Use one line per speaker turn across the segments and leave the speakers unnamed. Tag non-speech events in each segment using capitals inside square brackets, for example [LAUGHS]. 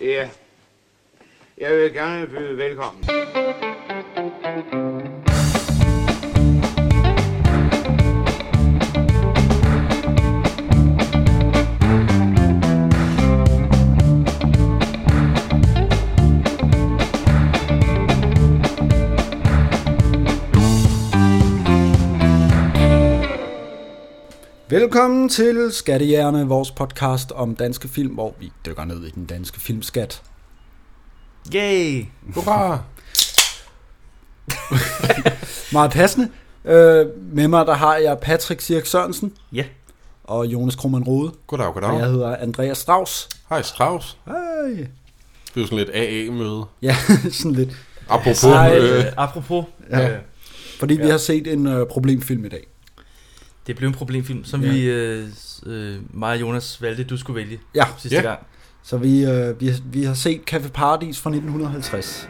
Ja. Jeg vil gerne byde velkommen.
Velkommen til Skattejerne, vores podcast om danske film, hvor vi dykker ned i den danske filmskat.
Yay!
Hurra!
Meget passende. Øh, med mig der har jeg Patrick Sirk Sørensen
Ja,
og Jonas Krummen Rode,
Goddag, goddag.
og jeg
Ja.
hedder Andreas Strauss.
Hej Strauss.
Hej.
Det er jo sådan lidt AA-møde.
Ja, [LAUGHS] sådan lidt.
Apropos,
Ej,
øh,
øh, apropos,
Ja.
ja. øh,
Fordi ja. vi har set en øh, problemfilm i dag.
det blev en problemfilm, som
Ja.
ja. vi, øh, s- øh, mig og Jonas valgte, du skulle vælge
Ja,
sidste
Ja.
gang.
så vi, øh, vi, har- vi har set Café Paradis fra 1950.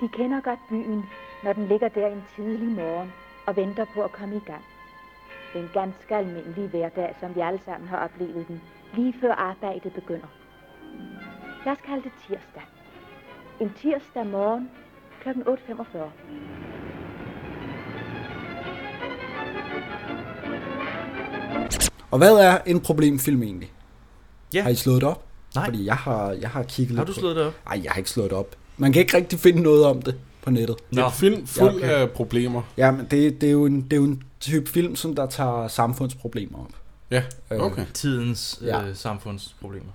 De kender godt byen, når den ligger der en tidlig morgen og venter på at komme i gang. Den ganske almindelige hverdag, som vi alle sammen har oplevet den, lige før arbejdet begynder. Lad os kalde det tirsdag. En tirsdag morgen kl. 8.45.
Og hvad er en problemfilm egentlig?
Ja.
Har I slået det op?
Nej.
Fordi jeg har, jeg har kigget
Har
lidt på-
du slået det op?
Nej, jeg har ikke slået det op. Man kan ikke rigtig finde noget om det på nettet.
det er
Nå.
en film fuld
Ja,
ja, okay. af problemer.
Ja, men det, det, er jo en, det er jo en type film, som der tager samfundsproblemer op.
Ja,
Øh.
okay.
Tidens øh,
Ja.
ja. samfundsproblemer.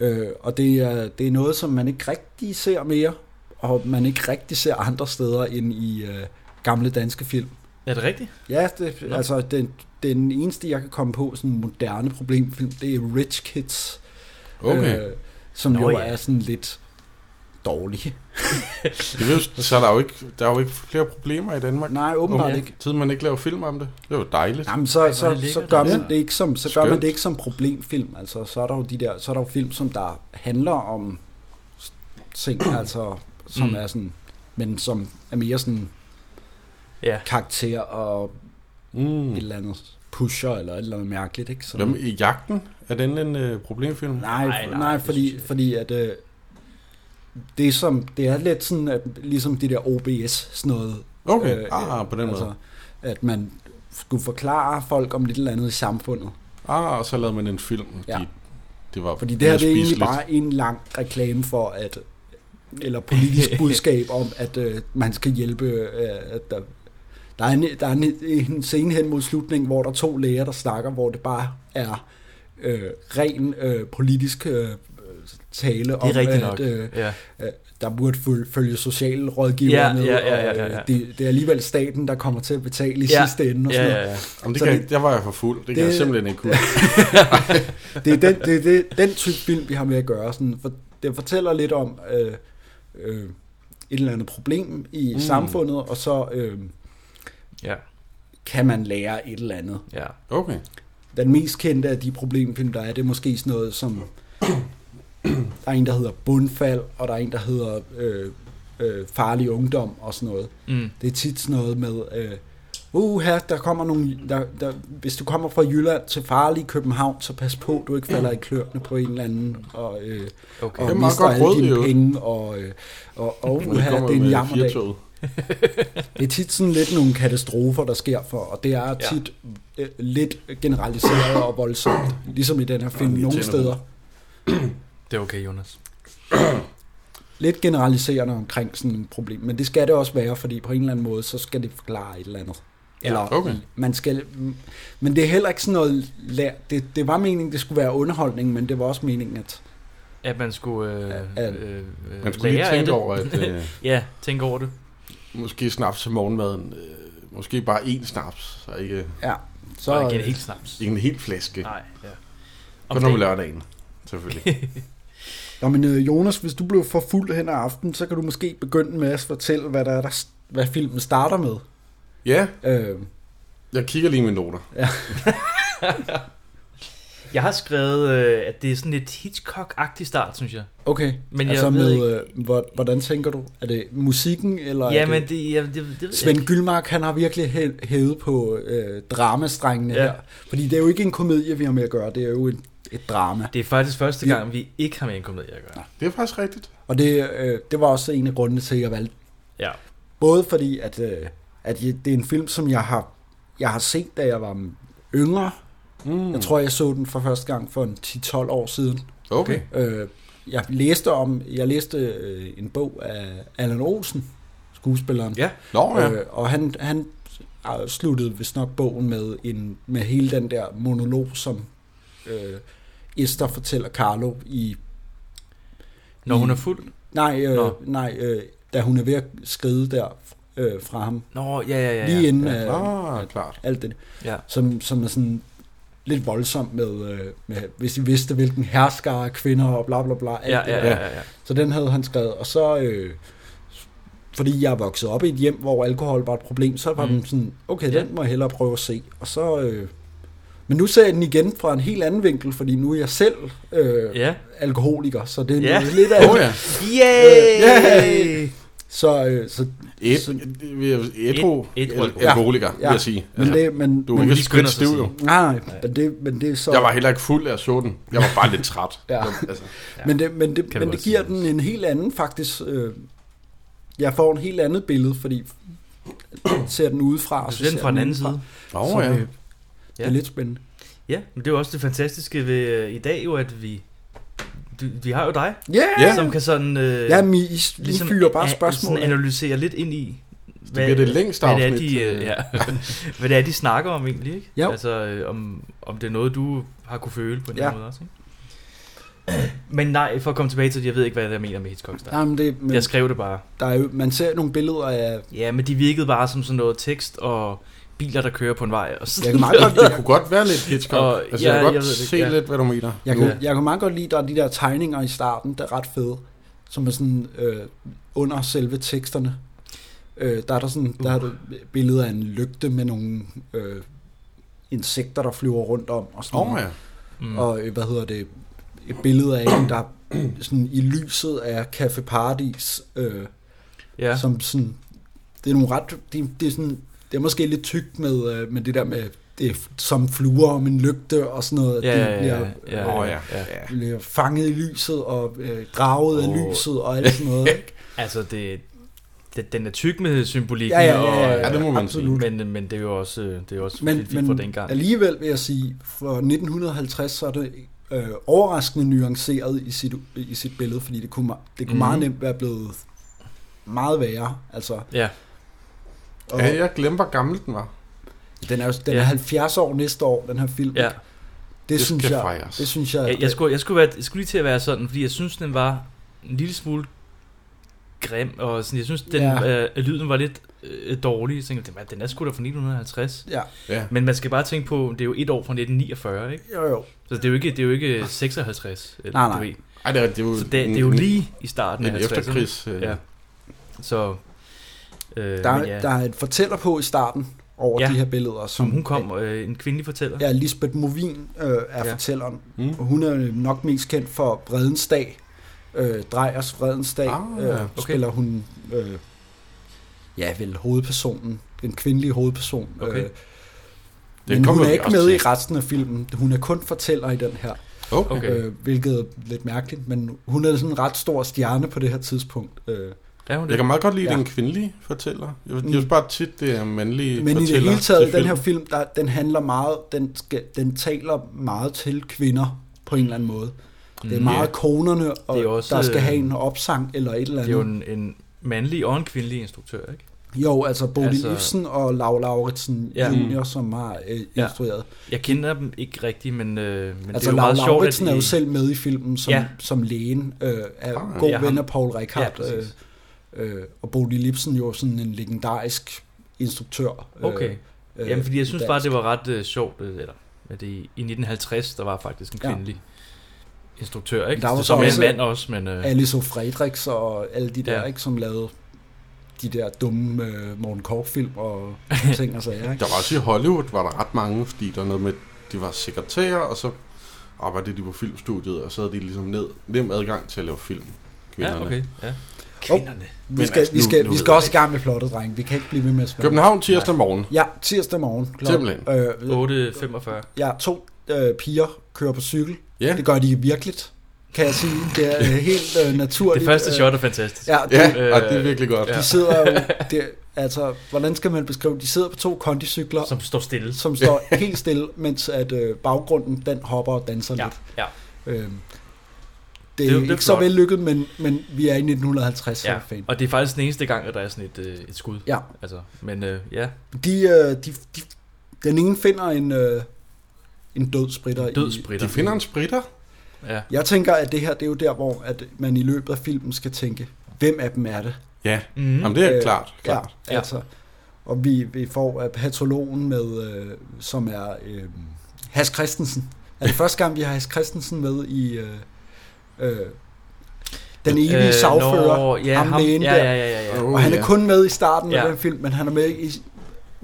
Øh, og det er, det er noget, som man ikke rigtig ser mere, og man ikke rigtig ser andre steder end i øh, gamle danske film.
Er det rigtigt?
Ja, det, altså den, den eneste, jeg kan komme på, sådan en moderne problemfilm, det er Rich Kids,
Okay.
øh, som Nå,
Nå,
jo
ja.
er sådan lidt dårlig.
Det er jo, så er der jo ikke, der er jo ikke flere problemer i Danmark.
Nej, åbenbart
Okay.
ikke.
Siden man ikke laver film om det. Det er jo dejligt.
Jamen, så,
Ej,
Ej,
hvor
så,
er det
så,
lækkert,
gør
altså.
man det ikke som, så gør man
Skønt.
det ikke som problemfilm. Altså, så er der jo de der, så er der jo film, som der handler om s-
[CLEARS THROAT]
ting, altså, som mm.
Mm.
er sådan, men som er mere sådan
Ja.
karakter og
Mm.
et eller andet pusher eller et eller andet mærkeligt, ikke? Så,
Dem i jagten, er den en øh, problemfilm?
nej, nej,
Nej,
nej,
nej,
nej,
det
fordi,
synes jeg
fordi at øh, det, som, det er lidt sådan, at, ligesom det der OBS, sådan noget. øh,
Okay, ah, på den
altså-
måde.
At man skulle forklare folk om lidt eller andet i samfundet.
Ah, og så lavede man en film.
Ja.
De, det var
Fordi det her det er egentlig
spiseligt.
bare en lang reklame for, at eller
[LAUGHS]
politisk budskab om, at øh, man skal hjælpe. Øh, at der, der er, en, der er en, en scene hen mod slutningen, hvor der er to læger, der snakker, hvor det bare er øh, ren øh, politisk øh, tale om,
Det er rigtigt
at
nok.
øh,
Ja.
øh, der burde følge, følge socialrådgiverne,
Ja, ja, ja, ja, ja,
og
ja.
øh, det, det er alligevel staten, der kommer til at betale i
Ja.
sidste ende. Og
Ja,
sådan noget.
ja, ja.
Jamen, det
så
kan,
det-
jeg- der var jeg for fuld. Det, det kan
det-
jeg simpelthen ikke
[LAUGHS]
kunne.
det er den, det er det, den type film, vi har med at gøre. Sådan, for, det fortæller lidt om øh, øh, et eller andet problem i mm. samfundet, og så øh,
ja.
kan man lære et eller andet.
ja.
Okay.
Den mest kendte af de problemfilm, der er, det er måske sådan noget som... Der er en, der hedder Bundfald, og der er en, der hedder øh, øh, Farlig Ungdom og sådan noget.
Mm.
Det er tit sådan noget med, øh, uh, her, der kommer nogle, der, der, hvis du kommer fra Jylland til farlig København, så pas på, du ikke falder i klørene på en eller anden, og, øh,
Okay.
og
Det er meget
mister
godt
alle
råd,
dine
jo.
penge, og, øh, og, og
Nu
uh, her,
kommer
det er en
med
jammerdag.
firetoget.
Det er tit sådan lidt nogle katastrofer, der sker for, og det er
Ja.
tit øh, lidt generaliseret og voldsomt, ligesom i den her film
Nå, det er
nogle
irriterende.
steder.
Det er okay, Jonas.
Lidt generaliserende omkring sådan et problem, men det skal det også være, fordi på en eller anden måde, så skal det forklare et eller andet.
Ja,
Eller
okay.
man skal, men det er heller ikke sådan noget, lær- det, det var meningen, det skulle være underholdning, men det var også meningen, at
At man skulle, øh,
At-
øh, øh,
Man skulle lige
lære af
tænke
det.
over, at... Øh,
[LAUGHS] Ja, tænke over det.
Måske snaps til morgenmaden. Øh, måske bare én snaps, og ikke,
ja, så, øh,
Så er det helt snaps.
ikke en hel flaske.
Nej, ja. Om
Kun
dagen.
om lørdagen,
[LAUGHS]
selvfølgelig.
Nå, men øh, Jonas, hvis du blev for fuld hen af aftenen, så kan du måske begynde med at fortælle, hvad, der er, der, hvad filmen starter med.
ja,
Øh,
jeg kigger lige i mine noter.
Jeg har skrevet, øh, at det er sådan lidt Hitchcock-agtig start, synes jeg.
okay,
Men jeg
altså
ved
med,
ikke-
øh, hvor- hvordan tænker du? Er det musikken, eller
Ja,
er
men
det...
det, ja, det, det ved jeg
Svend
ikke.
Gyldmark, han har virkelig hæ- hævet på øh, dramastrengene ja.
Ja.
her. Fordi det er jo ikke en komedie, vi har med at gøre. Det er jo en, et drama.
Det er faktisk første gang, vi ikke har med en komedie at gøre.
Det er faktisk rigtigt.
Og det, øh, det var også en af grundene til, at jeg valgte
Ja.
Både fordi, at, øh, at jeg- det er en film, som jeg har, jeg har set, da jeg var yngre. Mm. Jeg tror, jeg så den for første gang for en 10-12 år siden.
Okay.
Øh, jeg læste om, jeg læste øh, en bog af Allan Olsen, skuespilleren.
Ja.
Nå ja.
Øh, og han, han øh, sluttede vist nok bogen med, en, med hele den der monolog, som øh, Esther fortæller Carlo i
Når hun er fuld.
Nej, øh,
Nå.
nej øh, da hun er ved at skride der øh, fra ham.
Nå, ja, ja, ja. ja.
Lige inden
Ja,
ja, øh,
klar,
[LAUGHS]
klart.
alt det,
Ja.
som, som er sådan lidt voldsom med, øh, med hvis I vidste, hvilken herskare kvinder og bla bla bla. Alt
Ja,
det
ja,
der.
ja, ja, ja.
Så den havde han skrevet, og så... Øh, fordi jeg er vokset op i et hjem, hvor alkohol var et problem, så var mm. den sådan, okay,
Ja.
den må jeg hellere prøve at se. Og så, øh, men nu ser jeg den igen fra en helt anden vinkel, fordi nu er jeg selv øh,
Ja.
alkoholiker, så det er
Ja.
lidt af...
Åh ja.
Yay!
Yay! Så, øh, så
Et,
Så-
etro,
Et- et-
et, alkoholiker,
Ja.
vil jeg sige.
Men
Altså,
det, men,
du er
men,
ikke
vi skynder
skridt
os at
stiv,
sige.
jo.
nej, men det, men det er så...
Jeg var heller ikke fuld af så den. Jeg var bare lidt
[LAUGHS]
træt.
Ja.
Jeg- Altså,
[LAUGHS] men det, men det,
du
men
godt
det giver
sige.
den en helt anden, faktisk... Øh, jeg får en helt andet billede, fordi jeg ser den udefra.
Du
og så
ser den fra den anden side.
Nå
Så,
ja.
øh, Det er
Ja.
lidt spændende.
Ja, men det er jo også det fantastiske ved øh, i dag jo, at vi... Du, vi har jo dig,
Yeah!
Ja.
som kan sådan... Øh,
Ja, men I, I ligesom, fyrer bare
a-
spørgsmål.
Sådan analysere lidt ind i... Hvad,
bliver det længste
hvad det er,
afsnit,
de, øh,
øh.
ja, [LAUGHS] hvad det er, de snakker om egentlig, ikke?
Jo.
Altså, øh, om, om det er noget, du har kunne føle på en
Ja.
ja. måde også, ikke? Men nej, for at komme tilbage til det, jeg ved ikke, hvad jeg mener med Hitchcock Star.
Nej, men det, men
Jeg skrev det bare.
der er jo, man ser nogle billeder af...
Ja, men de virkede bare som sådan noget tekst og biler, der kører på en vej. Og sådan.
Jeg kan meget godt
Det
lide,
kunne godt være lidt Hitchcock.
Og-
altså,
ja,
jeg
jeg
kan godt
ved det
se
ikke, ja.
lidt, hvad du mener.
jeg
nu.
kan, jeg kan meget godt lide, der er de der tegninger i starten, der er ret fede, som er sådan øh, under selve teksterne. Øh, der er der sådan, der er der billeder af en lygte med nogle øh, insekter, der flyver rundt om og sådan
Nå
noget.
ja.
Mm.
og øh, hvad hedder det, et billede af en, der sådan i lyset af Café Paradis, øh,
[LAUGHS] ja.
ja. som sådan, det er nogle ret, det, det er sådan, det er måske lidt tykt med, øh, med det der med, det er f- som fluer om en lygte og sådan noget,
Ja,
de
ja, ja,
bliver,
ja,
Nå
ja.
ja.
ja.
bliver fanget i lyset og øh, draget oh. af
Åh.
lyset og alt sådan noget.
[LAUGHS]
ikke?
Altså, det, det, den er tyk med symbolikken,
Ja, ja, ja, ja,
og,
ja,
Ja, det må man
absolut.
Men, men det er jo også, øh, det er jo også men,
Men,
lidt vildt fra
men
dengang.
alligevel vil jeg sige, for 1950 så er det øh, overraskende nuanceret i sit, i sit billede, fordi det kunne, me- det kunne mm. meget
Mhm.
nemt være blevet meget værre. Altså,
Ja,
og
ja. Jeg glemmer, hvor gammel den var.
Den er, jo, den er
Ja.
70 år næste år, den her film.
ja.
Det,
Det
synes
skal
jeg,
fejres.
det synes jeg,
Jeg, jeg, skulle, jeg, skulle være, jeg skulle lige til at være sådan, fordi jeg synes, den var en lille smule grim, og sådan, jeg synes, den,
Ja.
ja. øh, lyden var lidt øh, dårlig. Jeg tænkte, "Hvad, den er sgu da fra 1950.
Ja,
Ja.
Men man skal bare tænke på, det er jo et år fra 1949, ikke?
jo jo.
Så det er jo ikke, det er jo ikke 56, eller,
Nej, nej.
du ved.
Ej, det er, det er jo,
Så det, det er jo
en-
lige i starten
en
af 50'erne.
efterkrigs... øh,
Ja. Så, øh,
Der,
men
er,
ja.
der er et fortæller på i starten over
Ja.
de her billeder.
som hun kom, øh, en kvindelig fortæller.
Ja, Lisbeth Movin øh, er
Ja.
ja. fortælleren.
Mm.
Og hun er jo nok mest kendt for Vredens Dag. Øh, Drejers Vredens Dag
Ah,
øh,
okay.
spiller hun, øh, ja vel, hovedpersonen. Den kvindelige hovedperson.
Okay.
Øh,
Det
men
kommer
hun er
vi
ikke
også
med
til.
i resten af filmen. Hun er kun fortæller i den her.
Okay.
Okay.
Øh, hvilket er lidt mærkeligt, men hun er sådan en ret stor stjerne på det her tidspunkt. Øh,
Er hun det?
Jeg kan meget godt lide
Ja.
ja. den kvindelige fortæller. Jeg, jeg
Mm.
synes bare tit, det er mandlige
men i
fortæller.
det hele taget,
til
den her
film.
film, der, den handler meget, den, skal, den taler meget til kvinder på en eller anden måde. Det er
Mm.
meget
Ja.
konerne, og
Det er også,
der skal
øh,
have en opsang eller et eller
Det er jo
andet.
en, en mandlig og en kvindelig instruktør, ikke?
Jo, altså Bodil altså,
altså-
Ibsen og Lav Lauritsen
Ja.
ja. junior, som har øh,
Ja.
instrueret.
Jeg kender dem ikke rigtigt, men, øh, men
Altså
det er jo
Lav
meget sjovt, at
Lauritsen er jo
de-
selv med i filmen som,
Ja.
ja. som lægen, øh, er
Ah,
god
ja,
ven
ham.
af Paul
Ja,
Rickard. øh,
præcis.
øh, og Bodil Ibsen jo sådan en legendarisk instruktør. øh,
Okay.
øh,
Jamen, fordi jeg synes
dansk.
bare, det var ret øh, sjovt, øh, eller at det, i 1950, der var faktisk en
Ja.
kvindelig instruktør, ikke?
Der var
Det er
så
som
også-
en mand også, men... Øh,
Alice O'Fredriks og alle de der,
Ja.
ja. ikke, som lavede de der dumme øh, Morten Kork-film
[LAUGHS]
og ting og sager. Ikke?
Der var også i Hollywood, var der ret mange, fordi der var noget med, de var sekretærer, og så arbejdede de på filmstudiet, og så havde de ligesom ned, nem adgang til at lave film. Kvinderne.
ja, okay. Ja.
Kvinderne. Vi
Men
skal,
altså,
vi
nu-
skal,
nu
vi
ved
skal
jeg
også i gang med plottet, dreng. Vi kan ikke blive ved med at spørge.
København tirsdag morgen.
Ja, tirsdag morgen. klokken-
Simpelthen.
Øh,
8.45.
ja, to øh, piger kører på cykel
Ja.
Det gør de virkeligt, kan jeg sige. Det er øh, helt
[LAUGHS]
øh, naturligt.
Det første
øh,
shot er fantastisk.
Ja,
Ja,
det,
og det er virkelig godt.
ja.
de sidder jo... Det, altså, hvordan skal man beskrive? De sidder på to kondicykler, som,
Som står stille.
som står [LAUGHS] helt stille, mens at øh, baggrunden, den hopper og danser
Ja,
lidt.
ja.
Øhm,
er
det er
jo-
jo
det er
ikke så
flot.
vellykket, men, men vi er i 1950
Ja,
ja. fan.
og det er faktisk den eneste gang, at der er sådan et, øh, et skud.
Ja.
Altså, men øh, ja,
De, øh, de, de, den ene finder en, øh, en død spritter. i-
død spritter.
De finder en spritter.
Ja.
Jeg tænker, at det her det er jo der, hvor at man i løbet af filmen skal tænke, hvem af dem er det?
Ja,
Mm.
Jamen, det er
Øh,
klart. klart.
Ja, altså, og vi, vi får øh, patologen med, øh, som er øh, Has Christensen. Er
[LAUGHS]
det første gang, vi har Has Christensen med i øh, øh, den evige øh, sagfører?
nå, ja,
ham
ham,
lægen
ja,
der.
ja, ja, ja, ja.
Åh,
Og han er
ja.
kun med i starten af
Ja.
den film, men han er med i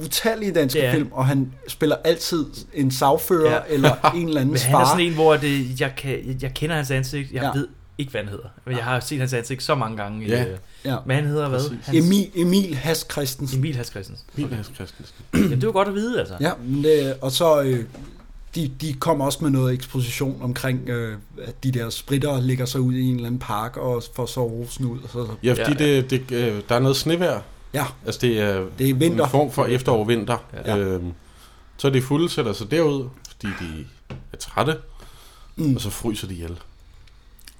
utallige danske
Det er
yeah.
han.
film, og han spiller altid en sagfører
Ja.
yeah.
[LAUGHS]
eller en eller
Men
andens
han er
far.
sådan en, hvor det, jeg, kan, jeg, jeg kender hans ansigt. Jeg
Ja.
ja. ved ikke, hvad han hedder. Men jeg har set hans ansigt så mange gange.
Ja.
I, øh,
Ja.
Men han hedder hvad?
Præcis.
Hans,
Emil, Emil Has Christensen.
Emil Hans Christensen.
Emil Hans Christensen.
Jamen, det var godt at vide, altså.
Ja, men det, og så... Øh, de, de kom også med noget eksposition omkring, øh, at de der spritter ligger sig ud i en eller anden park og får soverosen ud. Og så,
Ja, fordi
Ja,
ja, ja. Det, det, øh, der er noget snevejr.
Ja.
Altså, det er,
det er vinter.
en form for efterår-vinter.
Ja.
Ja. Øhm, så er de fulde, sætter sig derud, fordi de er trætte,
Mm.
mm. og så fryser de ihjel.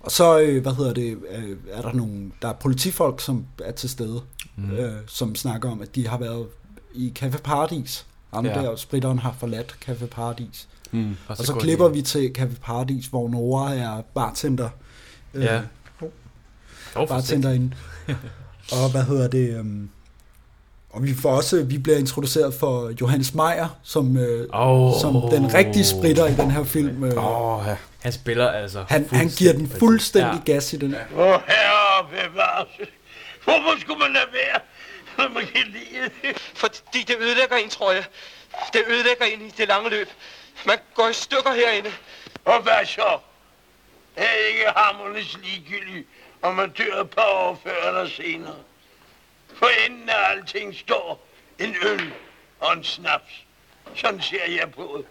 Og så, øh, hvad hedder det, øh, er der nogle, der er politifolk, som er til stede, mm. øh, som snakker om, at de har været i Café Paradis. Ham ja.
Ja.
der, spritteren har forladt Café Paradis.
Mm.
Og så,
går
så klipper
de-
vi til Café Paradis, hvor Nora er bartender. Øh,
Ja. Hov, for
bartender
[LAUGHS]
inde. Og hvad hedder det? øhm, Og vi får også, vi bliver introduceret for Johannes Meyer, som, øh,
Åh.
som den rigtige spritter i den her film. Øh,
Åh, oh, ja.
satan. Han spiller altså
han, han giver den fuldstændig
Ja.
gas i den her.
Åh, herre, bevares. Hvorfor skulle man lade være? Man må ikke lide det.
Fordi det ødelægger en, tror jeg. Det ødelægger en i det lange løb. Man går i stykker herinde.
Og hvad så? Det er ikke hammernes ligegyldigt, om man dør et par år før eller senere. For enden af alting står en øl og en snaps. Sådan ser jeg på det.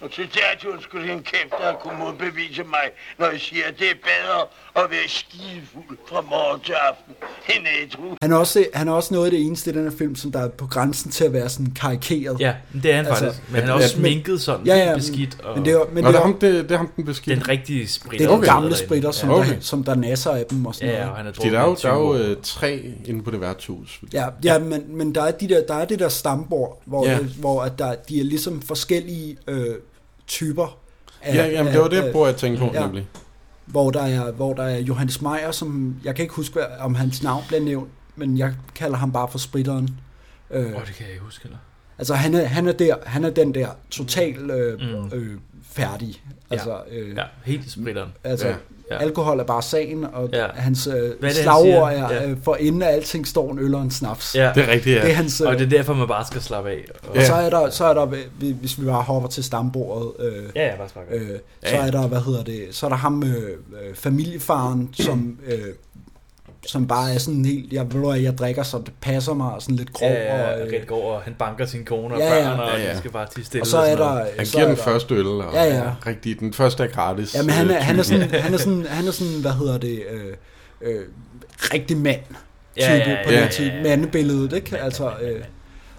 Og til datoen skulle en kæft, der kunne modbevise mig, når jeg siger, at det er bedre at være skidefuld fra morgen til aften end ædru.
Han er, også, han er også noget af det eneste i den her film, som der er på grænsen til at være sådan karikeret.
Ja, men det er han
Altså,
faktisk. Men han er også
men-
sminket sådan,
ja, ja men-
beskidt. Og
men det er, jo- men
Nå,
det er,
det er,
jo-
ham, det, det er ham, den beskidte.
den rigtige spritter.
det er
der
den
sidder
gamle
derinde.
spritter, som,
Ja,
okay.
Okay.
der, som der nasser af dem og sådan
ja,
noget.
og han er
Fordi
drukket
der er jo, der er jo
i 20 år.
øh, tre inde på det værtshus.
Ja, ja men, men der, er de der, der er det der stambord, hvor,
Ja.
ja. hvor at der, de er ligesom forskellige øh, typer. Af,
ja jamen, det var det,
af-
jeg prøvede at tænke på,
ja.
ja. nemlig.
hvor, der er, hvor der er Johannes Meyer, som jeg kan ikke huske, hvad- om hans navn bliver nævnt, men jeg kalder ham bare for spritteren. Øh,
Åh, det kan jeg ikke huske, eller?
altså han er, han er, der, han er den der total øh, mm. øh, færdig. Altså, øh,
Ja, helt spritteren.
Altså,
Ja.
ja.
Ja.
alkohol er bare sagen, og ja.
Ja.
hans øh,
han
slagord
siger?
er, ja.
Ja.
øh, for enden af alting står en øl og en snaps.
Ja,
Det er rigtigt, ja.
Det er hans, øh,
og det er derfor, man bare skal slappe af. Og,
Og
Ja.
så er der, så er der øh, hvis vi bare hopper til stambordet, øh,
ja, ja, bare slappe af.
øh, så er der, hvad hedder det, så er der ham, øh, øh, familiefaren, som, øh, som bare er sådan helt, jeg ved du hvad, jeg drikker, så det passer mig, og sådan lidt grov.
Ja, ja,
og, øh,
og Red går over, han banker sin kone og
Ja,
ja,
ja.
ja. børn, og
Ja, ja.
de skal bare tisse stille.
og så er
sådan
der...
noget.
Han
så
giver
er
den
der-
første øl, og
Ja, ja.
Rigtig, den første er gratis.
Jamen, han er,
øh,
han er
typen. [LAUGHS]
sådan, han er sådan, han er sådan, hvad hedder det, øh, øh, rigtig mand type
Ja, ja, ja,
på den
ja,
her tid.
ja, ja.
Mandebilledet, ikke? Altså, øh,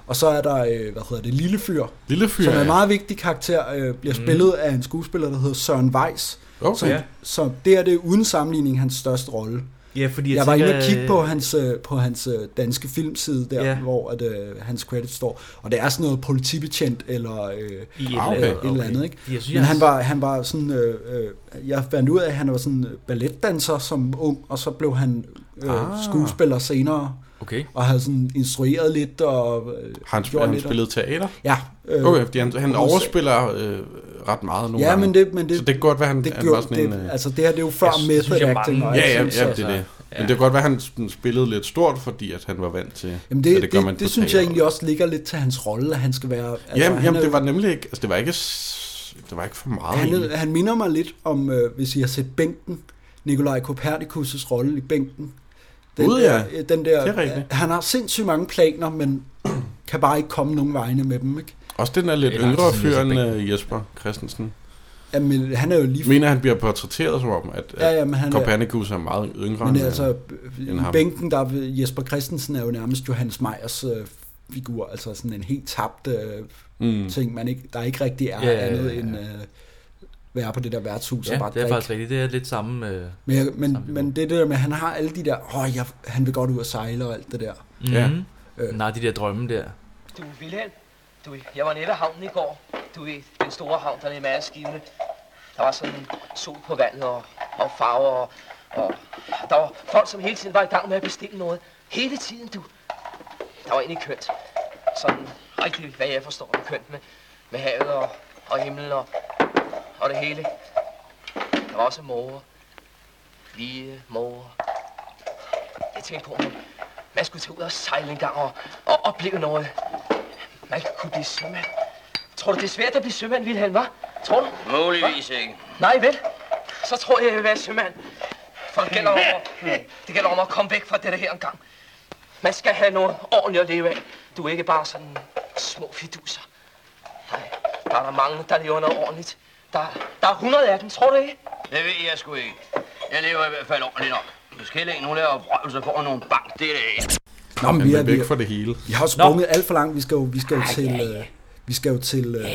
og så er der, øh, hvad hedder det, Lille Fyr,
Lille fyr,
som er
ja.
en meget vigtig karakter, øh, bliver
Mm.
spillet af en skuespiller, der hedder Søren Weiss.
Okay.
Som,
Ja.
som det er det uden sammenligning hans største rolle.
Ja, fordi jeg,
Jeg var
tænker,
inde og kigge på
øh,
hans, øh, på hans øh, danske filmside der,
Ja.
hvor at, øh, hans credit står. Og det er sådan noget politibetjent eller øh,
I et
Ah, okay.
okay. et eller andet, ikke?
Jeg synes,
Men han var, han var sådan, øh, øh, jeg fandt ud af, at han var sådan øh, balletdanser som ung, og så blev han øh, ah.
Ah.
skuespiller senere,
Okay.
og havde sådan instrueret lidt, og øh,
Har han, sp-
gjort
han
lidt, og-
spillet teater?
Ja, øh,
Okay, fordi han, han
USA.
overspiller øh, ret meget nogle
Ja,
gange.
men det- men det-
så det kan godt være, han,
det,
han var
gjorde,
sådan en...
det,
øh,
altså det her, det er jo før
synes,
method
jeg mange-
acting. og altså,
Ja,
alt
ja,
sådan,
ja,
så-
det er det.
ja.
Men det kan godt være, at han sådan spillede lidt stort, fordi at han var vant til...
Jamen
at
det, det,
gør
det,
man
det,
på
synes
teater.
jeg egentlig også ligger lidt til hans rolle, at han skal være... Altså,
Jamen,
han
jamen
er-
det var nemlig ikke... Altså, det var ikke... s- Det var ikke for meget.
Han,
egentlig.
er- han minder mig lidt om, øh, hvis I har set Bænken, Nikolaj Kopernikus' rolle i Bænken.
Gud,
der,
ja.
øh, den der,
Det er rigtigt.
Han har sindssygt mange planer, men kan bare ikke komme nogen vegne med dem. Ikke?
Også den der lidt
Eller
yngre
sådan
fyr
Jesper
end øh, Jesper Christensen.
Jamen, han er jo lige...
Mener han bliver portrætteret som om, at, at
Ja, ja, men han er-
Copernicus er meget yngre
Men
end- øh,
altså,
end
i
ham.
bænken, der er Jesper Christensen er jo nærmest Johannes Meyers øh, figur, altså sådan en helt tabt øh, mm. ting, man ikke, der ikke rigtig er ja, ja, ja, andet end øh, være på det der værtshus og
Ja,
bare
det er
drikke.
faktisk rigtigt. Det er lidt samme... Øh,
Men, jeg, men, men det der med, at han har alle de der, åh, jeg, han vil godt ud og sejle og alt det der.
mm,
Ja.
Øh.
ja. Nej, de der drømme der.
Du, Vilhelm, du, jeg var nede ved havnen i går. Du ved, den store havn dernede i Mærskivene. Der var sådan en sol på vandet og, og farver, og, og der var folk, som hele tiden var i gang med at bestille noget. Hele tiden, du. Der var egentlig kønt. Sådan rigtig, hvad jeg forstår, det kønt med, med havet og, og himlen og, og det hele. Der var også måger. Lige måger. Jeg tænkte på, om man skulle tage ud og sejle en gang og, og opleve noget. Man kunne blive sømand. Tror du, det er svært at blive sømand, Vilhelm, hva'? Tror du?
Muligvis ikke.
Nej, vel? Så tror jeg, jeg vil være sømand. For det gælder om
[LAUGHS]
at,
Hmm.
det gælder om at komme væk fra det der her en gang. Man skal have noget ordentligt at leve af. Du er ikke bare sådan små fiduser. Nej, der er der mange, der lever noget ordentligt. Der, der er 100 af dem, tror du ikke?
Det ved jeg sgu ikke. Jeg lever i hvert fald ordentligt nok. Hvis Kjelling nu laver brøvelser for nogle bank, det er det ikke.
Nå, men
Han
vi,
er
er, vi,
væk
er,
fra det hele.
vi har jo sprunget alt for langt, vi skal jo, vi skal jo til... Øh, vi skal jo til... Øh,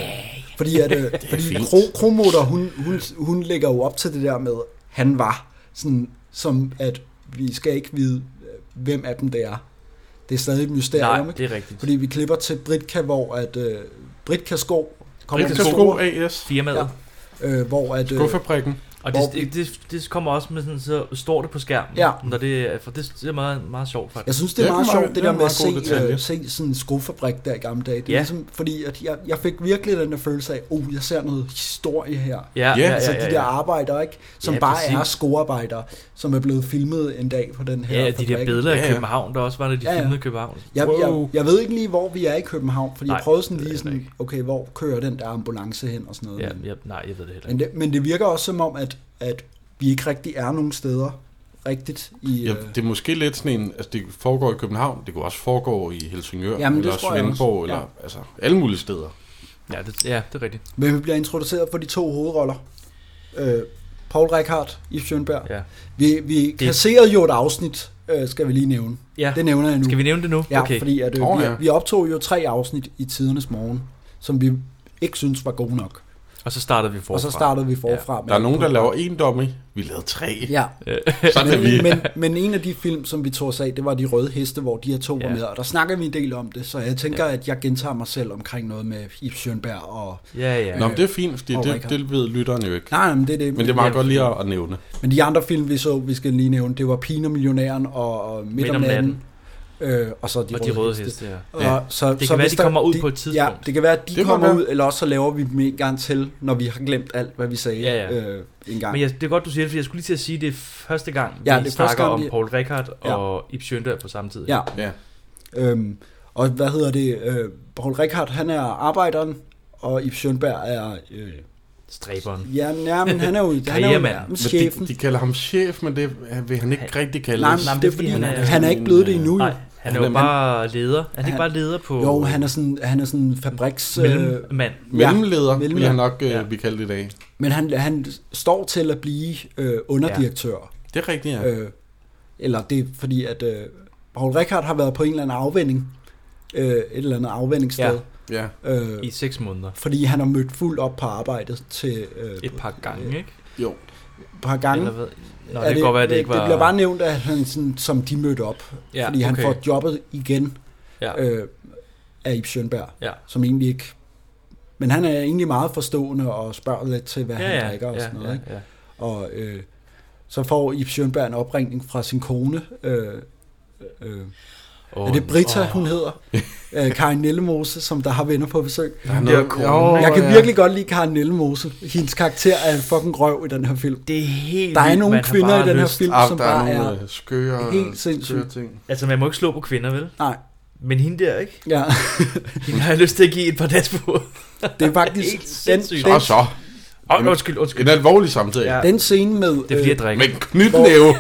fordi at,
[LAUGHS]
øh, fordi
fint.
Kro, Kromotter, hun, hun, hun lægger jo op til det der med, han var sådan, som at vi skal ikke vide, øh, hvem af dem det er. Det er stadig et mysterium,
Nej,
ikke?
det er rigtigt.
Fordi vi klipper til Britka, hvor at øh, Britka Skov kommer
Rigtig
Britka
sko
Skov,
AS.
Firmaet. Ja.
Ja. øh, hvor at... Øh,
Skofabrikken.
Og
Hvor
det, det, det, det, kommer også med sådan, så står det på skærmen,
Ja.
når det, er- for det, det er meget, meget sjovt faktisk.
Jeg synes, det er
Ja,
meget
det er
sjovt, det
en
der med at
meget
se,
god detalje.
øh, se sådan en skofabrik der i gamle dage. Det er
Ja.
ja. ligesom, fordi at jeg, jeg fik virkelig den der følelse af, oh, jeg ser noget historie her.
Ja,
Ja,
ja,
altså
ja, ja,
de der
ja.
arbejdere, ikke? Som
Ja,
ja, bare
præcis.
er skoarbejdere, som er blevet filmet en dag på den her
Ja, de
fabrik.
der billeder
Ja,
af
ja.
København, der også var, når de
Ja, ja.
filmede København.
Jeg,
Wow.
jeg, jeg ved ikke lige, hvor vi er i København, fordi
Nej,
jeg prøvede sådan
det ved
lige
jeg
sådan,
ikke.
okay, hvor kører den der ambulance hen og sådan noget.
Ja,
men,
ja, nej, jeg ved det heller ikke.
men, det, men det virker også som om, at, at vi ikke rigtig er nogen steder rigtigt i...
Ja,
øh,
det er måske lidt sådan en, altså det foregår i København, det kunne også foregå i Helsingør,
Jamen, det
eller
tror jeg også.
Svendborg,
Ja.
eller altså alle mulige steder.
Ja, det, ja, det er rigtigt.
Men vi bliver introduceret for de to hovedroller. Øh, Paul Reichhardt i Schønberg.
Ja.
Vi, vi kasserede jo et afsnit, øh, skal vi lige nævne.
Ja.
Det nævner jeg nu.
Skal vi nævne det nu?
Ja, okay. fordi at, øh,
Åh,
vi,
ja.
vi optog jo tre afsnit i Tidernes Morgen, som vi ikke synes var gode nok.
Og så startede vi forfra.
Og så startede vi forfra. Ja.
Der er nogen, der laver en dummy, vi lavede tre.
Ja,
[LAUGHS]
Sådan er vi.
men, men, men en af de film, som vi tog os af, det var De Røde Heste, hvor de her to ja.
Ja.
var med, og der snakker vi en del om det, så jeg tænker, ja. at jeg gentager mig selv omkring noget med Ibs Schønberg og...
Ja, ja.
Nå, men det er fint, fordi
Åh,
det,
Richard.
det ved lytteren jo ikke.
Nej, nej, men det er det.
Men det er meget godt lige at, at nævne.
Men de andre film, vi så, vi skal lige nævne, det var Pigen og Millionæren og, og Midt, om natten. Øh, og så de,
Og De Røde Heste, ja.
Ja.
Og så, det
kan være,
hvis
de
der-
kommer ud på et tidspunkt.
Ja, det kan være, at de
Det
det
kan
kommer
være.
ud, eller også så laver vi dem en gang til, når vi har glemt alt, hvad vi sagde
Ja, ja.
Øh, en gang.
Men jeg, det er godt, du siger det, for jeg skulle lige til at sige, at det er første gang,
Ja, det
vi
er første
snakker
gang,
om
vi-
Paul Rickard
Ja.
og Ip Schønberg på samme tid.
ja,
Ja.
øhm, og hvad hedder det? Øh, Paul Rickard, han er arbejderen, og Ibs Schønberg er... Øh,
Stræberen.
ja, nej, men han er jo, han er jo
Karrieremanden.
nærmest chefen.
Men de, de kalder ham chef, men det vil han ikke rigtig kalde
nej,
os.
men det er fordi, han er, han er ikke blevet det endnu. jo.
Nej, han er jo
Han er-
bare leder. Er han ikke
Han-
bare leder på...
Jo, han er sådan, han er sådan fabriks... Øh,
Mellemmand.
Mellemleder, ja, vil
mellemleder.
han nok øh,
Ja.
blive kaldt i dag.
Men han, han står til at blive øh, underdirektør.
Det er rigtigt, ja.
Ja. Øh, eller det er fordi, at øh, Paul Rickard har været på en eller anden afvending. Øh, et eller andet afvendingssted.
ja.
Ja. Øh,
I seks måneder.
fordi han har mødt fuldt op på arbejdet til øh,
Et par gange, ikke?
Jo,
et par gange.
Eller hvad? Nå, det, kan godt være, at det ikke var...
det bliver bare nævnt, at han sådan, som de mødte op.
Ja,
Ja, fordi han
okay.
får jobbet igen
Ja.
øh, af Ip Schønberg,
Ja.
som egentlig ikke... Men han er egentlig meget forstående og spørger lidt til, hvad han
Ja,
drikker
ja,
og sådan noget.
ja,
ikke?
ja.
Og øh, så får Ip Schønberg en opringning fra sin kone. Øh, øh,
Åh,
er det Britta,
åh.
hun hedder?
[LAUGHS]
øh, Karin Nellemose, som der har venner på besøg.
der er
der kone.
Jeg kan virkelig godt lide Karin Nellemose. Hendes karakter er en fucking røv i den her film.
Det er helt
Der er
vildt,
nogle
man har
kvinder
bare
i den her
lyst-
film,
Ah,
som
der er
bare
nogle
er...
øh, skøre,
helt sindssygt.
skøre ting.
Altså, man må ikke slå på kvinder, vel?
Nej,
Men hende der, ikke?
ja.
Hende har jeg lyst til at give et par dans på. [LAUGHS]
Det er faktisk...
Helt
den,
sindssygt.
Og
den,
så,
Åh, undskyld, undskyld.
en alvorlig samtale.
Ja.
Ja.
den scene med...
Det er fordi,
øh,
jeg drikker.
Men knytnæve.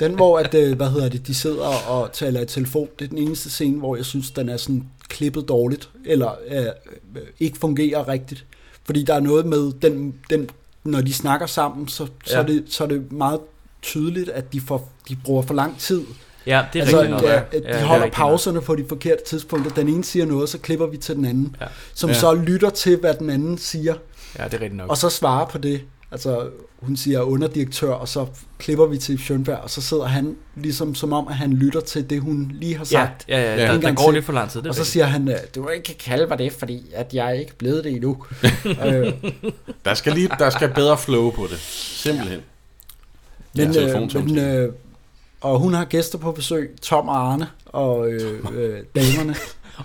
Den, hvor at, øh, hvad hedder det, de sidder og taler i telefon, det er den eneste scene, hvor jeg synes, den er sådan klippet dårligt, eller øh, øh, ikke fungerer rigtigt. Fordi der er noget med, den, den, når de snakker sammen, så, ja. så,
Ja.
er det, så er det meget tydeligt, at de, får, de bruger for lang tid.
Ja, det er
Altså,
rigtigt nok.
ja, at
det
de
er
holder
rigtigt nok.
pauserne på de forkerte tidspunkter. Den ene siger noget, så klipper vi til den anden,
Ja.
som
Ja.
så lytter til, hvad den anden siger,
Ja, det er rigtigt nok.
og så svarer på det. Altså, hun siger underdirektør, og så klipper vi til Schønberg, og så sidder han ligesom som om, at han lytter til det, hun lige har
Ja,
sagt.
ja, ja,
Ja.
der,
En
der
gang
går
til.
lidt for lang tid. Det er
Og så
rigtigt.
siger han, øh, du ikke kan kalde mig det, fordi at jeg er ikke blevet det
[LAUGHS]
endnu. øh,
Der skal, lige, der skal bedre flow på det. Simpelthen. Ja,
men, øh,
telefonsamtale.
men, øh, og hun har gæster på besøg, Tom og Arne og øh, øh,
[LAUGHS]
damerne,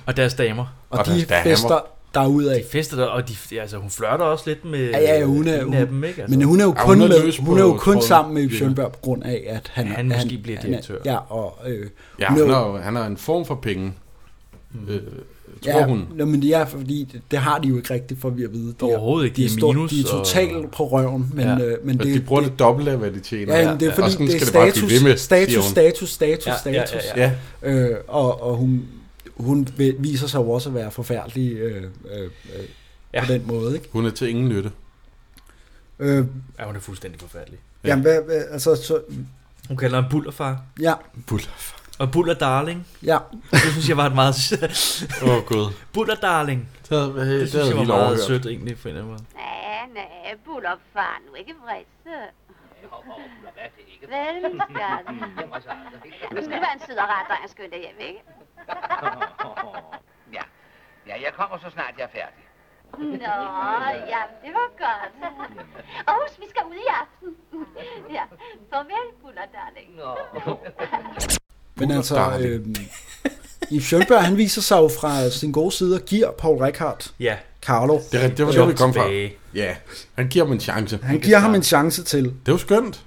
Og deres damer.
og,
Og
og
der-
de
der er
fester derudad.
De fester der, og de, altså, hun flørter også lidt med
Ja, ja, hun er-
en
hun-
af dem, ikke? Altså,
Men hun er jo
Ja,
kun,
hun er løs
med,
på
hun er jo kun
tråden.
sammen med
Ja.
Schønberg på grund af, at han...
Han måske bliver
han er-
direktør.
Ja, og... Øh,
Ja,
hun er
han
jo-
har, jo- han har en form for penge. Øh, tror
ja,
hun.
nå, men ja, fordi det, det har de jo ikke rigtigt, for vi at vide. De
Overhovedet ikke.
De er,
De er
stort-
minus,
de er
og-
totalt på røven, men,
Ja.
øh, men
Og Altså, de
det,
bruger
det,
det dobbelte af, hvad de tjener.
Ja, men det er fordi,
og sådan
det er
skal bare blive
status,
ved med, siger
status,
hun.
status, status,
Ja, ja, ja,
status.
Ja,
Øh, og, og hun, hun vil- viser sig jo også at være forfærdelig øh, øh, øh,
Ja.
ja. på den måde. Ikke?
hun er til ingen nytte.
Øh,
ja, hun er fuldstændig forfærdelig.
Ja.
Jamen, hvad, hvad, altså, så,
Hun kalder ham bullerfar.
ja,
Og buller darling.
ja,
Det synes jeg var et meget... [LAUGHS]
Åh, oh, gud.
buller darling.
Det havde, det,
Det, det
det, havde
synes jeg
jeg
var
helt
meget
overhørt.
sødt egentlig på en eller anden måde.
Nej, nej, buller far, nu ikke vrisse.
Hvad er det ikke?
Vel, min skat.
Jamen, altså, det er ikke-
Jamen, skal du være en sød og rar dreng, skynd dig hjem, ikke?
Ja. ja, jeg kommer så snart jeg er færdig.
Nå, jamen, det var godt. Og husk, vi skal ud i aften. [LAUGHS] Ja, farvel, buller darling.
Nå.
men
Hun er
altså,
darling.
øh, i Schønberg, han viser sig jo fra sin gode side og giver Paul Rickard
Ja,
Carlo.
Det, er rigtigt, det var der,
Job
vi kom fra.
tilbage.
Ja, han giver dem en chance.
Han giver ham en chance til.
Det er jo skønt.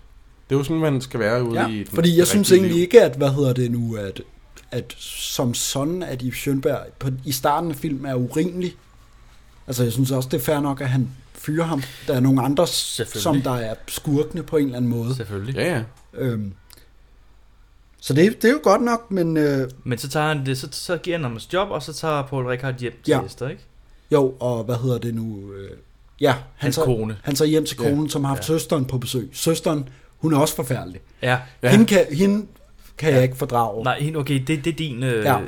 Det er jo sådan, man skal være ude
Ja,
i den,
fordi jeg
det
synes
rigtige
egentlig
liv.
ikke, at, hvad hedder det nu, at, at som sådan, at Yves Schønberg på, i starten af filmen er urimelig. Altså, jeg synes også, det er fair nok, at han fyrer ham. Der er nogle andre,
Selvfølgelig.
som der er skurkende på en eller anden måde.
Selvfølgelig.
Ja, ja.
Øhm, så det, det er jo godt nok, men øh,
Men så tager han det, så, så giver han ham et job, og så tager Paul Rickard hjem til
Ja.
Esther, ikke?
jo, og hvad hedder det nu? Øh, ja, han
Hans
tager,
kone.
Han tager hjem til konen, som har haft søsteren på besøg. Søsteren, hun er også forfærdelig.
Ja.
Ja. Hende kan, hende kan ja. jeg ikke fordrage.
Nej, hende- okay, det, det er din... Øh,
Ja.
ja.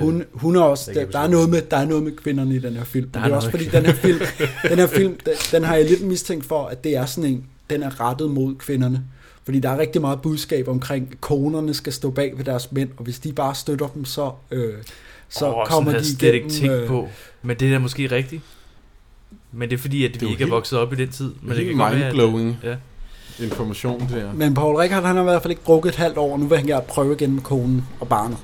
Hun, hun er også,
det kan
der,
vi
der, er
se.
noget med, der er noget med kvinderne i den her film. Der
Der er
det er også
noget
fordi,
med
den her film, den, her film den, den har jeg lidt mistænkt for, at det er sådan en, den er rettet mod kvinderne. Fordi der er rigtig meget budskab omkring, at konerne skal stå bag ved deres mænd, og hvis de bare støtter dem, så, øh, så
Åh,
oh,
sådan
kommer
havde
de
jeg slet ikke
igennem.
tænkt
øh,
på. Men det er da måske rigtigt. Men det er fordi, at
er
vi
jo
ikke er
helt-
vokset op i den tid. Men det
helt
kan godt være, at-
mindblowing.
Ja.
Information der.
Men Paul Rickard, han har i hvert fald ikke drukket et halvt år, og nu vil han gerne prøve igen med konen og barnet.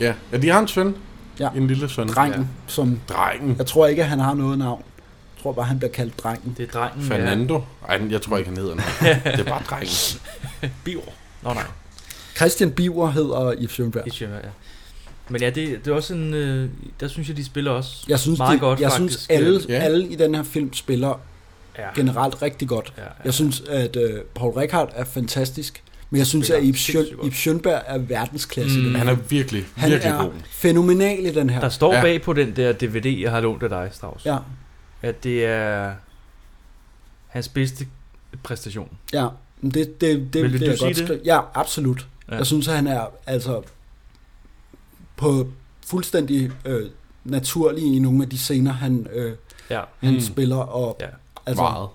Ja, ja de har en søn.
Ja.
En lille søn.
Drengen,
Ja.
ja. som
Drengen.
jeg tror ikke, at han har noget navn. Jeg tror bare, han bliver kaldt drengen.
Det er drengen.
Fernando. Ej, jeg tror ikke, han hedder noget.
[LAUGHS]
det er bare drengen.
Ja. Biver. Nå nej,
Christian Biver hedder Yves Schönberg.
det synes jeg, ja. Men ja, det, det er også en... Øh, der synes jeg, de spiller også
Jeg synes,
meget
de,
godt,
jeg
faktisk. øh,
synes alle,
Ja.
ja. alle i den her film spiller
Ja.
generelt rigtig godt.
Ja, ja.
Jeg synes, at øh, Paul Rickard er fantastisk, men jeg synes,
Spiller
at Ib
sindssygt
Schøn-
godt.
Ib Schønberg er verdensklasse. Mm,
Han er virkelig,
han
virkelig
er
god.
fænomenal i den her.
Der står
Ja.
ja. bag på den der DVD, jeg har lånt af dig, Strauss, ja.
Ja,
at det er hans bedste præstation.
ja. Men Det, det, det,
Vil
det
du
er
sige
godt
det?
skrevet. Ja, absolut.
Ja.
Ja. Jeg synes, at han er altså på fuldstændig øh, naturlig i nogle af de scener, han, øh,
Ja,
han
Mm.
spiller. Og,
Ja.
altså,
Meget.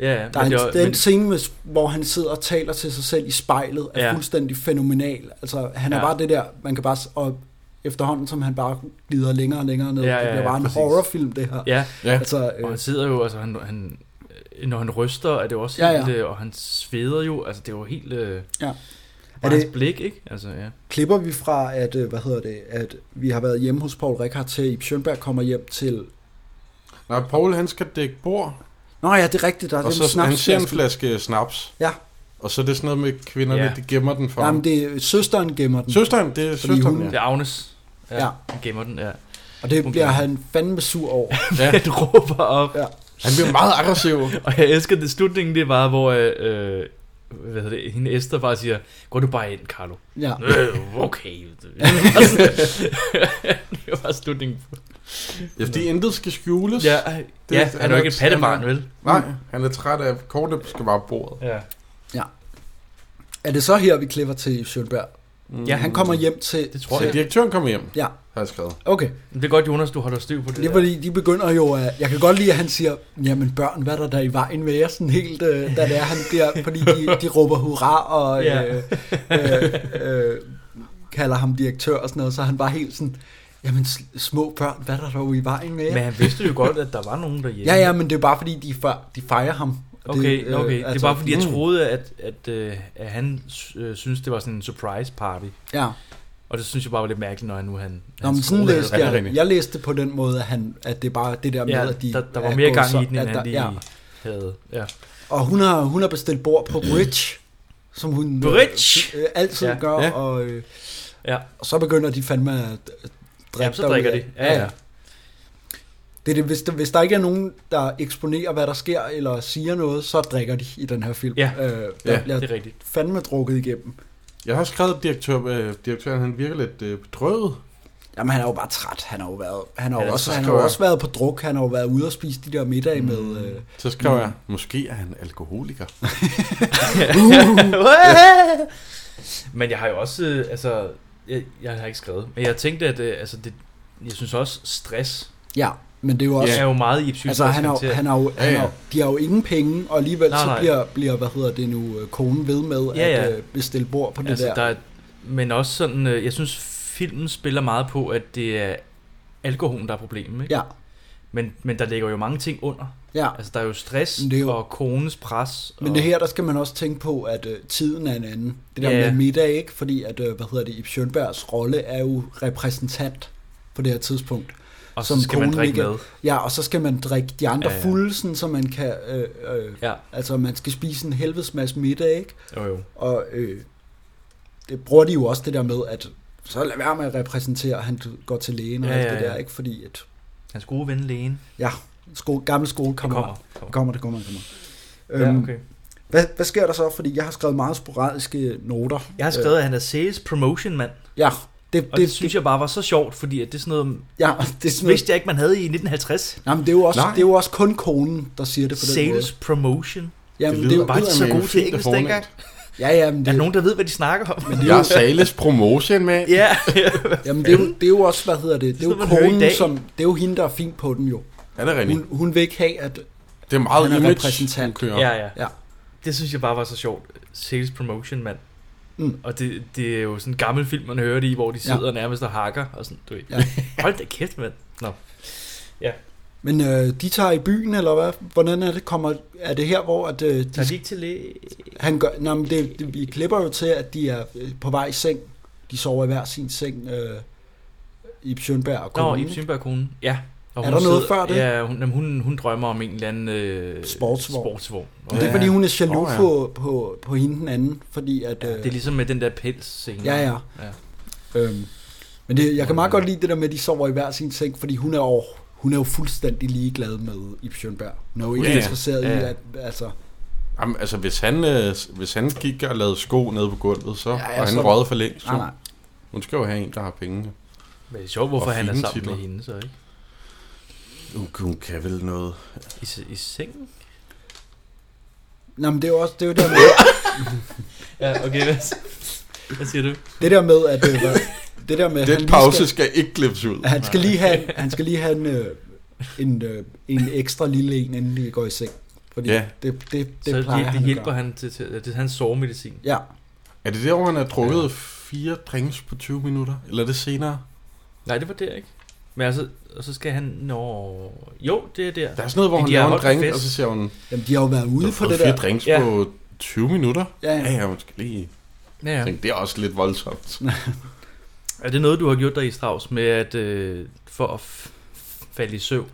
ja, ja.
Der er en,
men det er-
den
men-
scene, med- hvor han sidder og taler til sig selv i spejlet, er
Ja.
ja. fuldstændig fænomenal. Altså, han er
Ja.
bare det der, man kan bare... s- Og efterhånden, som han bare glider længere og længere ned,
Ja,
ja,
ja,
ja, det
ja,
bliver bare en
præcis.
horrorfilm, det her.
Ja,
Ja,
Altså,
og han
øh,
sidder jo, altså han, han øh, når han ryster, er det jo også
Ja,
ja,
ja.
helt, ja. og han sveder jo, altså det er jo helt, øh,
ja.
er
Er
det... hans
det,
blik, ikke? Altså, ja.
klipper vi fra, at, øh, hvad hedder det, at vi har været hjemme hos Paul Rickard til, Ib Schønberg kommer hjem til...
Nej, Paul han skal dække bord,
Nå ja, det er rigtigt, der er den
og så han ser en
snapsflaske.
flaske snaps.
Ja,
Og så er det sådan noget med kvinderne,
Ja.
de gemmer den for ham.
Jamen, det, er- søsteren gemmer den,
Søsteren, det er
Fordi
søsteren,
hun-
ja.
Det er Agnes, ja,
Ja.
ja. han gemmer den, ja. [LAUGHS]
og det
hun
bliver
gemmer
han fandme sur
[LAUGHS]
over.
Han råber op,
Ja.
Han bliver meget aggressiv.
og jeg elsker det slutningen, det var, hvor øh, øh, hvad hedder det, hende Esther bare siger, gå du bare ind, Carlo. [LAUGHS]
Ja.
Øh,
[LAUGHS]
okay. [LAUGHS] Det var sådan- det var slutningen. på-
Ja, fordi intet skal skjules.
Ja, ej, ja
han
han er
er
jo ikke et
også-
pattebarn,
han
vel?
Nej, han er træt af, kortet skal bare på bordet.
Ja.
Er det så her, vi klipper til Sjønberg?
Ja,
Han kommer hjem til...
Det tror
Så
jeg.
direktøren kommer hjem,
Ja,
har jeg skrevet.
okay.
Det er godt, Jonas, du holder styr på det.
Det er
der.
fordi, de begynder jo at... Jeg kan godt lide, at han siger, jamen børn, hvad er der der i vejen med jer? Sådan helt, øh, da det er, han bliver... Fordi de, de råber hurra og
Ja.
øh, øh, øh, kalder ham direktør og sådan noget. Så er han bare helt sådan, jamen s- små børn, hvad er der dog i vejen med jer?
Men han vidste jo godt, at der var nogen derhjemme.
Ja, ja, men det er jo bare fordi, de, fe- de fejrer ham. Og
Okay,
øh,
det, okay. det er bare fordi, jeg troede, at, at, øh, at han øh, synes, det var sådan en surprise party.
Ja.
Og det synes jeg bare var lidt mærkeligt, når han nu han...
Nå, men
han
sådan
skruede-
læste
rigtig
jeg.
ringe.
Jeg læste det på den måde, at, han, at det er bare det der med,
Ja,
at de...
der, der
er
var mere
gået
gang
så-
i den,
at
end
der-
han lige
ja.
havde. Ja.
Og hun har, hun har bestilt bord på Rich, som hun øh,
Rich?
Øh, altid
Ja.
ja. gør,
Ja.
Og, øh,
Ja.
og så begynder de fandme at øh, drikke
ja, så drikker
derudad.
de. Ja, ja.
Det er det, hvis, der, hvis der ikke er nogen, der eksponerer, hvad der sker, eller siger noget, så drikker de i den her film.
Ja.
øh, der
Ja,
bliver
Det er rigtigt.
fandme drukket igennem.
Jeg har skrevet, at direktør, øh, direktøren han virker lidt øh, bedrøvet.
Jamen, han er jo bare træt. Han har jo, været, han har
Ja,
jo
så
også, han
skal
har jo
jeg-
også været på druk. Han har jo været ude og spise de der middage mm. med... Øh,
Så skrev jeg, måske er han alkoholiker.
Uh.
[LAUGHS] Men jeg har jo også, øh, altså, jeg, jeg har ikke skrevet, men jeg tænkte, at øh, altså, det, jeg synes også, stress
ja, men det er jo også...
yeah. er jo meget i psykisk
Altså, han har, han har, jo, han
Ja, ja.
har, de har jo ingen penge, og alligevel
Nej,
nej, så
nej.
bliver, bliver, hvad hedder det nu, øh, konen ved med
Ja,
ja,
ja.
at øh, bestille bord på det
altså,
der.
der er, men også sådan, øh, jeg synes, filmen spiller meget på, at det er alkoholen, der er problemet, ikke?
Ja,
Men, men der ligger jo mange ting under.
ja.
Altså, der er jo stress
Men
er
det er
jo...
jo-
og konens pres.
Men
Altså, og...
det her, der skal man også tænke på, at øh, tiden er en anden. Det der
Ja, ja.
med middag, ikke? Fordi, at, øh, hvad hedder det, Ip Schønbergs rolle er jo repræsentant på det her tidspunkt.
og så skal man
konen
drikke
ikke-
med.
Ja, og så skal man drikke de andre
Ja,
ja,
ja.
ja. fulde, sådan, så man kan... Øh, øh,
Ja,
Altså, man skal spise en helvedes masse middag, ikke?
jo jo.
Og øh, det bruger de jo også det der med, at så lad være med at repræsentere, at han går til lægen og
Ja,
ja, alt
ja,
det
ja.
der, ikke? Fordi at,
Hans gode ven, lægen,
ja, sko, gammel skole
kommer.
kommer.
kommer.
Det kommer, det kommer, det kommer.
Ja,
Øhm,
okay.
hvad, hvad sker der så? Fordi jeg har skrevet meget sporadiske noter.
Jeg har skrevet, at han er sales promotion mand, og
Ja, øh, det,
det, det synes jeg bare var så sjovt, fordi at det er sådan noget,
Ja, det er sådan
det
noget,
vidste jeg ikke, man havde i 1950.
jamen, det, er jo også,
Nej.
det er jo også kun konen, der siger det på den
Sales
måde.
promotion.
Jamen,
lyder
det, er jo
Var de så
eddermame
gode til
fint og
engelsk
fornemt.
dengang?
Ja, ja, men
Er
det,
der nogen, der ved, hvad de snakker om?
Jeg er sales promotion, mand.
[LAUGHS] ja,
jamen, det, er jo, det er jo også, hvad hedder det, det er
sådan
jo
noget, man hører i
konen,
dag.
som, det er jo hende, der er fint på den jo.
Er det rigtigt?
Hun, hun vil ikke have, at,
Det er meget
Han er
image,
repræsentant.
hun kører.
ja, ja,
Ja.
Det synes jeg bare var så sjovt. Sales promotion mand.
Mm.
Og det, det er jo sådan en gammel film, man hører det i, hvor de sidder ja. nærmest og hakker. Og sådan, du ved. Ja.
Ja.
[LAUGHS] Hold da kæft, mand. Nå.
Men øh, de tager i byen, eller hvad? Hvordan er det? Kommer, er det her, hvor at, øh, de,
Tager de ikke til læge?
han gør... Nej, men det, det, vi klipper jo til, at de er øh, på vej i seng. De sover i hver sin seng. Øh, Ip Schønberg og
Nå,
konen.
Ibe Synberg konen. Ja. Og
Er der noget før det?
Ja, hun, jamen, hun, hun drømmer om en eller anden øh,
Sportsvogn.
sportsvogn. Og
Men det er,
Ja.
fordi hun er jaloux
Åh, ja.
oh, ja. på, på, på hende den anden, fordi at...
Ja,
Øh,
det er ligesom med den der pels scene.
Ja, ja.
Ja.
Øhm, men det, jeg kan meget godt lide det der med, at de sover i hver sin seng, fordi hun er, over, hun er jo fuldstændig ligeglad med Ip Schønberg. Hun er jo ikke
Ja, ja.
interesseret
Ja,
i,
ja.
at... Altså,
Jamen, altså, hvis han, øh, hvis han gik og lavede sko nede på gulvet, så ja,
ja,
han
så-
røget for længst.
nej, nej.
så. Hun skal jo have en, der har penge.
Men det er sjovt, hvorfor
Og
han er
fine
sammen
titler.
med hende, så ikke?
Hun, hun kan vel noget.
I, se- i sengen?
Nå, men det er jo også det, er jo der med,
Ja, okay. Hvad, [LAUGHS] hvad siger du?
det der med, at... Øh, [LAUGHS] hvad- det der med, at han
Den
lige
pause
Skal,
skal ikke klippes ud.
han skal lige have, han skal lige have en, øh, en, øh, en ekstra lille en, inden de går i seng. Fordi
Ja.
ja. det, det, det,
Det så det,
plejer
det
han at
hjælper
gøre.
han til, til, til, til hans sovemedicin.
Ja,
Er det der, hvor han har drukket fire drinks på 20 minutter? Eller er det senere?
Nej, det var der, ikke? Men altså, og så skal han... Nå... Jo, det er der.
Der er sådan noget, hvor
De har
hun laver en
holdt
drink,
fest.
og så siger hun,
jamen, de har jo været
du
ude
har
på
fået
det
fire
der.
drinks
Ja.
på 20 minutter?
Ja,
Ja,
ja.
ja, hun skal lige
Ja, ja.
tænke, det er også lidt voldsomt.
Er det noget, du har gjort dig i Strauss med at... Øh, for at f- falde i søvn?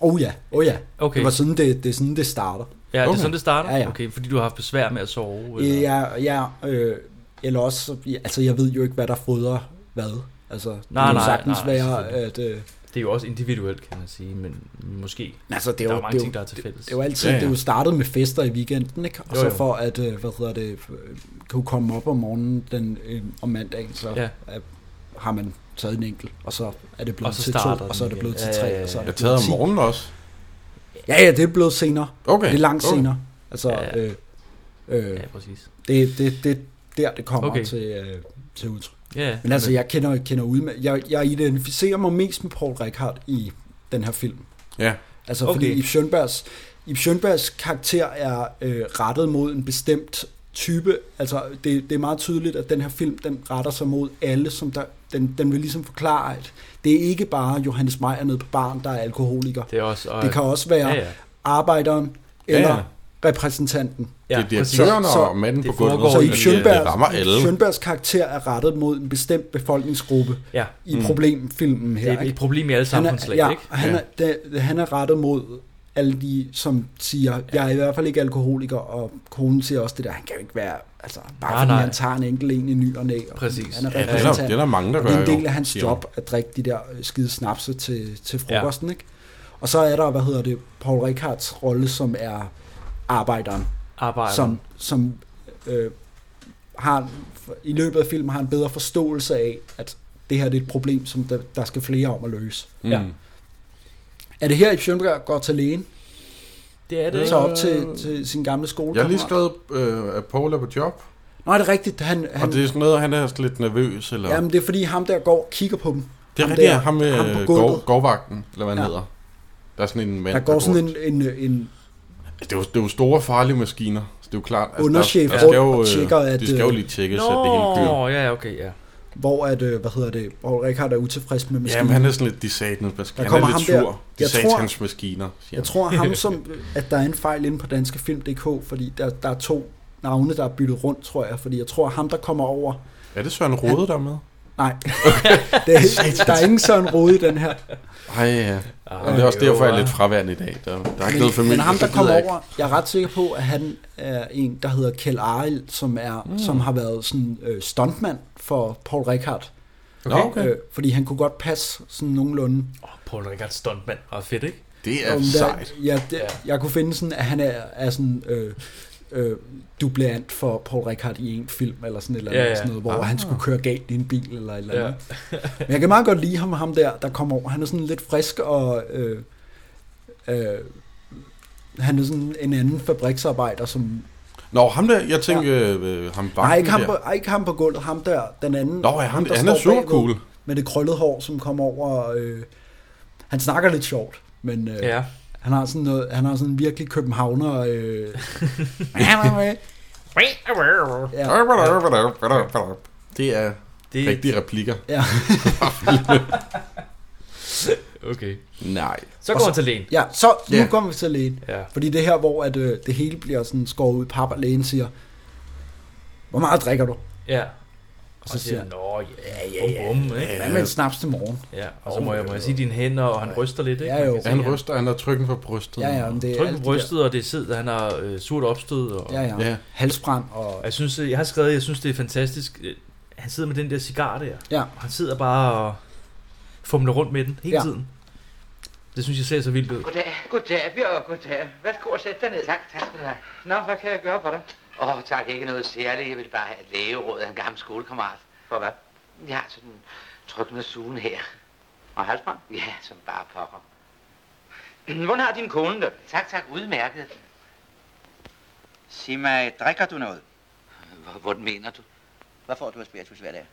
Oh ja, oh ja.
Okay.
Det var sådan, det, det, er sådan, det starter.
Ja, okay. det er
Okay.
sådan, det starter?
Ja, ja.
Okay, fordi du har haft besvær med at sove? Eller?
Ja, ja øh, eller også, altså jeg ved jo ikke, hvad der fodrer hvad. Altså, det
Nej,
kan
nej,
sagtens
nej,
være,
selvfølgelig.
at øh,
Det er jo også individuelt, kan man sige, men måske.
Altså, det
Der
er
er
jo,
mange
det er
ting,
jo,
der er til fælles.
Det er jo altid,
Ja,
ja,
ja.
ja. det er jo startet med fester i weekenden, ikke? Og
Jo,
jo, jo.
jo.
så for at, øh, hvad hedder det, øh, kunne komme op om morgenen den, øh, om mandagen, så
Ja.
ja. øh, har man taget en enkelt, og så er det blevet
Og så
til to,
starter den
og så er det blevet
igen.
til
Ja,
tre,
ja, ja,
og så er
ja.
det
Jeg taget
blevet
om
til
morgenen også.
Ja, ja, det er blevet senere.
Okay.
Det er langt
okay.
senere. Altså,
Ja, ja.
øh, øh,
Ja, præcis.
det, det, det, der det kommer
Okay.
okay. til, øh, til udtryk.
Ja, ja.
Men altså, jeg kender, kender ud med, jeg, jeg identificerer mig mest med Paul Rickard i den her film.
Ja.
Altså,
Okay.
okay. fordi Ib Schønbergs, Ib Schønbergs karakter er øh, rettet mod en bestemt type. Altså, det, det er meget tydeligt, at den her film, den retter sig mod alle, som der, den, den vil ligesom forklare, at det er ikke bare Johannes Meyer nede på baren, der er alkoholiker.
det er også... Og,
Det kan også være
ja,
ja,
ja.
ja. arbejderen eller
Ja,
ja,
ja.
ja. repræsentanten.
Det er direktøren
Så- så-
og manden på
det
gulvet.
foregår
Så
i-
Ib
det, det rammer
Schønbergs,
alle.
Ib Schønbergs karakter er rettet mod en bestemt befolkningsgruppe
Ja,
i problemfilmen her.
det er
ikke?
et problem i alle
Han er-
samfundslag,
ja,
ikke?
Han er, det, han er rettet mod alle de, som siger, jeg er i hvert fald ikke alkoholiker, og konen siger også det der, han kan jo ikke være, altså bare
Nej,
nej, fordi
nej.
han tager en enkelt en i ny og næ, og
Præcis.
han er
Ja, det er
Det er, der,
repræsentant.
det er der mange, der
Og
gør
det er en
jo,
del af hans
siger
job at drikke de der øh, skide snapse til, til frokosten, ikke? Og så er der, hvad hedder det, Paul Ricards rolle, som er arbejderen,
Arbejder.
som, som øh, har i løbet af filmen har en bedre forståelse af, at det her det er et problem, som der, der skal flere om at løse.
han.
Ja.
Mm.
Er det her, Ip Schønberg går til lægen,
Det er det,
så
ikke?
op til, til sin gamle skole?
Jeg har lige skrevet, øh, at Paul er på job,
Nej, det er rigtigt. Han,
og
han,
det
det,
er sådan noget, han er sådan lidt nervøs. Eller...
jamen, det er fordi ham der går og kigger på dem.
det er
ham
rigtigt,
der-
ham med
ham på
øh,
gulvet.
gård, gårdvagten, eller hvad han
Ja.
hedder. Der er sådan en mand,
Der går sådan
rundt.
en, en, en
Det er, jo, det er jo store, farlige maskiner. så Det er jo klart.
Underchef
der, der skal
rundt
jo,
og
øh,
tjekker, at,
De skal jo
øh,
lige tjekkes, at det hele kører.
Nå, ja, ja, okay, ja.
hvor at, øh, hvad hedder det, Paul Rickard er utilfreds med maskinen.
Jamen, han er sådan lidt, de satans maskiner.
Der
Han er
kommer
lidt
ham der.
sur. De
Jeg tror-
satans maskiner, siger
Jeg
han.
tror ham, som, at der er en fejl inde på danskefilm.dk, fordi der, der er to navne, der er byttet rundt, tror jeg. Fordi jeg tror, ham, der kommer over...
Er det Søren Rode, der er med?
Nej, det
Altså,
er, der er ingen sådan rode i den her.
Ej, ja. Jamen, det er også
jo,
derfor, jeg er
ja.
lidt fraværende i dag. Der, der er ikke noget
Men,
familie.
men ham,
så
der
gider
kommer
jeg ikke.
over, jeg er ret sikker på, at han er en, der hedder Kjell Arild, som, er, mm. som har været sådan øh, stuntmand for Paul Rickard.
Nå, okay.
Øh, fordi han kunne godt passe sådan nogenlunde.
Åh, Paul Rickards stuntmand. Meget fedt, ikke?
Det er
Om der-
sejt.
Ja, det, jeg kunne finde sådan, at han er, er sådan... Øh, Øh, dublant for Paul Rickard i en film eller sådan, et eller andet,
Ja,
ja,
ja.
ja. sådan noget, hvor ah. han skulle køre galt i en bil eller et eller andet.
Ja.
Ja. Men jeg kan meget godt lide ham, ham der, der kommer over. Han er sådan lidt frisk, og øh, øh, han er sådan en anden fabriksarbejder, som...
Nå, ham der, jeg tænker, øh, ham banken
Nej, ikke ham,
der.
på, ej, ikke ham på gulvet, ham der, den anden.
Nå, ja, ham,
der
han er
står
super
bagved
cool.
Med det krøllede hår, som kommer over... Øh, han snakker lidt sjovt, men øh,
Ja.
han, har sådan noget, han har sådan en virkelig københavner...
[LAUGHS]
Øh, ja,
Det er
Det,
rigtige replikker.
ja,
Okay.
Nej.
Så går han til lægen.
ja, så nu
Ja.
kommer vi til lægen.
Ja.
Fordi det her, hvor at, øh, det hele bliver sådan skåret ud, pap og lægen siger, hvor meget drikker du?
Ja. Og så
Og
siger
siger
han, nå, ja, ja, ja. Bum, bum, ikke?
Hvad med en snaps til morgen?
Ja, og så må jeg, må jeg sige dine hænder, og han ryster lidt, ikke?
Ja, jo.
Man kan
Han
se, han
ryster, han har trykken på brystet.
Ja, ja, men det er
Tryk
alt
på
det
brystet, og det er sidder, han har øh, surt opstød. Og...
der- Ja, ja.
Ja.
ja. Halsbrand og...
Og Jeg synes, øh, jeg har skrevet, jeg synes, det er fantastisk. øh, Han sidder med den der cigar der.
Ja.
Og han sidder bare og fumler rundt med den hele ja.
Ja.
tiden. Det synes jeg ser så vildt ud.
Goddag. Goddag, Bjørn. Goddag. Værsgo og sæt dig ned. Tak, tak skal du have. Nå, hvad kan jeg gøre for dig? Åh, oh, tak. Ikke noget særligt. Jeg vil bare have et lægeråd af en gammel skolekammerat. For hvad? Jeg har sådan trykkende sugen her. Og halsbånd? Ja, som bare pokker. [CLEARS THROAT] Hvordan har din kone det? Tak, tak. Udmærket. Sig mig, drikker du noget? Hvordan mener du? Hvad får du af spiritus hver dag?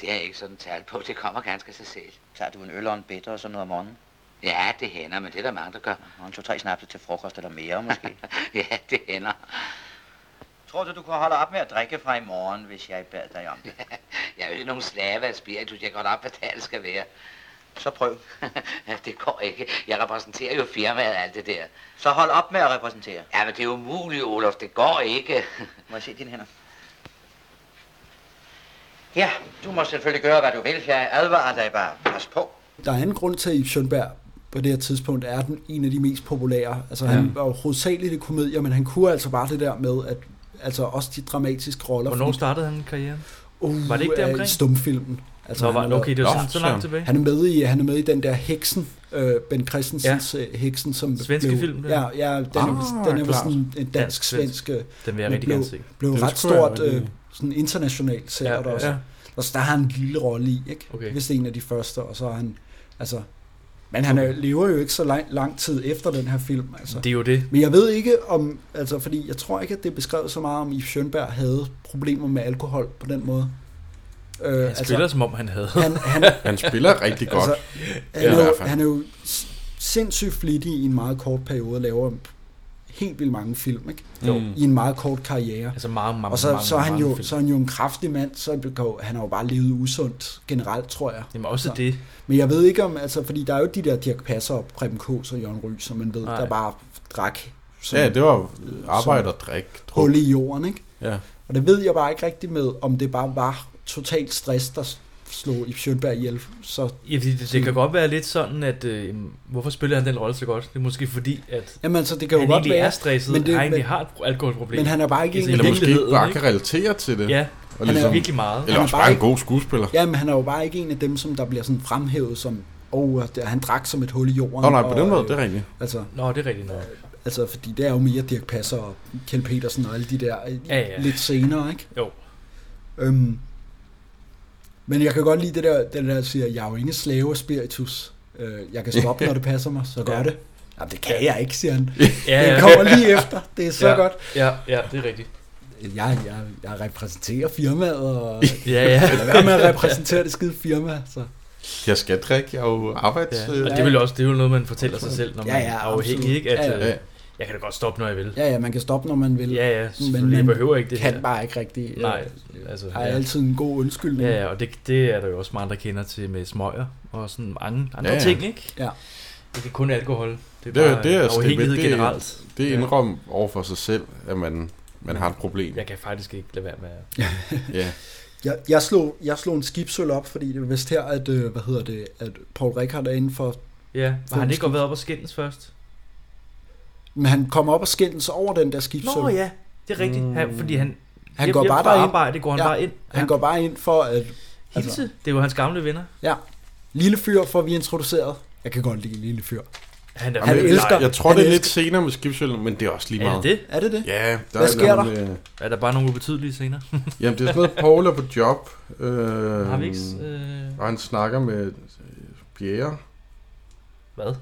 Det er ikke sådan tal på. Det kommer ganske sig selv. Tager du en øl og en bitter og sådan noget om morgenen? Ja, det hænder, men det er der mange, der gør. Og en to-tre snapse til frokost eller mere, måske. [LAUGHS] ja, det hænder. Tror du, du kunne holde op med at drikke fra i morgen, hvis jeg bad dig om det? [LAUGHS] jeg er jo ikke nogen slave af spiritus. Jeg kan godt opbetale skal være. Så prøv. [LAUGHS] det går ikke. Jeg repræsenterer jo firmaet og alt det der. Så hold op med at repræsentere. Ja, men det er umuligt, Olof. Det går ikke. må jeg se dine hænder? Ja, du må selvfølgelig gøre, hvad du vil. Jeg advarer dig bare. Pas på.
Der er en grund til, at Ib Schønberg på det her tidspunkt er den en af de mest populære. Altså, han var jo hovedsageligt i komedier, men han kunne altså bare det der med, at altså også de dramatiske roller.
Hvornår
fordi-
startede han karrieren?
uh,
var det ikke
er i
deromkring?
stumfilmen.
Altså, Nå,
han er
var,
med-
okay, det var
Nå,
sådan, så langt
Søren.
tilbage.
Han er med i, han er med i den der Heksen, øh, Ben Christensens ja. Heksen, som
Svenske
blev,
film, det
ja, ja, den, ah,
Ah,
den er vel
klart.
sådan en dansk-svensk,
Dansk-svensk.
øh,
Den vil jeg
men
rigtig
blev,
gerne se.
blev
Den
ret
skulle jeg
stort
rigtig-
øh, sådan internationalt ser ja,
Ja,
der også.
ja.
Og så der har han en lille rolle i, ikke?
Okay.
Hvis det er en af de første, og så er han, altså, men han er, lever jo ikke så lang, lang tid efter den her film, altså.
Det er jo det.
Men jeg ved ikke om, altså fordi jeg tror ikke, at det er beskrevet så meget om, Yves Schönberg havde problemer med alkohol på den måde. Øh,
Han spiller, som om han havde.
han, han,
Han spiller rigtig godt.
altså, han,
Ja, i
er jo,
hvert fald.
han er jo s- sindssygt flittig i en meget kort periode og laver helt vildt mange film, ikke?
Jo.
Mm.
I en meget kort karriere.
Altså meget, meget,
Og så,
meget,
så, er han
mange
jo,
film.
så er han jo en kraftig mand, så han kan jo- han har jo bare levet usundt generelt, tror jeg.
Jamen også
så-
det.
Men jeg ved ikke om, altså, fordi der er jo de der Dirk Passer og Preben Kås og Jørgen Ry, som man ved,
Nej.
der bare drak som
Ja, det var øh, arbejde og drik. druk.
hul i jorden, ikke?
Ja.
Og det ved jeg bare ikke rigtigt med, om det bare var totalt stress, der slog i Schönberg ihjel. Så,
Ja, fordi det, det kan godt være lidt sådan, at øh, hvorfor spiller han den rolle så godt? Det er måske fordi, at
jamen, altså, det kan
han
jo godt
egentlig
være,
er stresset,
men det-
men det, han egentlig
men-
har et pro- alkoholproblem.
men han er bare ikke
Altså,
en af
Eller
dem,
måske
Vigtigheden,
bare
ikke?
kan relatere til det.
ja,
Og
Han er
det
ligesom,
er virkelig meget.
eller
han er
også
bare
bare en
ikke-
god skuespiller. Ja.
Jamen, han er jo bare ikke en af dem, som der bliver sådan fremhævet som, oh, han drak som et hul i jorden.
Nå nej, på
og,
den måde,
øh,
det er rigtigt.
Altså,
Nå, det er rigtigt nok.
altså, fordi det er jo mere Dirk Passer og Kjell Petersen og alle de der øh,
Ja, ja.
lidt senere, ikke?
Jo.
Øhm, men jeg kan godt lide det der, den der siger, jeg er jo ingen slave af spiritus. Øh, jeg kan
[LAUGHS]
stoppe, når det passer mig, så gør det. Jamen, det kan jeg ikke, siger han. [LAUGHS]
Ja, ja,
Den kommer lige efter. Det er så
ja,
ja. godt.
Ja, ja, det er rigtigt.
Jeg, jeg, jeg repræsenterer firmaet,
[LAUGHS]
og
Ja, ja.
[LAUGHS] lad være med at repræsentere det skide firma. Så.
Jeg skal drikke, jeg er jo arbejds...
Ja,
øh,
og det er vel også det er jo noget, man fortæller sig selv, når man
Ja, ja,
er afhængig,
absolut.
ikke? At,
Ja,
ja,
ja.
ja. Jeg kan da godt stoppe, når jeg vil.
Ja, ja, man kan stoppe, når man vil.
Ja, ja,
men
selvfølgelig.
man
Jeg behøver ikke det
kan
her.
bare ikke rigtig.
Nej,
øh,
altså,
har
ja.
altid en god undskyldning.
Ja, ja, og det, det er der jo også mange, der kender til med smøger og sådan mange andre ja,
Ja, ja.
ja. ting, ikke?
Ja.
Det er kun alkohol. Det
Det
er
er-
bare
det
det
er
er
at slippe-
afhængighed
det er-
generelt.
Det er indrømme over for sig selv, at man, man har et problem.
Jeg kan faktisk ikke lade være med at...
Ja.
Jeg, jeg, slog, jeg slog en skibsøl op, fordi det var vist her, at, øh, hvad hedder det, at Paul Rickard er inden for...
Ja, har han
Fuldstændig.
ikke godt været op og skændes først?
Men han kommer op og skændes over den der skibsøl.
Nå ja, det er rigtigt. Han, fordi han,
Han
hjem-
går
hjem
bare
fra
derind.
arbejde, går han
Ja,
bare ind.
Han går bare ind for at... altså,
Hilse, det er jo hans gamle venner.
Ja, lille fyr får vi introduceret. Jeg kan godt lide lille fyr.
Han er
Han
fandme
elsker-
sej.
Jeg tror,
Han
det er lidt
elsker-
senere med skibsøl, men det er også lige
Er
meget.
det det?
Er det det?
Ja, der
Hvad
er
sker
nogle, der? Øh,
Er der bare nogle ubetydelige scener?
jamen, det er sådan noget, Paul er på job, øh,
Har vi ikke... Øh,
og han snakker med øh, Pierre.
hvad?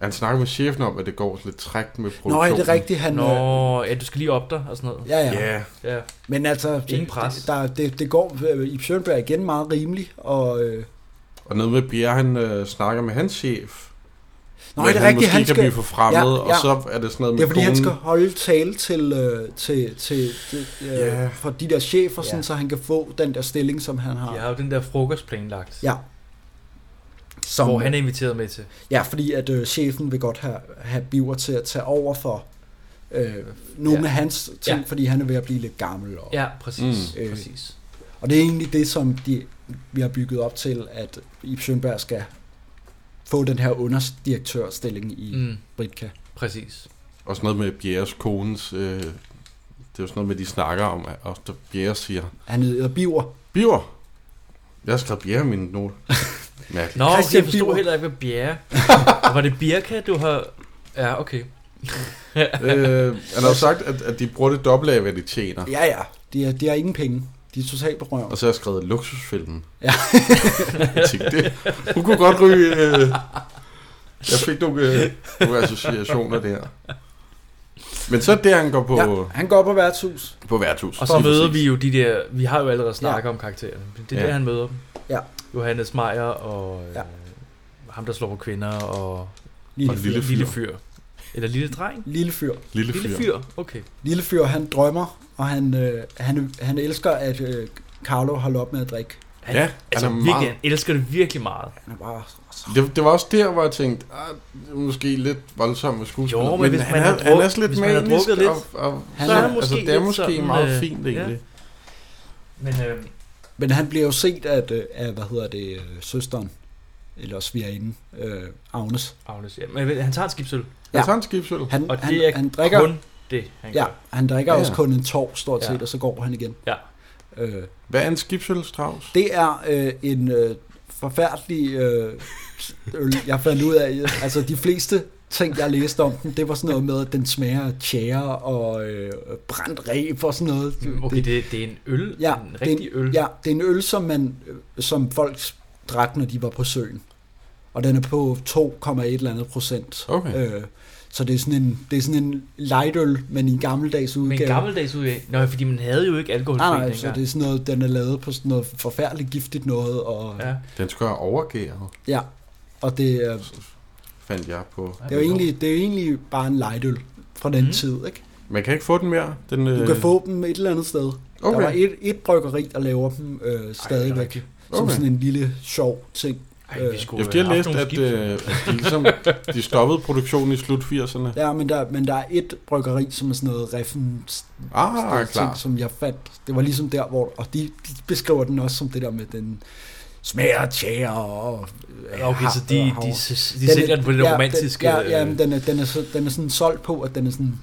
Han snakker med chefen om, at det går lidt træk med
Nå,
produktionen.
er det rigtigt? Han,
Nå,
øh,
ja, du skal lige op der og sådan noget.
Ja, ja.
Ja, yeah.
Ja.
Men altså, det,
Ingen pres.
der, det, det går øh, i Sjønberg igen meget rimeligt. Og, øh,
og noget med Pierre, han øh, snakker med hans chef.
Nå,
men
er det
han
rigtigt?
måske
Han
kan
skal-
blive forfremmet,
Ja,
og
ja.
så er det sådan noget med
det er fordi,
konen.
han skal holde tale til, øh, til, til, til øh,
Ja.
for de der chefer, sådan,
Ja.
så han kan få den der stilling, som han har.
Jeg har jo den der frokost planlagt,
ja. Som,
hvor han er inviteret med til.
Ja, fordi at øh, chefen vil godt have, have Biver til at tage over for øh, nogle
Ja.
ja. af hans ting, ja.
Ja.
fordi han er ved at blive lidt gammel. Og,
Ja, præcis.
Mm. Øh,
Mm. præcis.
Og det er egentlig det, som de, vi har bygget op til, at Ip Schønberg skal få den her underdirektørstilling i mm.
Mm,
Britka.
præcis.
Og sådan noget med Pierres kones... Øh, det er jo sådan noget med, de snakker om, og der Pierre siger,
Han hedder Biver.
Biver! Jeg har skrevet Bjerre i mine noter. [LAUGHS] Mærkeligt.
Nå, okay,
Christian
jeg forstod
Bieber.
heller ikke, hvad
[LAUGHS]
bjerre. var det Birka, du har... Ja, okay.
øh, han har jo sagt, at, at de bruger det dobbelt af, hvad de tjener.
Ja, ja. De, er, de har ingen penge. De er totalt
Og
berøvet.
så har jeg skrevet luksusfilmen.
Ja.
jeg tænkte, det, hun kunne godt ryge... Øh, jeg fik nogle, øh, nogle associationer der. Men så er det, han går på,
Ja,
ja.
han går op på værtshus.
på værtshus.
Og så
Lige
møder
præcis.
vi jo de der... Vi har jo allerede snakket ja. om karaktererne. men Det er
Ja.
ja. der, han møder dem.
Ja.
Johannes Meyer og... Øh,
Ja.
ja. Ham, der slår på kvinder og...
Lille,
Og
fyr.
lille- fyr.
Lille fyr. Eller lille dreng?
Lille fyr.
Lille fyr.
Lille fyr, okay.
Lille fyr, han drømmer, og han, øh, han, han elsker, at øh, Carlo holder op med at drikke.
Han,
Ja,
altså,
han er
virkelig,
meget-
han elsker det virkelig meget.
Han er bare...
Det, det var også der, hvor jeg tænkte, ah, det er måske lidt voldsomt med skuespil.
Jo, men hvis
han,
man
er,
har druk-
han er sådan lidt
hvis man har
manisk,
drukket
og,
lidt,
og,
Han
han
så er
er,
han
altså,
måske
det er
lidt
måske
sådan,
meget
øh,
fint,
ja.
egentlig.
Men øh,
Men han bliver jo set af, øh, af hvad hedder det, øh, søsteren, eller svigerinde, øh, Agnes.
Agnes, ja, men han tager en skibsøl.
Ja.
Ja.
Altså, han skibsøl.
Han,
Og det
han,
er
han drikker,
kun det, han
ja,
gør.
han drikker
Ja.
også kun en tår, stort
Ja.
set, og så går han igen.
Ja.
Øh,
Hvad er en skibsøl, Strauss?
det er øh, en øh, forfærdelig øh, øl, jeg fandt ud af. Altså, de fleste ting, jeg læste om den, det var sådan noget med, at den smager af tjære og øh, brændt ræb og sådan noget.
Mm, Okay, det, det er en øl.
ja,
en
det er
rigtig øl.
Ja, det er en øl, som, man, øh, som folk drak, når de var på søen. Og den er på 2,1 eller andet procent.
Okay.
Øh, så det er sådan en, det er sådan en lightøl, men i en gammeldags udgave.
Men en gammeldags udgave. Nå, fordi man havde jo ikke alkohol
Nej, nej, så det er sådan noget, den er lavet på sådan noget forfærdeligt giftigt noget, og ja,
Ja.
Den skal jeg overgære,
ja. og det, er-
fandt jeg på.
det, er jo egentlig, det er jo egentlig bare en lightøl fra den mm. tid, ikke?
Man kan ikke få den mere. Den,
Du kan få dem et eller andet sted. Okay.
Øh. Okay.
Der var et, et bryggeri, der laver dem øh, stadigvæk, som
Okay.
sådan en lille sjov ting.
Ej, vi skulle
Jeg, jeg
have haft
læste,
nogle
at
skib.
øh, at de, ligesom, de stoppede produktionen i slut 80'erne.
Ja, men der, men der er et bryggeri, som er sådan noget reffen
Ah,
ah, ting,
klart.
som jeg fandt. Det var ligesom der, hvor... Og de, de beskriver den også som det der med den smager af tjære og... øh,
Okay, så de,
hav- og
de,
hav-
de, de sælger den på det
ja,
romantiske...
Den, ja, ja
øh,
men den, er, den, er, så- den er sådan solgt på, at den er sådan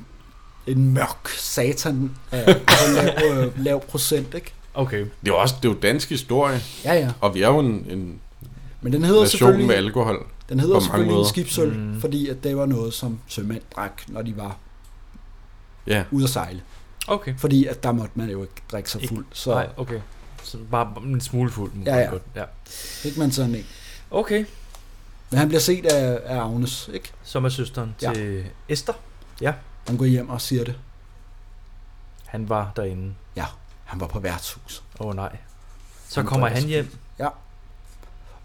en mørk satan af
[LAUGHS]
på lav, øh, lav procent, ikke?
Okay.
Det er jo også det er jo dansk historie,
Ja, ja.
og vi er jo en, en
Men den hedder
nation med
selvfølgelig,
alkohol.
den hedder
på mange
selvfølgelig en
måder.
skibsøl,
Mm.
mm. fordi at det var noget, som sømænd drak, når de var
Ja,
ude at sejle.
Okay.
Fordi at der måtte man jo ikke drikke sig
Ikke-
fuld, så
Nej, okay. Så bare en smule fuld. må
Ja,
man
ja.
godt. ja.
fik man sådan en.
Okay,
Men han bliver set af, af Agnes, ikke?
som er søsteren
Ja.
til Esther.
Han går hjem og siger det.
Han var derinde.
Ja, han var på værtshus.
Åh oh, nej. Så kommer han hjem.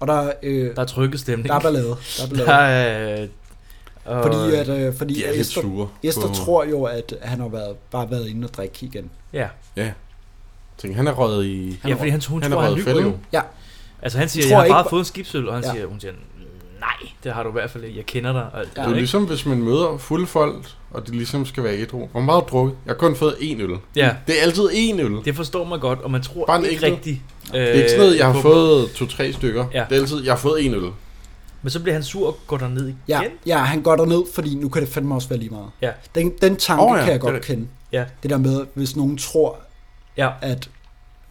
Og der, øh,
Der er trykkestemning.
der er ballade. Der er
[LAUGHS] Der
ballade.
er... Øh, og,
Fordi, at, øh,
de
fordi
er lidt
Esther,
sure.
Esther
på-
tror jo, at han har været, bare været inde og drikke igen.
Ja,
Tænk, han er røget i...
ja fordi han, hun
Han er
tror, han
røget
lyver
fælde.
jo.
Ja.
Altså han siger,
Tror
jeg har
ikke,
bare
hvor-
fået en skibsøl, og han
Ja.
ja. siger, hun siger, nej, det har du i hvert fald ikke. Jeg kender dig. Og, alt det
Det
der,
er jo
ikke?
ligesom, hvis man møder fulde folk, og de ligesom skal være ædru. Hvor meget har du drukket? Jeg har kun fået én øl.
Ja,
Det er altid én øl.
det forstår man godt, og man tror
Bare en
ikke
enkelt.
rigtigt.
Det er ikke sådan noget, jeg har
øh, på-
fået to-tre stykker.
Ja.
Det er altid, jeg har fået én øl.
Men så bliver han sur og går derned igen.
Ja, ja, han går derned, fordi nu kan det fandme også være lige meget.
Ja.
Den, den tanke
Åh
oh,
ja,
ja, kan jeg
det er
godt
det.
kende.
Ja.
Det der med, hvis nogen tror,
Ja.
at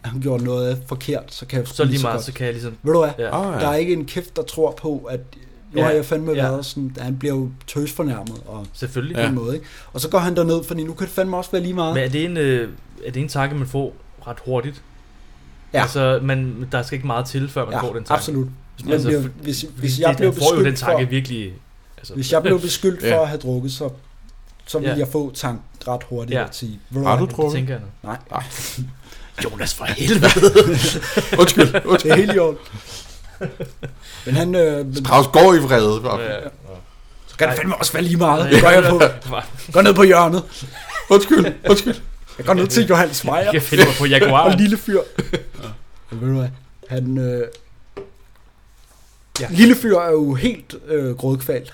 han gjorde noget forkert, så kan jeg
Så
lige
lige meget,
godt.
så kan jeg ligesom...
Ved du hvad?
Ja.
Ah,
Der er ikke en kæft, der tror på, at nu
Ja,
ja, har jeg fandme
ja.
ja. været sådan, han bliver jo tøs fornærmet og
Selvfølgelig.
på ja. den måde, ikke? Og så går han derned, fordi nu kan det fandme også være lige meget.
Men er det en, øh, er det en tanke, man får ret hurtigt?
Ja.
Altså, man, der skal ikke meget til, før man
ja,
får den tanke.
absolut. Hvis, man
Altså,
altså, bliver,
for-
hvis, hvis
Hvis
jeg
jeg
blev
det, får jo den
beskyldt
tanke
for,
virkelig... Altså,
hvis jeg blev beskyldt
Ja.
for at have drukket, så, så ville
Ja.
jeg få tanken ret hurtigt
Ja.
ja. at sige, ved
Har
hvad,
du
det
drukket?
tænker jeg nu.
Nej,
[LAUGHS] Jonas,
[LAUGHS]
for helvede! [LAUGHS]
Undskyld,
det
undskyld.
er helt i orden. Men han, øh, men,
Strauss går i vrede.
Ja.
så kan det fandme også være lige meget.
Nej.
Det gør
[LAUGHS]
jeg på. Gå ned på hjørnet.
Undskyld, undskyld.
Jeg går ned til Johannes Meyer.
[LAUGHS] Jeg kan finde mig på Jaguar.
Og lille
[LAUGHS]
fyr. Ja. Ved du hvad? Han... Øh...
Ja.
Ja. Lille fyr er jo helt øh, grådkvalt.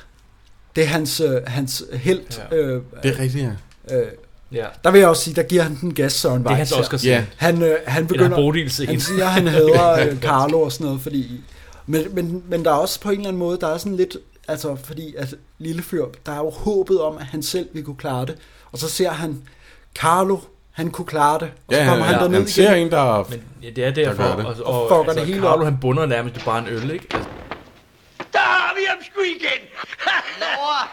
Det er hans, øh, hans held.
Ja.
Ja. Øh,
Det er rigtigt, ja.
øh,
Ja.
der vil jeg også sige, der giver han den gas, Søren
Det er
Weiss
hans
her.
Oscar
Ja,
scene.
Han, øh, han
Eller
begynder...
Bodil scene.
Han siger, han
[LAUGHS]
hader øh, Carlo og sådan noget, fordi... Men, men, men der er også på en eller anden måde, der er sådan lidt... Altså, fordi at lille fyr, der er jo håbet om, at han selv vil kunne klare det. Og så ser han Carlo, han kunne klare det. Og så
ja,
kommer
ja,
han
ja.
derned
Han
igen.
ser en, der...
Men ja, det er derfor.
gør det.
Og,
Og fucker det hele
Carlo,
op.
han bunder nærmest bare en øl, ikke? Altså,
Der har vi ham sgu igen.
Nora,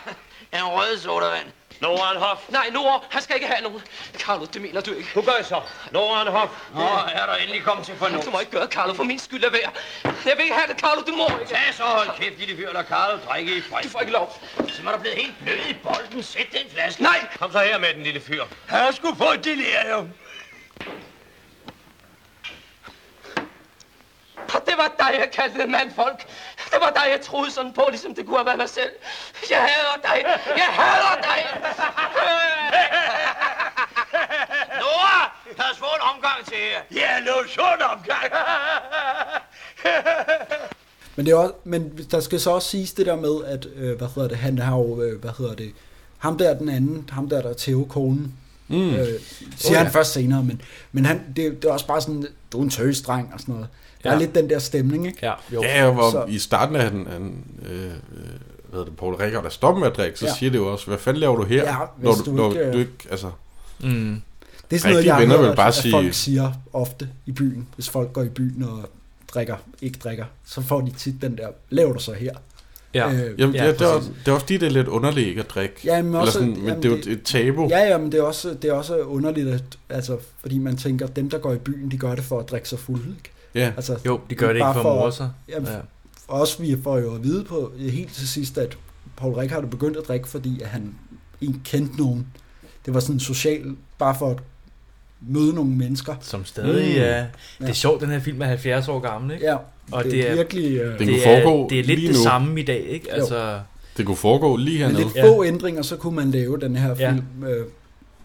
en rød sodavand.
Nordenhof.
Nej, Nora, han skal ikke have nogen. Carlo, det mener du ikke.
Du gør så. Nordenhof.
Nå, er der endelig kommet til fornuft.
Du må ikke gøre, Carlo, for min skyld er værd. Jeg vil ikke have det, Carlo, du må ikke.
Ja, så hold kæft, lille fyr, der Karl drikke i fred.
Du får ikke lov.
Så er der blevet helt blød i bolden. Sæt den flaske.
Nej,
Kom så her med den, lille fyr. Han skulle få et delirium.
og det var dig, jeg kaldte en mandfolk. Det var dig, jeg troede sådan på, ligesom det kunne have været mig selv. Jeg hader dig. Jeg hader dig.
Nora, der er svårt omgang til her.
Ja, lå sund omgang.
Men, det er også, men der skal så også siges det der med, at øh, hvad hedder det, han har jo, øh, hvad hedder det, ham der er den anden, ham der, der er Theo konen, mm.
Oh,
øh, siger han først senere, men, men han, det, det er også bare sådan, du er en tøsdreng og sådan noget. Der
Ja.
er lidt den der stemning, ikke?
ja, jo.
Ja, hvor
Så-
i starten af han, han øh, øh, hvad hedder det, Paul Rikker, der stopper med at drikke, så
Ja.
siger det jo også, hvad fanden laver du her,
Ja,
når,
hvis
du,
du øh,
når
ikke, øh,
du ikke, altså,
Mm.
Det er sådan noget,
Rigtige
jeg har
venner
hørt,
vil bare
at
sige-
folk siger ofte i byen, hvis folk går i byen og drikker, ikke drikker, så får de tit den der, laver du så her?
Ja.
Øh,
Jamen,
Ja,
ja, det, er,
præcis.
det er også fordi, det er lidt underligt ikke at drikke.
Ja, men også-
Eller sådan, men
jamen,
det er jo
det-
et tabu.
Ja, ja, men det er også, det er også underligt, at, altså, fordi man tænker, at dem, der går i byen, de gør det for at drikke sig fulde. Ikke?
ja.
Altså,
Jo, de gør det ikke
Bare
for at
for-
more sig.
jamen,
Ja.
også vi får jo at vide på helt til sidst, at Paul Rickard er begyndt at drikke, fordi at han ikke kendte nogen. Det var sådan social, bare for at møde nogle mennesker.
Som stadig
Mm.
er... Det er
Ja.
sjovt, den her film er 70 år gammel, ikke?
Ja,
Og
og det,
det
er
er-
virkelig... Øh,
Det
det
kunne
det, er,
foregå
det er lidt
lige
det
nu.
samme i dag, ikke?
Jo.
Altså,
Det kunne foregå lige
med
hernede.
lidt få ændringer, så kunne man lave den her
Ja.
film. Øh,
det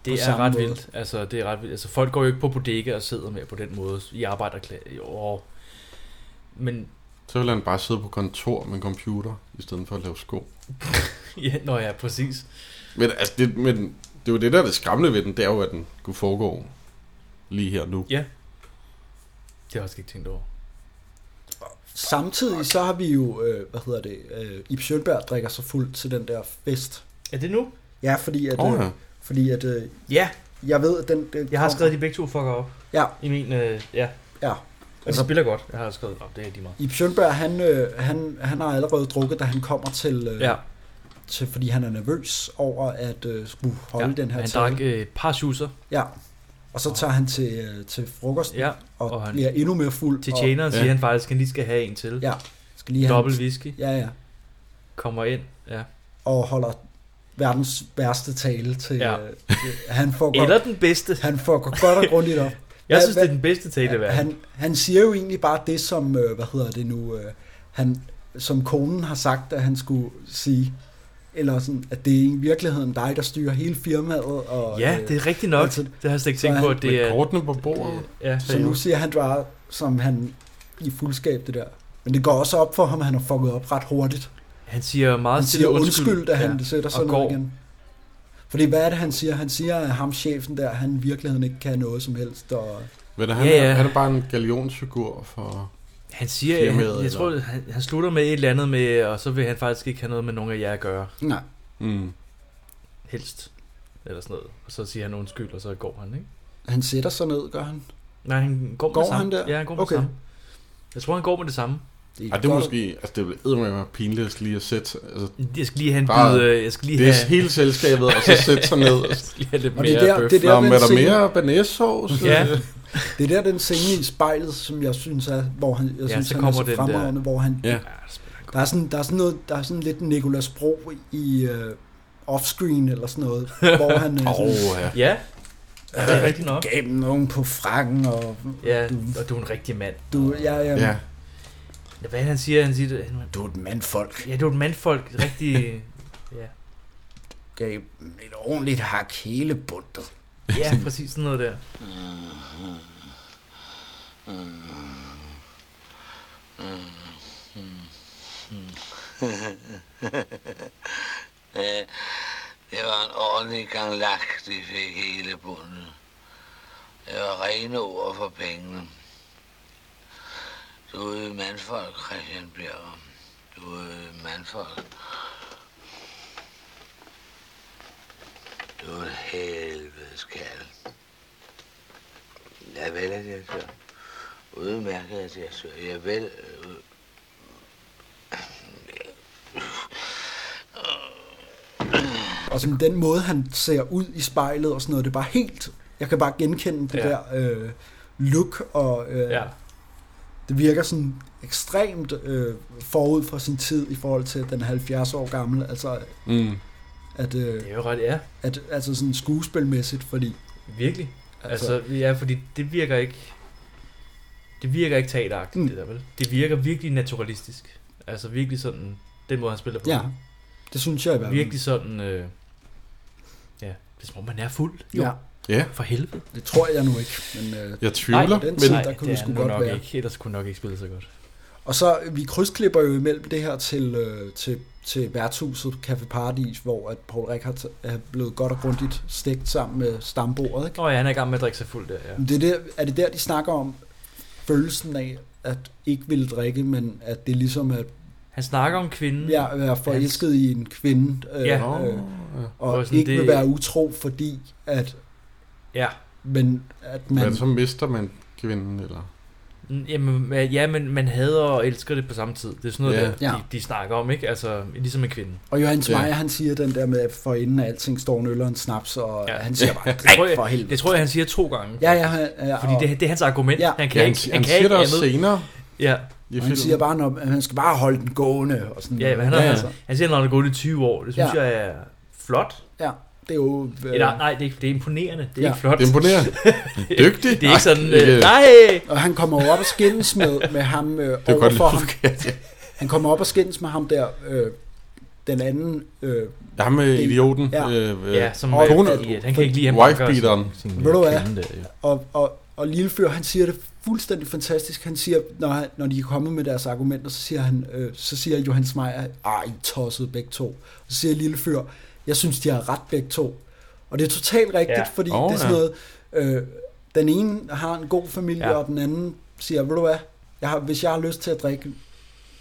På
er
samme
ret
måde.
vildt. Altså, det er ret vildt. Altså, folk går jo ikke på bodega og sidder med på den måde i arbejderklæder. Jo. Men, [LAUGHS]
Så ville han bare sidde på kontor med en computer, i stedet for at lave sko.
ja, når jeg er præcis.
Men, altså, det, men det er jo det, der er det skræmmende ved den, det er jo, at den kunne foregå lige her nu.
Det har jeg også ikke tænkt over.
samtidig så har vi jo, øh, hvad hedder det, øh, Ip Sjølberg drikker sig fuld til den der fest.
Er det nu?
Ja, fordi at,
Åh
øh,
ja.
fordi at øh,
Ja,
jeg ved, at den... Øh,
jeg har skrevet de begge to fucker op.
Ja.
I min, øh, ja.
Ja. Altså-
Og de spiller godt. Jeg har skrevet op, det er de meget.
Ip Sjølberg, han, øh, han, han har allerede drukket, da han kommer til, øh,
Ja,
til fordi han er nervøs over at øh, skulle holde
ja.
den her
han
tale.
drak øh, et par schusser
Ja, og så tager han til, øh, til frokosten
ja,
og,
og han-
bliver endnu mere fuld.
til
og-
tjeneren,
Ja.
siger han faktisk, at han lige skal have en til.
Ja, skal lige have
Dobbelt whisky.
Ja, ja.
Kommer ind. Ja.
Og holder verdens værste tale til...
Ja.
Øh, til- han får godt,
Eller den bedste.
han får godt og grundigt op.
Jeg
Hvad-
synes, [LAUGHS] det er
hvad-
den bedste tale i verden.
Han, han siger jo egentlig bare det, som, øh, hvad hedder det nu, øh, han, som konen har sagt, at han skulle sige, eller sådan, at det er i virkeligheden dig, der styrer hele firmaet. Og,
Ja,
øh,
det er rigtigt nok.
altså,
Det har jeg slet ikke
så
tænkt
er
på,
han-
at det
Med
er...
kortene på bordet.
Ja,
Så nu siger han bare, som han i fuldskab det der. Men det går også op for ham, at han har fucket op ret hurtigt.
han siger meget
Han
stille
siger undskyld, da han
Ja.
ja. sætter sig
Og
ned
går.
igen. Fordi hvad er det, han siger? Han siger, at ham chefen der, han i virkeligheden ikke kan noget som helst. Og
Men han,
Ja,
ja,
ja.
ja. han er bare en galionsfigur for...
Han siger,
Firmaet,
jeg, jeg
eller-
tror, han, han slutter med et eller andet med, og så vil han faktisk ikke have noget med nogen af jer at gøre,
nej,
Mm.
helst, eller sådan noget. Og så siger han undskyld, og så går han, ikke?
han sætter sig ned, gør han.
Nej, han går, med
Går
det samme.
han der?
Ja, han går med
Okay.
det samme. Jeg tror, han går med det samme.
Ej, det er måske... Altså, det er med pinligt lige at sætte... Altså,
Jeg skal lige have en
Bare-
bid, øh, jeg skal lige
det er
have...
hele selskabet, og så sætte sig ned.
[LAUGHS] Jeg skal lige have lidt
Og det er
mere
der-
bøf.
det er
Nå, men er
den
der
scene-
mere banæssauce?
Ja.
Det er der den scene i spejlet, som jeg synes er, hvor han, jeg
Ja,
ja, synes,
så
han er
kommer
så
den
fremragende, hvor han,
Ja.
Ja, det spiller han godt.
der er sådan, der er sådan noget, der er sådan lidt Nicolas Bro i øh, offscreen eller sådan noget, hvor han øh,
[LAUGHS] Åh,
sådan,
oh, ja.
Ja, det er rigtigt nok.
gav dem nogen på frakken, og
Ja, og du er en rigtig mand.
du, ja, ja,
ja.
ja.
Ja, Hvad er det, han siger? Han siger, det- han,
du er et mandfolk,
ja, det er jo et mandfolk,
[LAUGHS]
rigtig... Ja,
gav dem et ordentligt hak hele bundet.
ja præcis sådan noget der.
Ja, det var en ordentlig gang lak, de fik hele bunden. Det var rene ord for pengene. Du er mandfolk, Christian Bjerg. Du er mandfolk. Du er et helvedes kald. Jeg vel er direktør. Udmærket direktør. Jeg vel... øh,
Og sådan den måde, han ser ud i spejlet og sådan noget, det er bare helt, jeg kan bare genkende det
Ja.
der øh, look, og øh,
Ja,
ja. det virker sådan ekstremt øh, forud for sin tid i forhold til at den er 70 år gamle, altså
Mm.
at, øh,
det er jo ret, ja.
at altså sådan skuespilmæssigt, fordi
Virkelig.
Altså-
Altså, ja, fordi det virker ikke... Det virker ikke teateragtigt, mm.
Mm.
det der, vel? Det virker virkelig naturalistisk. Altså virkelig sådan... Den måde, han spiller på.
ja, det synes jeg i hvert fald.
Virkelig sådan... Øh, ja, det er som om, man er fuld. Jo,
Ja,
Ja,
for helvede.
det tror jeg nu ikke. Men, øh,
jeg tvivler.
den
men
tid, der kunne det sgu
nu
godt
nok
være.
ikke. Ellers kunne nok ikke spille så godt.
og så, øh, vi krydsklipper jo imellem det her til, øh, til, til værtshuset Café Paradis, hvor at Paul Rickard er blevet godt og grundigt stegt sammen med stambordet. Ikke?
Nå ja, han er i gang med at drikke sig fuld der, ja.
Men Det er, der, er det der, de snakker om følelsen af, at ikke ville drikke, men at det er ligesom at
Han snakker om kvinden.
være, være forelsket i en kvinde, øh,
Mm. Ja.
Nå,
øh,
ja.
og
Og sådan,
ikke
det-
vil være utro, fordi at
ja.
Men at man...
Men så mister man kvinden, eller...
Jamen, ja, men man hader og elsker det på samme tid. Det er sådan noget,
Ja.
yeah. der,
Ja.
de, de snakker om, ikke? Altså, ligesom en kvinde.
Og Johannes
Ja.
Meyer, han siger den der med, at for enden af alting står en øl og en snaps, og
Ja.
ja. han siger
[LAUGHS]
bare,
Det tror,
drik for
jeg,
helvede.
det tror jeg, han siger to gange.
Ja, ja, ja, ja
Fordi
og,
det, det er hans argument.
Ja.
Han kan
Ja, han,
ikke,
han,
han kan
siger
ikke
det også
andet.
senere
Ja,
i
og han siger bare, at man skal bare holde den gående. Og sådan
ja,
noget.
men han, har,
Ja, ja.
altså, han siger, at han har gået i 20 år. Det synes
Ja.
jeg er flot.
ja, det er jo... Øh,
Eller, nej, det er, ikke, det er imponerende. Det
Ja.
er ikke flot.
Det imponerer.
[LAUGHS]
Dygtig.
Det er ikke sådan,
det
øh,
er-
nej,
og han kommer jo op og skændes med, med ham øh,
Det er godt
overfor ham.
lidt forkert.
Han kommer op og skændes med ham der, øh, den anden... Øh,
Ham med idioten.
Ja.
Øh, øh,
Ja, som
og
øh,
kone-
fordi, at han kan ikke lide ham.
Wifebeateren.
Ved du hvad?
hvad?
og, og, og Lille Fyr, han siger det fuldstændig fantastisk. Han siger, når, han, når de er kommet med deres argumenter, så siger, han, øh, så siger Johannes Meyer, ej, I tossede begge to. Og så siger Lille Fyr, jeg synes, de har ret begge to. Og det er totalt rigtigt,
Ja.
ja. fordi
Åh,
oh, det er sådan
ja.
noget, øh, den ene har en god familie,
Ja.
ja. og den anden siger, ved du hvad, jeg har, hvis jeg har lyst til at drikke,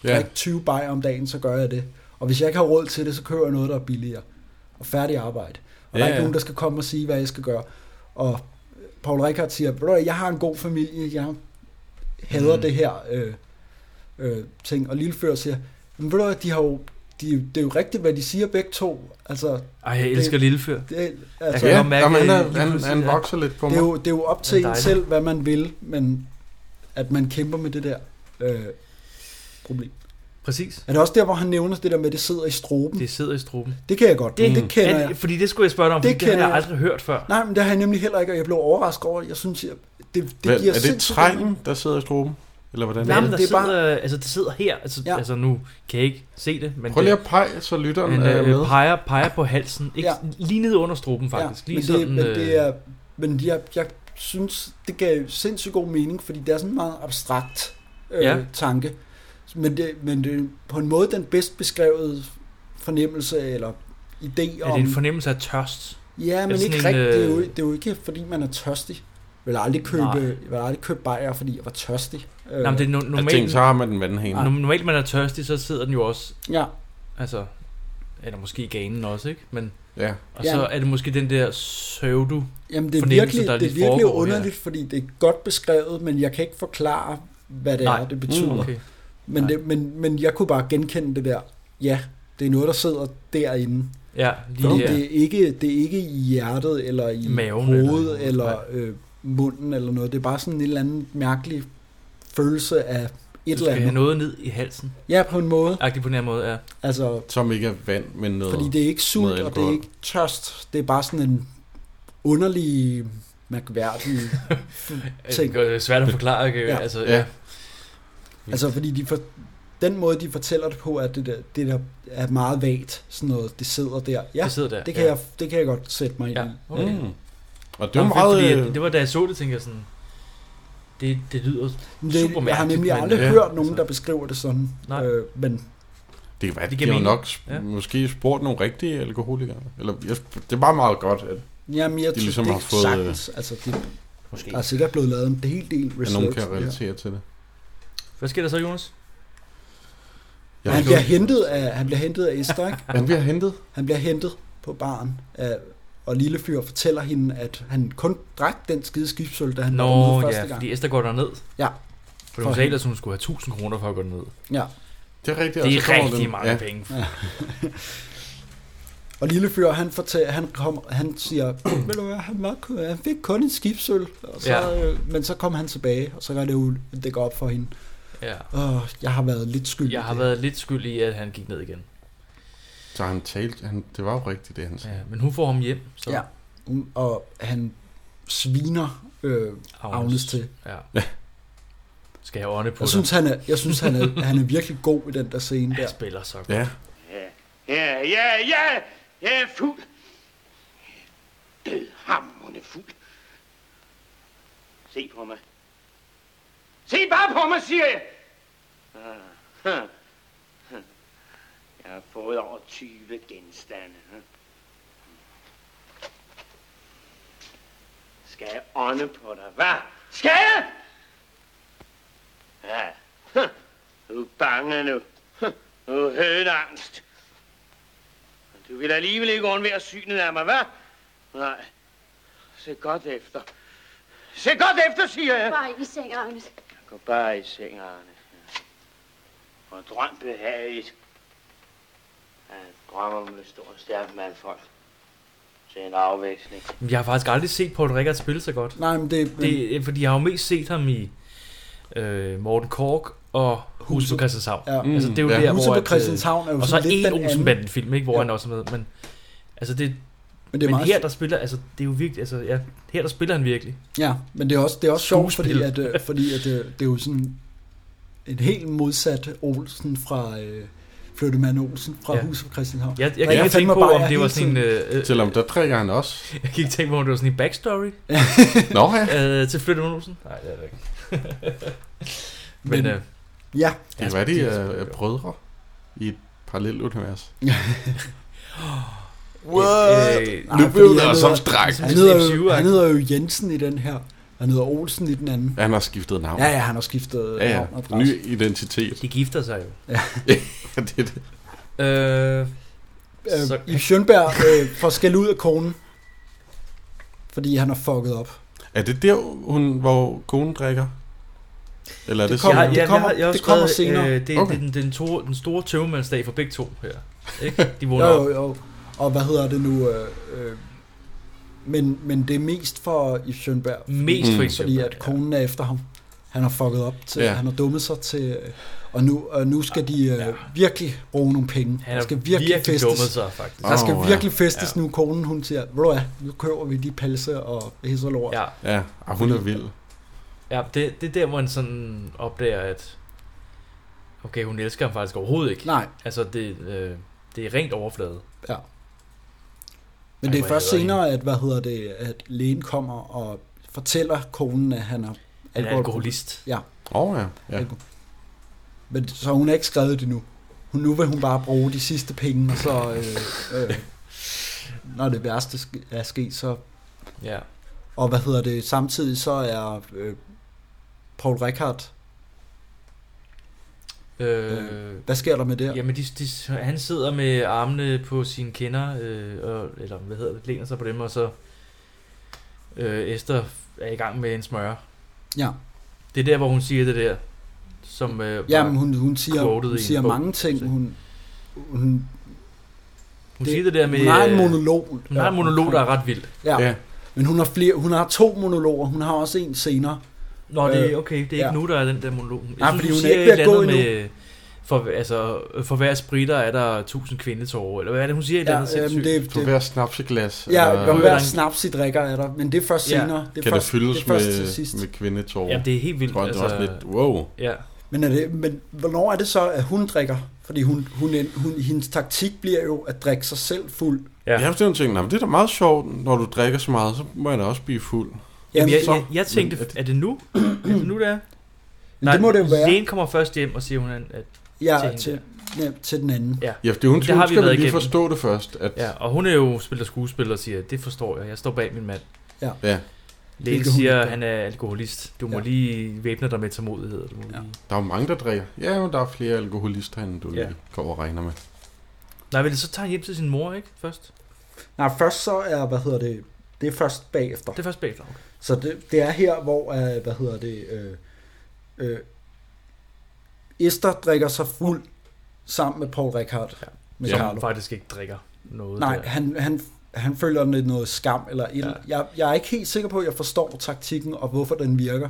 Ja.
ja. drikke 20 bajer om dagen, så gør jeg det. Og hvis jeg ikke har råd til det, så kører jeg noget, der er billigere. Og færdig arbejde. Og ja, der
Ja,
er ikke
ja.
nogen, der skal komme og sige, hvad jeg skal gøre. Og Paul Rickard siger, "Ved du hvad, jeg har en god familie, jeg hader mm. det her øh, øh, ting. Og Lillefører siger, men ved du hvad, de har jo, de, det er jo rigtigt, hvad de siger begge to. Altså,
Ej, jeg elsker Lillefyr.
det,
kan
altså,
Ja,
godt mærke,
jamen, han, er,
øh, lige
han,
pludselig,
han
ja.
vokser lidt på
det, er
mig.
jo, det er jo op til
Det er
en
dejligt.
selv, hvad man vil, men at man kæmper med det der øh, problem.
Præcis.
Er det også der, hvor han nævner det der med, at det sidder i stroben?
Det
Det,
sidder i struben.
det kan jeg godt, det, men det kender
Ja,
jeg.
Fordi det skulle jeg spørge dig om,
Det
det, det har
kender
jeg
jeg.
aldrig hørt før.
Nej, men det har jeg nemlig heller ikke, og jeg blev overrasket over det. Jeg synes, jeg, det, det
Hvad,
giver
er det
sindssygt-
trængen, der sidder i struben? Eller hvordan
Nej,
er
men
det?
der
det er
sidder,
bare-
bare... altså, det sidder her. Altså,
Ja.
ja. altså, nu kan jeg ikke se det, men
Prøv lige
det,
at pege, så lytteren
han
er med.
øh, peger, peger på halsen. Ikke, ja.
Ja.
Lige ned under struben, faktisk.
Ja,
lige
men det,
sådan,
men
øh,
det er, men jeg, jeg synes, det gav sindssygt god mening, fordi det er sådan en meget abstrakt øh,
Ja.
ja. tanke. Men det, men det er på en måde den bedst beskrevede fornemmelse eller idé
er
om... Øh,
det en fornemmelse af tørst?
ja, men
sådan
ikke
en,
rigtigt. Det, er jo,
øh,
det er jo ikke, fordi man er tørstig. Jeg vil aldrig købe,
Nej.
jeg vil aldrig købe bajer, fordi jeg var tørstig. Øh,
Nej, men det er no-
Jeg tænkte,
normalt, Ah.
så har man den vandhane.
no- normalt, man er tørstig, så sidder den jo også...
Ja,
Altså, eller måske i ganen også, ikke? Men,
Ja.
og
Ja.
så er det måske den der pseudo...
Jamen det er
fornemmelse,
virkelig,
der
det er
lige
virkelig
foregår her.
underligt, fordi det er godt beskrevet, men jeg kan ikke forklare, hvad det
Nej. Mm,
er, det betyder.
Okay.
Men,
Nej.
det, men, men jeg kunne bare genkende det der. Ja, det er noget, der sidder derinde.
Ja,
Fordi
lige
ja.
her.
det, er ikke, det er ikke i hjertet, eller i
Maven
hovedet, eller,
eller-
eller øh, munden, eller noget. Det er bare sådan en eller anden mærkelig følelse af et
Du
eller
skal have
andet.
noget ned i halsen.
Ja, på en måde.
Agtigt på den her måde, ja.
Altså,
Som ikke er vand, men noget.
fordi det er ikke sult,
noget
og det er
alkohol.
ikke tørst. Det er bare sådan en underlig, mærkværdig ting.
Altså, Det er svært at forklare, ikke?
Ja.
Altså,
Ja.
ja.
Altså fordi de for, den måde, de fortæller det på, er at det der, det der er meget vagt. Sådan noget, det sidder der. Ja,
det sidder der.
det kan,
ja.
jeg, det kan jeg godt sætte mig
Ja,
ind i.
okay.
Mm. Og det
Det
var
var,
meget...
fordi, at
øh,
det var da jeg så det, tænkte jeg sådan, det, det lyder...
Men
Super
Det, jeg har
mærkeligt,
nemlig
men-
aldrig
Ja,
hørt nogen,
altså.
der beskriver det sådan.
Nej.
Øh, men
Det kan være,
Det
det
giver
de har jo
mening.
nok sp-
Ja.
måske spurgt nogle rigtige alkoholikere. Eller, jeg, det er bare meget godt, at,
jamen, jeg de
De ligesom
det
har
er
fået,
sagtens. Altså, de,
Måske.
der er sikkert blevet lavet en hel del
at
research.
nogen kan
ja.
relatere til det.
Hvad sker der så, Jonas?
Men
Jeg
han,
har
bliver hentet af, han bliver hentet af Esther, ikke?
han bliver hentet.
Han bliver hentet på baren af, og lille fyr fortæller hende, at han kun drak den skide skibsøl, da han var
Nå,
dernede første
ja,
gang.
fordi Esther går derned.
Ja.
For
For
hun sagde
hende.
ellers, hun skulle have 1000 kroner for at gå derned.
Ja.
Det er rigtigt.
Det
og
er
så kommer
rigtig
den-
mange
ja.
penge.
Og lille fyr, han, fortæller, han, kom, han siger, ved du hvad, han, var, kun- han fik kun en skibsøl, og så,
Ja.
ja. øh, men så kom han tilbage, og så gør det jo, det går op for hende.
Ja.
Åh, jeg har været lidt skyldig.
Jeg har
i det."
været lidt skyld i, at han gik ned igen.
Så han talte, han, det var jo rigtigt, det han sagde.
Ja, men hun får ham hjem, så
Ja. Mm, Og han sviner øh, Agnes til.
Ja. Skal jeg ånde på
Jeg
dig?
synes, han er, jeg synes han, er, [LAUGHS] han er virkelig god i den der scene der.
Han spiller så godt.
Ja.
Ja, ja, ja, jeg er fuld. Død hamrende fuld. Se på mig. Se bare på mig, siger jeg. Ah, huh. Huh. Jeg har fået over 20 genstande. huh? Skal jeg ånde på dig, hvad? Skal jeg? Ja, huh. du er bange nu. Huh. Du er høneangst. Du vil alligevel ikke undvære synet af mig, hvad? Nej. Se godt efter. Se godt efter, siger jeg.
Bare ind i seng, Agnes.
Gå bare i seng, Arne. Og drøm behageligt. Jeg drømmer om en stor, stærk mandfolk. Til en afveksling.
Men Jeg har faktisk aldrig set Paul Rickard spille så godt.
Nej, men det, det
Det, er- fordi jeg har jo mest set ham i øh, Morten Kork og Huset på Christianshavn.
Ja.
Mm, altså, det er jo
Ja.
der,
huset
hvor...
på
at, øh,
Christianshavn er jo
Og så
sådan lidt
en
den anden.
Olsenbanden-film, ikke, hvor
Ja.
ja. han også er med. Men, altså det,
Men det er
men
meget
her, der spiller, altså, det er jo virkelig, altså, ja, her, der spiller han virkelig.
Ja, men det er også, det er også sjovt, fordi, at,
Skuespil.
øh, fordi at, øh, det er jo sådan en helt modsat Olsen fra øh, Flyttemand Olsen fra ja.
Ja.
Huset på Christianshavn.
Jeg, jeg
Der
kan
er
ikke tænke
fandme
på,
bare
om det var
hele
sådan en,
tiden-
øh, øh,
Selvom der drikker han også.
[LAUGHS] jeg kan ikke tænke på, om det var sådan en backstory
Nå ja.
øh, til Flytte Olsen. Nej, det er det ikke. [LAUGHS] men,
Men-
øh,
Ja,
Det var Altså, de er, øh, er brødre i et parallelt univers.
øh,
Nej, fordi han hedder-
dræk.
han hedder,
Steve
jo,
Sivak.
han hedder jo Jensen i den her. Han hedder Olsen i den anden.
Han har skiftet navn.
Ja, ja, han har skiftet øh,
ja,
navn og
ja.
adresse.
Ny identitet.
de gifter sig jo.
Ja, det [LAUGHS] er det.
Øh,
Øh,
så-
I Sjønberg øh, får skæld ud af konen, fordi han har fucket op.
Er det der, hun, hvor konen drikker? Eller er det, det
kommer-
sådan?
jeg, jeg,
det kommer-
jeg, jeg har
det
skrevet,
kommer senere.
Øh, det,
Okay.
okay. det, det, den, to, den store tøvmandsdag for begge to her.
[LAUGHS]
Ikke? De vågner
Jo, jo, jo.
op.
Og hvad hedder det nu? Øh, øh, men, men det er mest for i Sjønberg.
Mest for
Mm.
eksempel.
Fordi at konen er efter ham. Han har fucket op til, ja.
Ja.
han har dummet sig til, øh, og nu, og nu skal de øh, virkelig bruge nogle penge.
Han
der
har
skal virkelig,
virkelig, virkelig dummet
festes.
sig, faktisk.
Der skal
Åh, ja.
virkelig festes nu, konen hun siger, ved du hvad, nu køber vi de palse og hisser lort.
Ja,
Ja, ah, hun er vild.
ja det, det er der, hvor han sådan opdager, at okay, hun elsker ham faktisk overhovedet ikke.
Nej,
Altså, det, øh, det er rent overflade.
men
Ej,
det er
hvor
først
hader jeg
senere, at, hvad hedder det, at lægen kommer og fortæller konen, at han er
Han er
alkohol-
alkoholist.
Åh oh, ja. ja.
Men så hun har ikke skrevet det nu. Hun, nu vil hun bare bruge de sidste penge, og så øh, øh, når det værste sk- er sket, så...
Ja.
Og hvad hedder det? Samtidig så er øh, Paul Rickard...
Øh,
Hvad sker der med det?
Jamen, de, de, han sidder med armene på sine kinder, øh, og, eller hvad hedder det, læner sig på dem, og så øh, Esther er i gang med en smøre.
Ja.
Det er der, hvor hun siger det der, som øh, bare-
Jamen, hun, hun siger,
quoted i
hun
en
siger
bog.
mange ting. Hun, hun,
hun
det-
siger det der med...
hun har en
øh,
monolog.
Hun har en monolog, der er ret vild.
Ja.
Ja.
ja. Men hun har, flere, hun har to monologer. Hun har også en senere.
Nå, det
Øh,
er okay, det er ikke
ja.
nu, der er den der monolog. Jeg
Nej, fordi hun er
siger
ikke ved
et
at
eller
gå
andet med, for, altså, for hver spritter er der 1000 kvindetårer, eller hvad er det, hun siger? Et ja,
Ja,
andet
jamen,
sindssygt.
det,
På
det,
hver snapseglas.
Ja, hvor
eller,
øh,
hver
hvordan-
snaps i drikker er der, men det er først
Ja.
senere. Det er
kan
først,
det fyldes
det er først
med,
til sidst.
med kvindetårer?
Jamen, det er altså- helt
Jeg
vildt.
tror, det er også lidt, wow.
Ja,
Men, er det, men hvornår er det så, at hun drikker? Fordi hun, hun, hun, hendes taktik bliver jo at drikke sig selv fuld.
ja.
Ja. Jeg har sådan tænkt, men det er da meget sjovt, når du drikker så meget, så må jeg da også blive fuld.
Jamen, jeg,
så-
jeg, jeg tænkte,
Men at-
er det nu? Er det nu, det er?
men det må det jo være.
Lægen kommer først hjem og siger, hun, er- at, til
ja,
hende
til, ja, til den anden.
Ja, det er hun,
Det
hun
har vi
skal
været
vi lige
igennem.
forstå det først. At,
ja, og hun er jo spiller skuespiller og siger, det forstår jeg, jeg står bag min mand.
ja,
Lægen
Hvilket hun
siger,
ikke
at
gør.
han er alkoholist. Du må
Ja.
lige væbne dig med tålmodighed. Du må
Ja.
lige...
der er jo mange, der drikker. Ja, men der er flere alkoholister, end du
Ja.
lige går og regner med.
Nej, men så tager han hjem til sin mor, ikke? Først.
Nej, først så er, hvad hedder det, det er først bagefter.
Det er først bagefter. Okay.
Så det, det er her, hvor, uh, hvad hedder det, øh, øh, Esther drikker sig fuld sammen med Paul Rickard. Ja. Med
Som
Carlo.
faktisk ikke drikker noget.
Nej,
der.
han, han, han føler lidt noget skam. Eller et, ja.
Ja.
jeg, jeg er ikke helt sikker på, at jeg forstår taktikken og hvorfor den virker.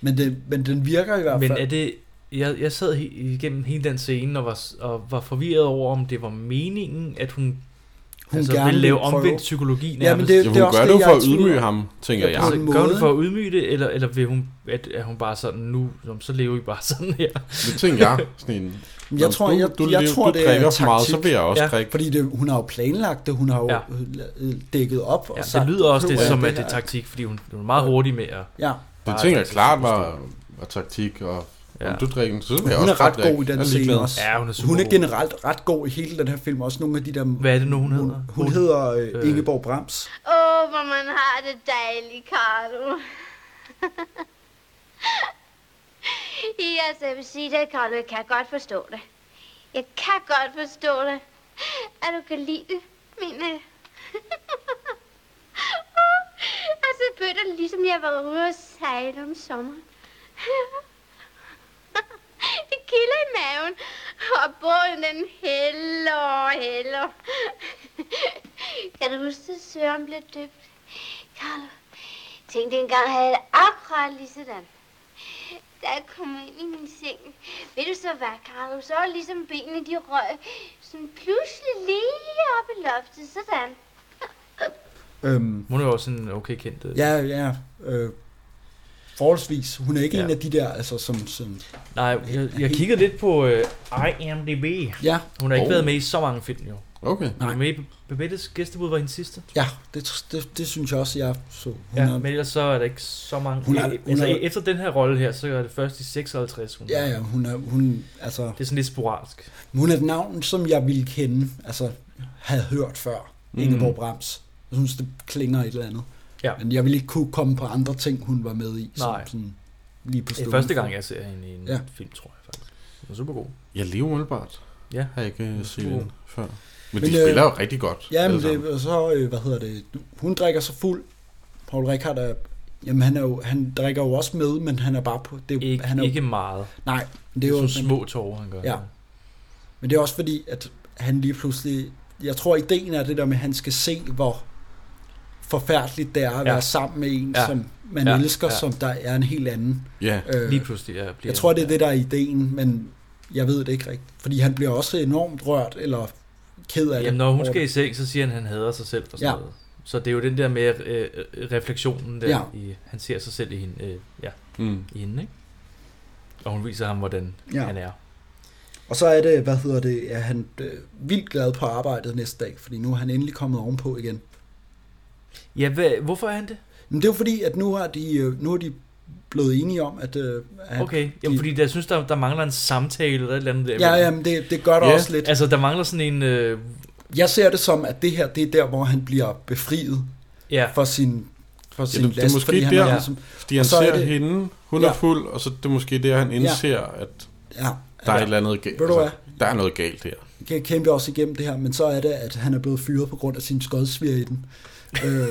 Men, det, men den virker i hvert
Men
fald.
er det... Jeg, jeg sad he- igennem hele den scene og var, s- og var forvirret over, om det var meningen, at hun,
hun
altså,
gerne
ville lave
prøve.
omvendt psykologi nærmest.
Ja, men det,
Ja, hun
det er også
gør
det,
det jo
jeg
for
er i
at
tvivl
ydmyge
om.
ham, tænker
Ja,
jeg.
på
Altså,
en
gør hun
måde.
det for at ydmyge det, eller, eller vil hun, at, at hun bare sådan, nu, nå, så lever I bare sådan her?
Det tænker jeg. Sådan en,
Men Jeg
Nå,
tror,
du,
jeg,
du,
jeg
lever-
tror
du
det er
drikker
taktik.
for meget, så vil jeg også
Ja.
drikke.
Fordi det, hun har jo planlagt det, hun har jo
Ja.
øh, dækket op. Og
Ja,
sagt,
Altså, det lyder også det,
"Prøv
som at det
her."
er taktik, fordi hun, hun er meget hurtig med at...
Ja,
Det
Bare
tænker jeg
drikke
klart
sig
var, var taktik, og ja.
Ja.
om du drikker, så vil jeg
hun
også
er ret
godt drikke.
god i
Jeg er
den
ligeglad.
scene også.
Ja, hun er super
Hun er
god.
generelt ret god i hele den her film. Også nogle af de der...
Hvad er det nu, hun
Hun,
hedder?
hun hedder øh,
Øh.
Ingeborg Brams.
Åh, oh, hvor man har det dejligt, Carlo. I altså, jeg vil sige det, Carlo, jeg kan godt forstå det. Jeg kan godt forstå det. [LAUGHS] At du kan lide det, mener jeg. at passet bøtter, ligesom jeg var ude at sejle om sommeren. [LAUGHS] Det kilder i maven, og båden den hælder og hælder. [LAUGHS] Kan du huske, at Søren blev døbt? Carlo, tænkte engang, at jeg havde det akkurat ligesådan. Da jeg kom ind i min seng, ved du så hvad, Carlo, så var ligesom benene, de røg sådan pludselig lige op i loftet, sådan.
Øhm,
Hun er jo også en okay kendt. øh.
ja, ja. Øh, forholdsvis. Hun er ikke
Ja.
ja. en af de der, altså som... som
Nej, jeg, jeg kiggede lidt på øh, IMDb.
ja,
Hun har ikke
Oh.
været med i så mange film, jo.
Okay.
Hun var med i Babettes gæstebud, var hendes sidste.
ja det, det, det, synes jeg også, jeg så. Hun
Ja,
er,
men ellers så er der ikke så mange.
Hun
Hun
er-
er,
hun
altså,
er-
efter den her rolle her, så er det først i 56. Hun
ja, ja, hun er, hun, altså,
Det er sådan lidt sporadisk.
hun er et navn, som jeg ville kende, altså havde hørt før, mm. Ingeborg Brams. Jeg synes, det klinger et eller andet.
Mhm. Ja.
Men jeg ville ikke kunne komme på andre ting, hun var med i.
Nej.
Som, sådan, lige på
Det er
stående fod.
første gang, jeg ser hende i en
Ja.
ja. film, tror jeg faktisk. Hun er super god.
Jeg lever umiddelbart.
Ja.
Har jeg ikke øh, set
Uh.
hende før. Men,
Men,
de
øh,
spiller jo rigtig godt.
Ja, men
alle sammen.
det, og så, øh, hvad hedder det, hun drikker så fuld. Paul Rickard er, jamen han, er jo, han drikker jo også med, men han er bare på, det, er jo-
Ikke,
han er, jo-
ikke meget.
nej, men det
Det
er
er
jo,
sådan
men,
små tårer, han gør.
Ja. men det er også fordi, at han lige pludselig, jeg tror ideen er det der med, at han skal se, hvor forfærdeligt det er at
Ja.
være sammen med en,
Ja.
som man
Ja.
elsker,
Ja.
som der er en helt anden.
Ja,
Øh,
Lige pludselig ja, bliver
jeg tror, det er det, der er ideen, men jeg ved det ikke rigtigt. Fordi han bliver også enormt rørt, eller ked af det.
Jamen, når hun
over
skal i
det.
seng, så siger han, at han hader sig selv og sådan
Ja.
ja. noget. Så det er jo den der med øh, refleksionen, der
Ja.
ja. i, han ser sig selv i hende, øh, ja,
mm.
i hende, ikke? Og hun viser ham, hvordan
Ja.
ja. han er.
Og så er det, hvad hedder det, er han øh, vildt glad på arbejdet næste dag, fordi nu er han endelig kommet ovenpå igen.
Ja, hvad, hvorfor er han det?
Men det er jo fordi, at nu er de, øh, nu er de blevet enige om, at... øh, at
Okay, jamen, fordi jeg synes, der, der mangler en samtale eller et eller andet der.
Ja, jamen, det, det gør der
Ja.
også lidt.
Altså, der mangler sådan en... Øh,
Jeg ser det som, at det her, det er der, hvor han bliver befriet
ja,
for sin, for sin
det- det er
last,
måske
fordi han
der-
er ligesom,
Fordi han
Og så er
ser
det-
det... hende, hun
Ja.
ja. er fuld, og så det er måske der, han indser, ja. at
ja,
der er et eller andet galt. Altså,
Ved du
der er noget galt her.
kan kæmpe også igennem det her, men så er det, at han er blevet fyret på grund af sin skodsvir i
[LAUGHS]
den. øh,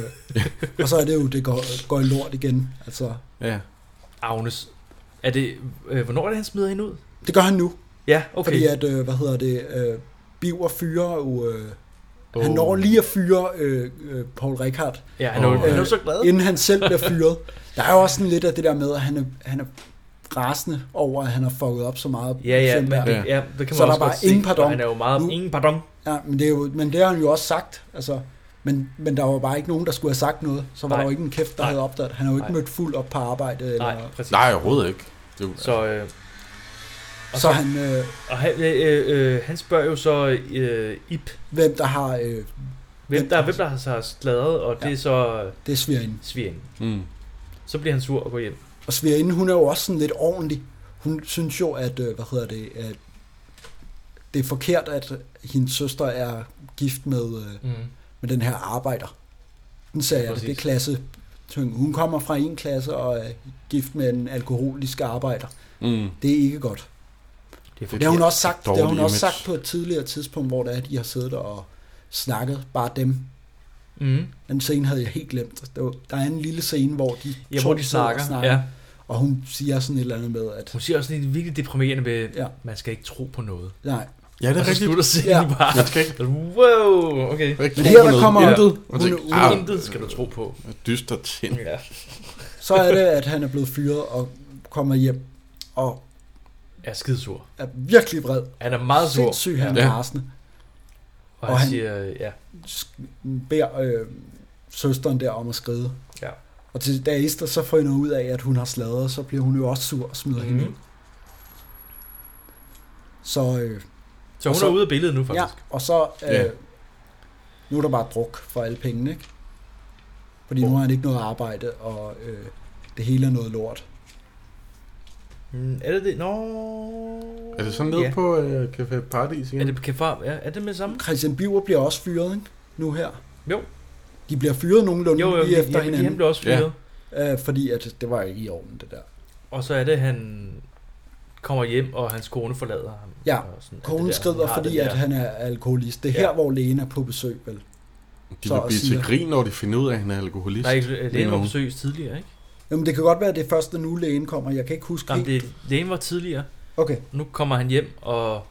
og så er det jo, det går, går i lort igen. Altså,
Ja.
Agnes. Er det, øh, hvornår er det, han smider hende ud?
det gør han nu,
Ja,
Okay.
okay.
Fordi at, øh, hvad hedder det, øh, Biver fyrer jo, øh, oh. han
Åh.
når lige at fyre øh, øh, Paul Rickard,
ja, han er, jo-
Åh.
han er jo
Øh,
så glad.
inden han selv bliver fyret. Der er jo også sådan lidt af det der med, at han er, han er rasende over, at han har fucket op så meget.
Ja, ja,
Selv-
men,
Ja.
ja. ja det kan man
Så er der
også
bare
godt se,
ingen pardon.
og Han er jo meget...
Nu-
Nu. Ingen pardon.
ja men, det er jo, men det har han jo også sagt, altså. Men, men der var bare ikke nogen, der skulle have sagt noget. Så var Nej.
Nej.
der jo ikke en kæft, der
Nej.
havde opdaget. Han har jo ikke
Nej.
mødt fuld op på arbejde. Eller,
Nej, præcis.
Nej, overhovedet ikke. Det, er-
Så, øh,
så,
Og
så
så-
han, øh,
og han, øh, øh, han spørger jo så øh, Ip,
hvem der har øh,
hvem der, hvem der har sig sladret, og det
Ja.
er så øh,
det svigerinde.
Svigen.
mm.
Så bliver han sur og går hjem.
Og svigerinde, hun er jo også sådan lidt ordentlig. Hun synes jo, at, øh, hvad hedder det, at det er forkert, at hendes søster er gift med, øh,
Mm.
med den her arbejder. Den sagde jeg, det er
Præcis.
klasse. tyng. Hun kommer fra en klasse og er gift med en alkoholisk arbejder.
Mm.
Det er ikke godt.
Det er
Det har hun også sagt, det har hun
dårlig
også
image.
sagt på et tidligere tidspunkt, hvor det er, at de har siddet der og snakket bare dem.
Mm.
Den scene havde jeg helt glemt. Der var- Der er en lille scene, hvor de
Ja,
to
hvor de
sidder og
snakker. Ja.
og hun siger sådan et eller andet med, at
Hun siger også lidt virkelig deprimerende med,
Ja.
ja. man skal ikke tro på noget.
nej,
Ja, det
Og
er
så
rigtigt.
slutter scenen
Ja.
ja. bare.
Man skal
[LAUGHS]
ikke,
Wow, okay.
ikke
Men
tro
her
på
der
noget.
kommer
Ja. Ah,
intet.
Og
Hun-
tænker,
hun-
ah,
Intet skal du tro på.
dyster tænd.
Ja.
så er det, at han er blevet fyret og kommer hjem og
Jeg er skidesur.
er virkelig vred.
Han er meget sur.
Sindssyg, han
Ja.
er rasende.
Og
Og
han
han-
siger, øh, ja.
Sk- Beder øh, søsteren der om at skride.
Ja.
Og til, da Esther så finder ud af, at hun har sladret, så bliver hun jo også sur og smider mm. hende ud.
Mhm.
Så, øh,
Så
Og
hun
så-
er ude af billedet nu,
ja,
faktisk.
og så... Øh,
Ja.
Nu er der bare druk for alle pengene, ikke? Fordi nu har han ikke noget arbejde, og øh, det hele er noget lort.
Mm, er det det? Nå...
Er det sådan nede
ja.
på øh, Café Paradis igen?
Er det, kan far, ja, er det med samme?
Christian Biver bliver også fyret, ikke? Nu her.
Jo.
De bliver fyret nogenlunde
Jo, jo,
lige
de,
efter
ja, de, han
hinanden,
blev også
Ja.
fyret.
øh, fordi at det var ikke i orden, det der.
Og så er det, han kommer hjem, og hans kone forlader ham.
Ja,
og sådan, alt det
Konen
der,
skrider,
han har
fordi
det der.
at han er alkoholist. Det er
Ja.
her, hvor lægen er på besøg, vel?
De
så
vil
og
blive til
siger,
grin, når de finder ud af, at han er alkoholist.
Der er ikke, lægen var
nogen.
besøges tidligere, ikke?
Jamen, det kan godt være, at det er først, når nu lægen kommer. Jeg kan ikke huske
Jamen,
helt.
det, lægen var tidligere.
Okay,
Nu kommer han hjem, og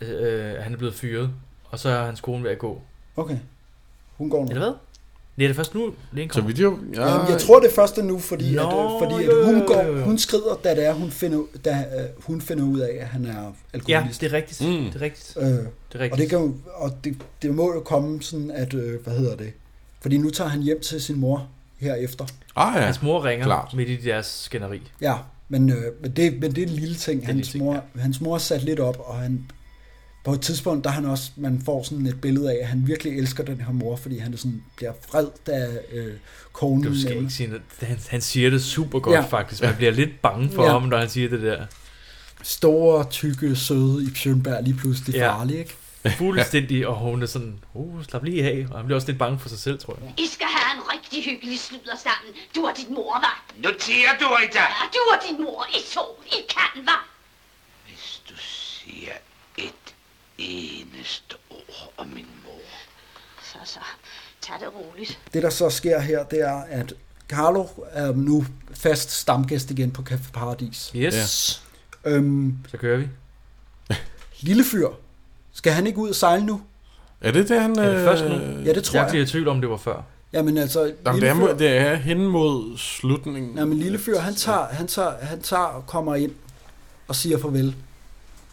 øh, øh, han er blevet fyret. Og så er hans kone ved at gå.
okay. Hun går nu.
Eller hvad? Det er det først nu, lægen
Så
kommer.
vi de jo... Ah, Ja,
Jamen, jeg tror det er først nu, fordi,
Nå,
at, øh, fordi
jo, jo,
at hun,
jo, jo,
går,
jo.
hun skrider, da, det er, hun, finder, da øh, hun finder ud af, at han er
Ja,
alkoholist.
det er rigtigt.
Mm.
Mm. Det er rigtigt.
Øh,
Det er rigtigt.
og det, kan, jo- og det, det må jo komme sådan, at, øh, hvad hedder det? Fordi nu tager han hjem til sin mor herefter.
Ah ja,
Hans mor ringer
Klart.
Klart. midt i deres skænderi.
Ja, men, øh, men, det, men det er en lille ting.
er en lille
Hans,
ting,
mor, hans mor er sat lidt op, og han, på et tidspunkt, der er han også, man får sådan et billede af, at han virkelig elsker den her mor, fordi han er sådan, bliver vred, da øh, konen...
Du skal ikke sige noget. Han, han siger det super godt,
Ja.
ja. faktisk. Man bliver lidt bange for
Ja.
ja. ham, når han siger det der.
store, tykke, søde i Bjørnberg lige pludselig ja.
Ja.
farlig, ikke?
Fuldstændig, og hun er sådan, uh, slap lige af. Og han bliver også lidt bange for sig selv, tror jeg.
I skal have en rigtig hyggelig sludder sammen. Du og din mor, var.
Nu tiger du, Rita.
Ja, du og din mor, I to, I kan, var.
Hvis du siger et eneste ord om min mor.
Så, så. Tag det roligt.
Det, der så sker her, det er, at Carlo er nu fast stamgæst igen på Café Paradis.
Yes,
Ja.
ja.
Øhm,
så kører vi.
lille fyr, skal han ikke ud og sejle nu?
er det det, han...
Er det først nu?
øh,
Ja, det tror
Jeg
jeg.
bliver i tvivl om, det var før.
Jamen altså,
Jamen, det,
lille
er,
fyr,
mod- det er hen mod slutningen.
jamen, lille fyr han, tager, han, tager, han tager og kommer ind og siger farvel.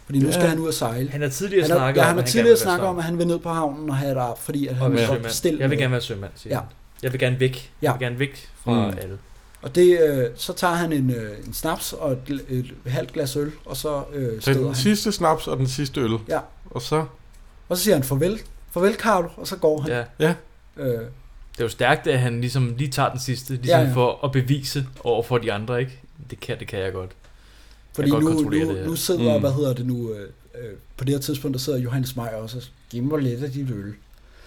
Fordi nu
Ja.
skal han ud og sejle.
Han har tidligere
han, er,
snakket
ja,
om,
han har
at gerne
tidligere
vil være
snakket om,
sømand.
at han vil ned på havnen og have et ar, fordi at
og
han
være
vil godt
sømand.
bestille
Jeg vil
noget.
gerne være sømand, siger
Ja.
ja. Jeg vil gerne væk.
Ja.
Jeg vil gerne væk fra
Mm.
mm. alle.
Og det, øh, så tager han en, øh, en snaps og et, gl- et halvt glas øl, og så øh,
Så
støder
den
han.
sidste snaps og den sidste øl.
Ja.
Og så...
Og så siger han farvel, farvel Carlo, og så går han. Ja.
Ja.
Øh,
Det er jo stærkt, at han ligesom lige tager den sidste, ligesom
Ja,
ja,
ja.
ja. for at bevise over for de andre, ikke? Det kan, det kan jeg godt.
fordi
godt
nu,
kontrollere det
nu,
her.
nu sidder, mm.
Mm.
hvad hedder det nu, øh, øh, på det her tidspunkt, der sidder Johannes Meyer også og gemmer lidt af dit øl.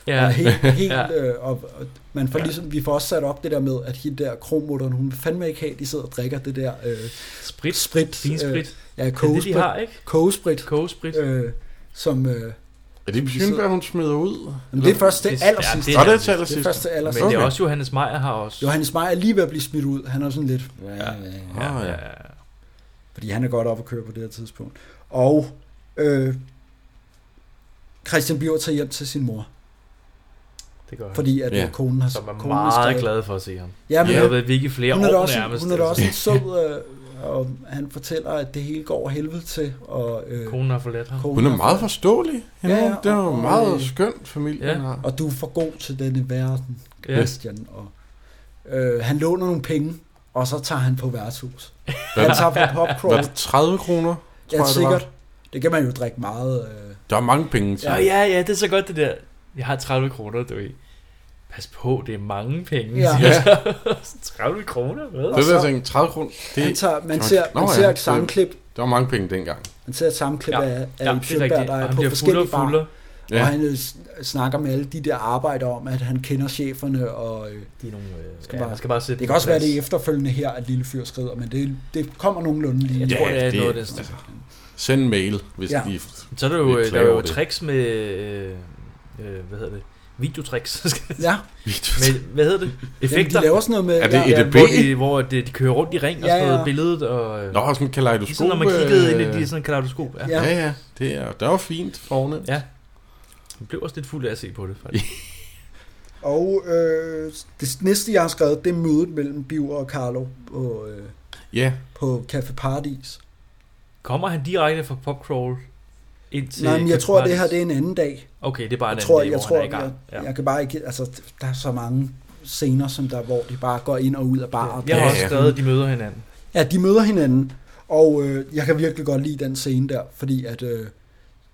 Ja. Og,
Ja, [LAUGHS]
helt, helt,
Ja.
øh, og, og man får ligesom, vi får også sat op det der med, at hende der kromutteren, hun vil fandme ikke have, at de sidder og drikker det der øh,
sprit,
sprit,
finsprit. Øh,
ja,
det er det, de
kogesprit,
har, ikke?
kogesprit
Kogesprit.
øh, som, øh,
Er det Bjørnberg, hun smider ud?
jamen, det er først til
Det- ja,
allersidst.
det
Nå, det er
Det er
til
Det er
allersidst.
først til
Men
allersidst.
det
Okay.
er også Johannes Meyer har også.
Johannes Meyer er lige ved at blive smidt ud. Han er sådan lidt,
Ah, ja.
ja.
fordi han er godt op at køre på det her tidspunkt. Og øh, Christian Bjørn tager hjem til sin mor,
Det gør han.
fordi at
Ja.
ja. konen har
Som er
konen
meget
skrevet-
glad for at se ham.
Ja, men
Han
Ja.
har været væk i flere
hun er
år
da også, en-
nærmest.
hun er da også en
altså.
sød, øh, og han fortæller, at det hele går af helvede til. Og, øh,
Konen har forladt ham.
konen
Hun er
har-
meget forståelig. Ja,
Ja,
ja,
ja,
det er jo
og-
en
og-
meget skøn familie,
øh, Ja.
ja. har.
Og du er for god til denne verden,
Ja.
Christian. Ja. Og, øh, han låner nogle penge, og så tager han på værtshus. Han tager på
Var
popcorn.
det 30 kroner?
Ja,
jeg, det var?
sikkert. Det kan man jo drikke meget... Øh,
Der er mange penge til.
Nå ja, ja, det er så godt det der. Jeg har 30 kroner, du ved. Pas på, det er mange penge.
Ja.
Ja.
Ja.
[LAUGHS] 30 kroner, hvad?
Det
Og
vil jeg
så-
tænke, 30 kroner, det,
Han tager, man
Nå,
ser,
nå
man
ja,
ser et
det-
sammenklip,
der var mange penge dengang.
man ser et sammenklip ja.
Ja,
af, af
Ja,
ja,
det er
Schønberg,
rigtigt.
der
Og
er
han
på
bliver fuldere
forskellige
og
barer,
fuldere.
ja.
Ja.
og han øh, s- snakker med alle de der arbejdere om, at han kender cheferne, og øh,
De er nogle, øh,
Skal
skal, ja,
bare-
bare, skal bare sætte
det
dem
kan også
på
være det
plads.
er efterfølgende her, at Lille Fyr skrider, men det, det kommer nogenlunde lige.
Jeg tror,
Ja,
det er
det-
noget af det. Altså.
Send en mail, hvis
Ja.
ja. de... [LAUGHS]
Så er der jo,
Vi
øh, der
klager
er jo
over det.
tricks med, øh, øh, hvad hedder det? Videotricks. [LAUGHS]
[LAUGHS] Ja,
med, hvad hedder det?
jamen,
Effekter.
de laver sådan noget med...
Er det
ja, ja,
EDB?
hvor, de, hvor de, de kører rundt i ring og
Ja,
sådan noget
ja.
billedet. Og, øh,
Nå, sådan en kaleidoskop.
ligesom når man kiggede ind i
øh,
de sådan en kaleidoskop. Ja.
Ja.
Ja, ja, det er, der var fint forne.
ja. Jeg blev også lidt fuld af at se på det, faktisk.
Og øh, det næste, jeg har skrevet, det er mødet mellem Biver og Carlo på, øh,
Ja,
på Café Paradis.
Kommer han direkte fra Popcrawl ind til...
Nej, men jeg
Café
tror,
Paradis?
det her det er en anden dag.
Okay, det er bare
Jeg
en anden
tror,
dag,
jeg,
hvor
tror,
han er i gang.
jeg,
ja.
ja. jeg kan bare ikke, altså, der er så mange scener, som der, hvor de bare går ind og ud af bar.
Jeg har
Ja,
også
ja.
skrevet, at de møder hinanden.
Ja, de møder hinanden, og øh, jeg kan virkelig godt lide den scene der, fordi at, øh,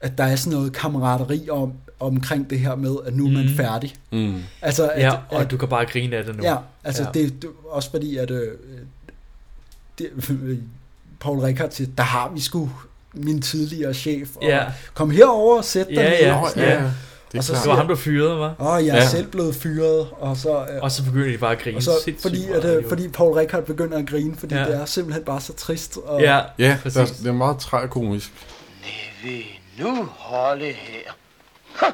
at der er sådan noget kammerateri om, omkring det her med, at nu er man
Mhm.
færdig.
mm.
Altså, at,
Ja,
at,
og du kan bare grine af det nu.
ja, altså
Ja.
Det, det er også fordi, at øh, det, Paul Rickard siger, der har vi sgu min tidligere chef, og
Ja.
kom herover og sæt dig
Ja,
ned.
ja.
Nå, ja, ja. Det er
Og så
Det
klart.
var ham, der fyrede mig.
Og jeg er ja.
Ja.
selv blevet fyret, og så... Øh,
Og så begyndte de bare at grine.
Og så,
sindssygt
fordi,
meget,
at, øh,
jo.
fordi Paul Rickard begynder at grine, fordi ja.
Ja.
det er simpelthen bare så trist. Og,
Ja,
Ja,
præcis.
der, det er meget
Øh.
tragikomisk.
Vil nu holde her. Ha!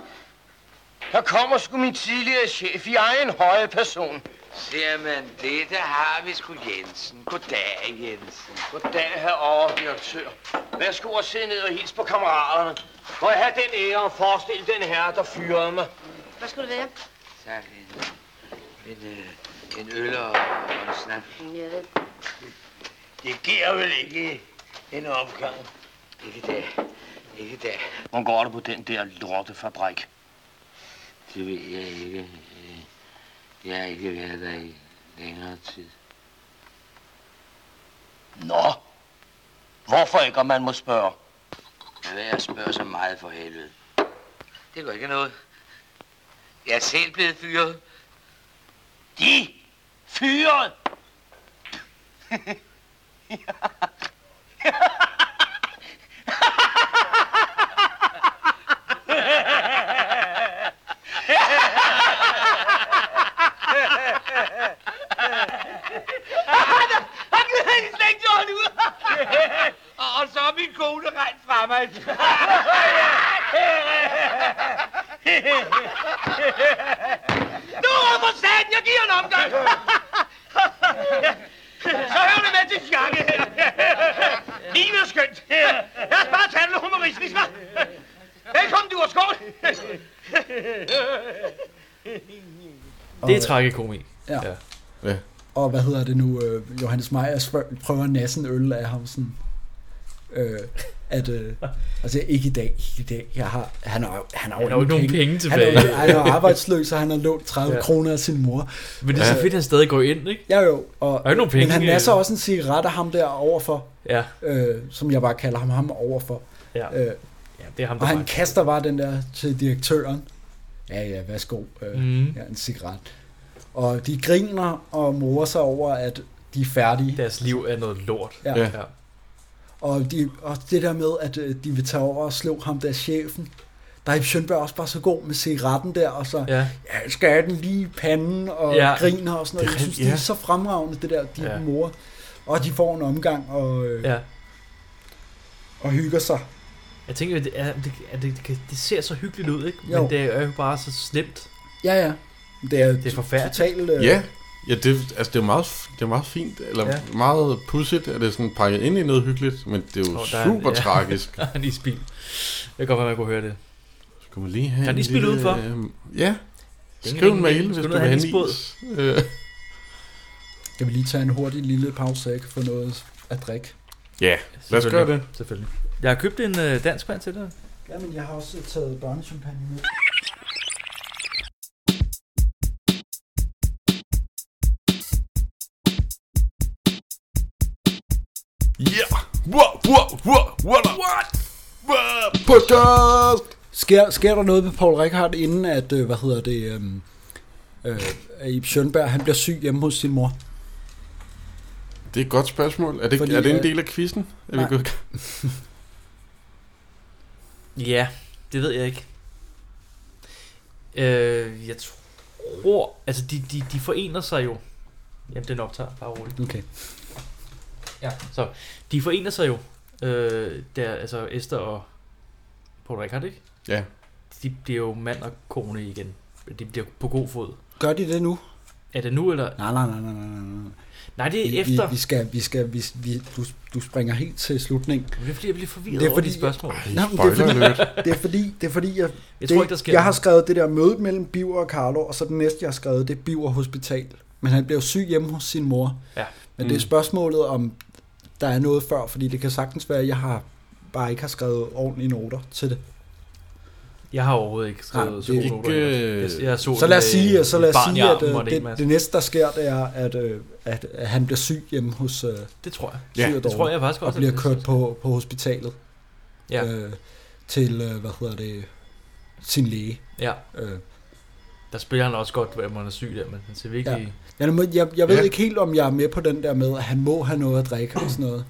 Der kommer sgu min tidligere chef i egen høje person.
Jamen, det der har vi sgu Jensen. Goddag, Jensen.
Goddag, herovre, direktør. Værsgo og sidde ned og hils på kammeraterne. Må jeg have den ære at forestille den herre, der fyrede mig?
Hvad skulle det være?
Tak, en, en, øh, en øl og, og en snak.
Jeg ved.
Det giver vel ikke en omgang.
Ikke det. Ikke det.
Hvor går det på den der lortefabrik?
Det ved jeg ikke. Øh, Jeg har ikke været der i længere tid.
Nå, hvorfor ikke, om man må spørge?
Lad være at spørge så meget for helvede. Det går ikke noget. Jeg er selv blevet fyret.
De fyret!
Han kan slet ikke holde ud. og, og så er min kone rent fremad. nu er for satan, jeg giver en omgang.
Så hør det med til fjakke. Livet er skønt. Lad os bare tage det humoristisk, hva'? Velkommen, du og skål.
Det er
Og-
tragikomi.
Ja.
Ja.
Ja.
Og hvad hedder det nu? Øh, Johannes Meyer spørg- prøver at nasse en øl af ham sådan. Øh, at, øh, altså ikke i dag, ikke i dag. Jeg har, han har, jo- han har,
Han har jo ikke nogen penge tilbage.
Han er, han er arbejdsløs, og han har lånt 30
Ja.
ja. kroner af sin mor.
Men det er så fedt, at han stadig går ind, ikke?
Ja jo, og,
er ikke nogen penge,
men han nasser
øh.
også en cigaret af ham der overfor,
Ja,
øh, som jeg bare kalder ham, ham overfor. Øh,
ja. ja det er ham, der
og han
magter.
kaster bare den der til direktøren. Ja, ja, værsgo. Øh,
Mhm.
ja, en cigaret. Og de griner og morer sig over, at de er færdige.
Deres liv er noget lort.
Ja.
Ja.
ja.
Og, de, og det der med, at øh, de vil tage over og slå ham der chefen. Der er Schønberg også bare så god med cigaretten der, og så
ja.
ja, skærer den lige i panden og
Ja.
ja. griner og sådan noget.
Det er
Jeg synes,
rigtigt,
det er
ja.
så fremragende, det der, de
Ja.
ja. mor. Og de får en omgang og, øh, ja.
ja.
og hygger sig.
Jeg tænker, at det, er, det, er, det, kan- det ser så hyggeligt ud, ikke? Men
Jo.
det er jo bare så slemt. [LAUGHS]
Ja, ja. Det er,
Det er forfærdeligt.
Totalt, øh,
Ja, ja det, altså, det, er meget, f- det er meget fint, eller
Ja.
ja. meget pudsigt, at det er sådan pakket ind i noget hyggeligt, men det er jo
Åh,
oh,
der er en-
super
ja.
tragisk.
Der er en isbil. Det kan godt være, man kunne høre det.
Skal man lige have
Kan
en
I spille
lille,
udenfor?
Øh, ja,
Ding,
skriv
ding,
en mail,
ding.
hvis
Skal
du
du
vil
ned og
have en
have en
is. Øh,
Jeg vil lige tage en hurtig lille pause, så jeg kan få noget at drikke.
Ja, lad os gøre det.
Selvfølgelig. Jeg har købt en øh, dansk vand til dig.
Jamen, jeg har også taget børnechampagne med.
Ja, wow, wow, wow, what up? What? What? Podcast!
Sker, sker der noget med Paul Rickard, inden at, øh, hvad hedder det, øhm, øh, Ib Schønberg, han bliver syg hjemme hos sin mor?
Det er et godt spørgsmål. Er det,
Fordi,
er det en
øh,
del af quizzen? Er vi
nej.
gået i gang?
Ja, det ved jeg ikke. Øh, jeg tror... Altså, de, de, de forener sig jo. Jamen, den optager bare roligt.
Okay.
Ja. Så, de forener sig jo. Øh, der, altså, Esther og Paul Rickard, ikke?
Ja.
De bliver jo mand og kone igen. De bliver på god fod.
Gør de det nu?
Er det nu, eller...
Nej, nej, nej, nej, nej, nej. nej.
Nej, det
Vi,
er
vi,
efter.
vi skal, vi skal, vi, vi, du, du springer helt til slutningen.
Men Det er fordi, jeg bliver forvirret
Det
det
er
er over
fordi,
de spørgsmål. Jeg,
Nå, men det er
Spoiler
fordi-
alert.
Det er fordi, det er fordi, jeg,
jeg
det,
tror ikke, der sker
jeg har
noget.
skrevet det der møde mellem Biver og Carlo, og så den næste, jeg har skrevet, det er Biver Hospital. Men han bliver jo syg hjemme hos sin mor.
Ja. Mm.
Men det er spørgsmålet, om der er noget før, fordi det kan sagtens være, at jeg har bare ikke har skrevet ordentlige noter til det.
Jeg har overhovedet ikke
Nej,
skrevet
det
så
er øh,
gode
[LAUGHS] ikke, øh,
noter. endnu. Jeg, jeg så,
Så lad os
den,
sige,
øh,
så
et
lad os
barn i
sige at
armen og
øh,
en
det,
masse.
det næste, der sker, det er, at, øh, at, at han bliver syg hjemme hos øh,
det tror jeg.
Ja,
syg og
Det tror
dårlig,
jeg faktisk også.
og
at
bliver
det-
kørt på, på hospitalet
Ja,
øh, til, øh, hvad hedder det, sin læge.
ja.
Øh.
Der spiller han også godt, hvor man er syg der, men han ser virkelig... Ja.
Jeg, må- jeg, jeg ved ja.
Ja.
ikke helt, om jeg er med på den der med, at han må have noget at drikke og sådan noget.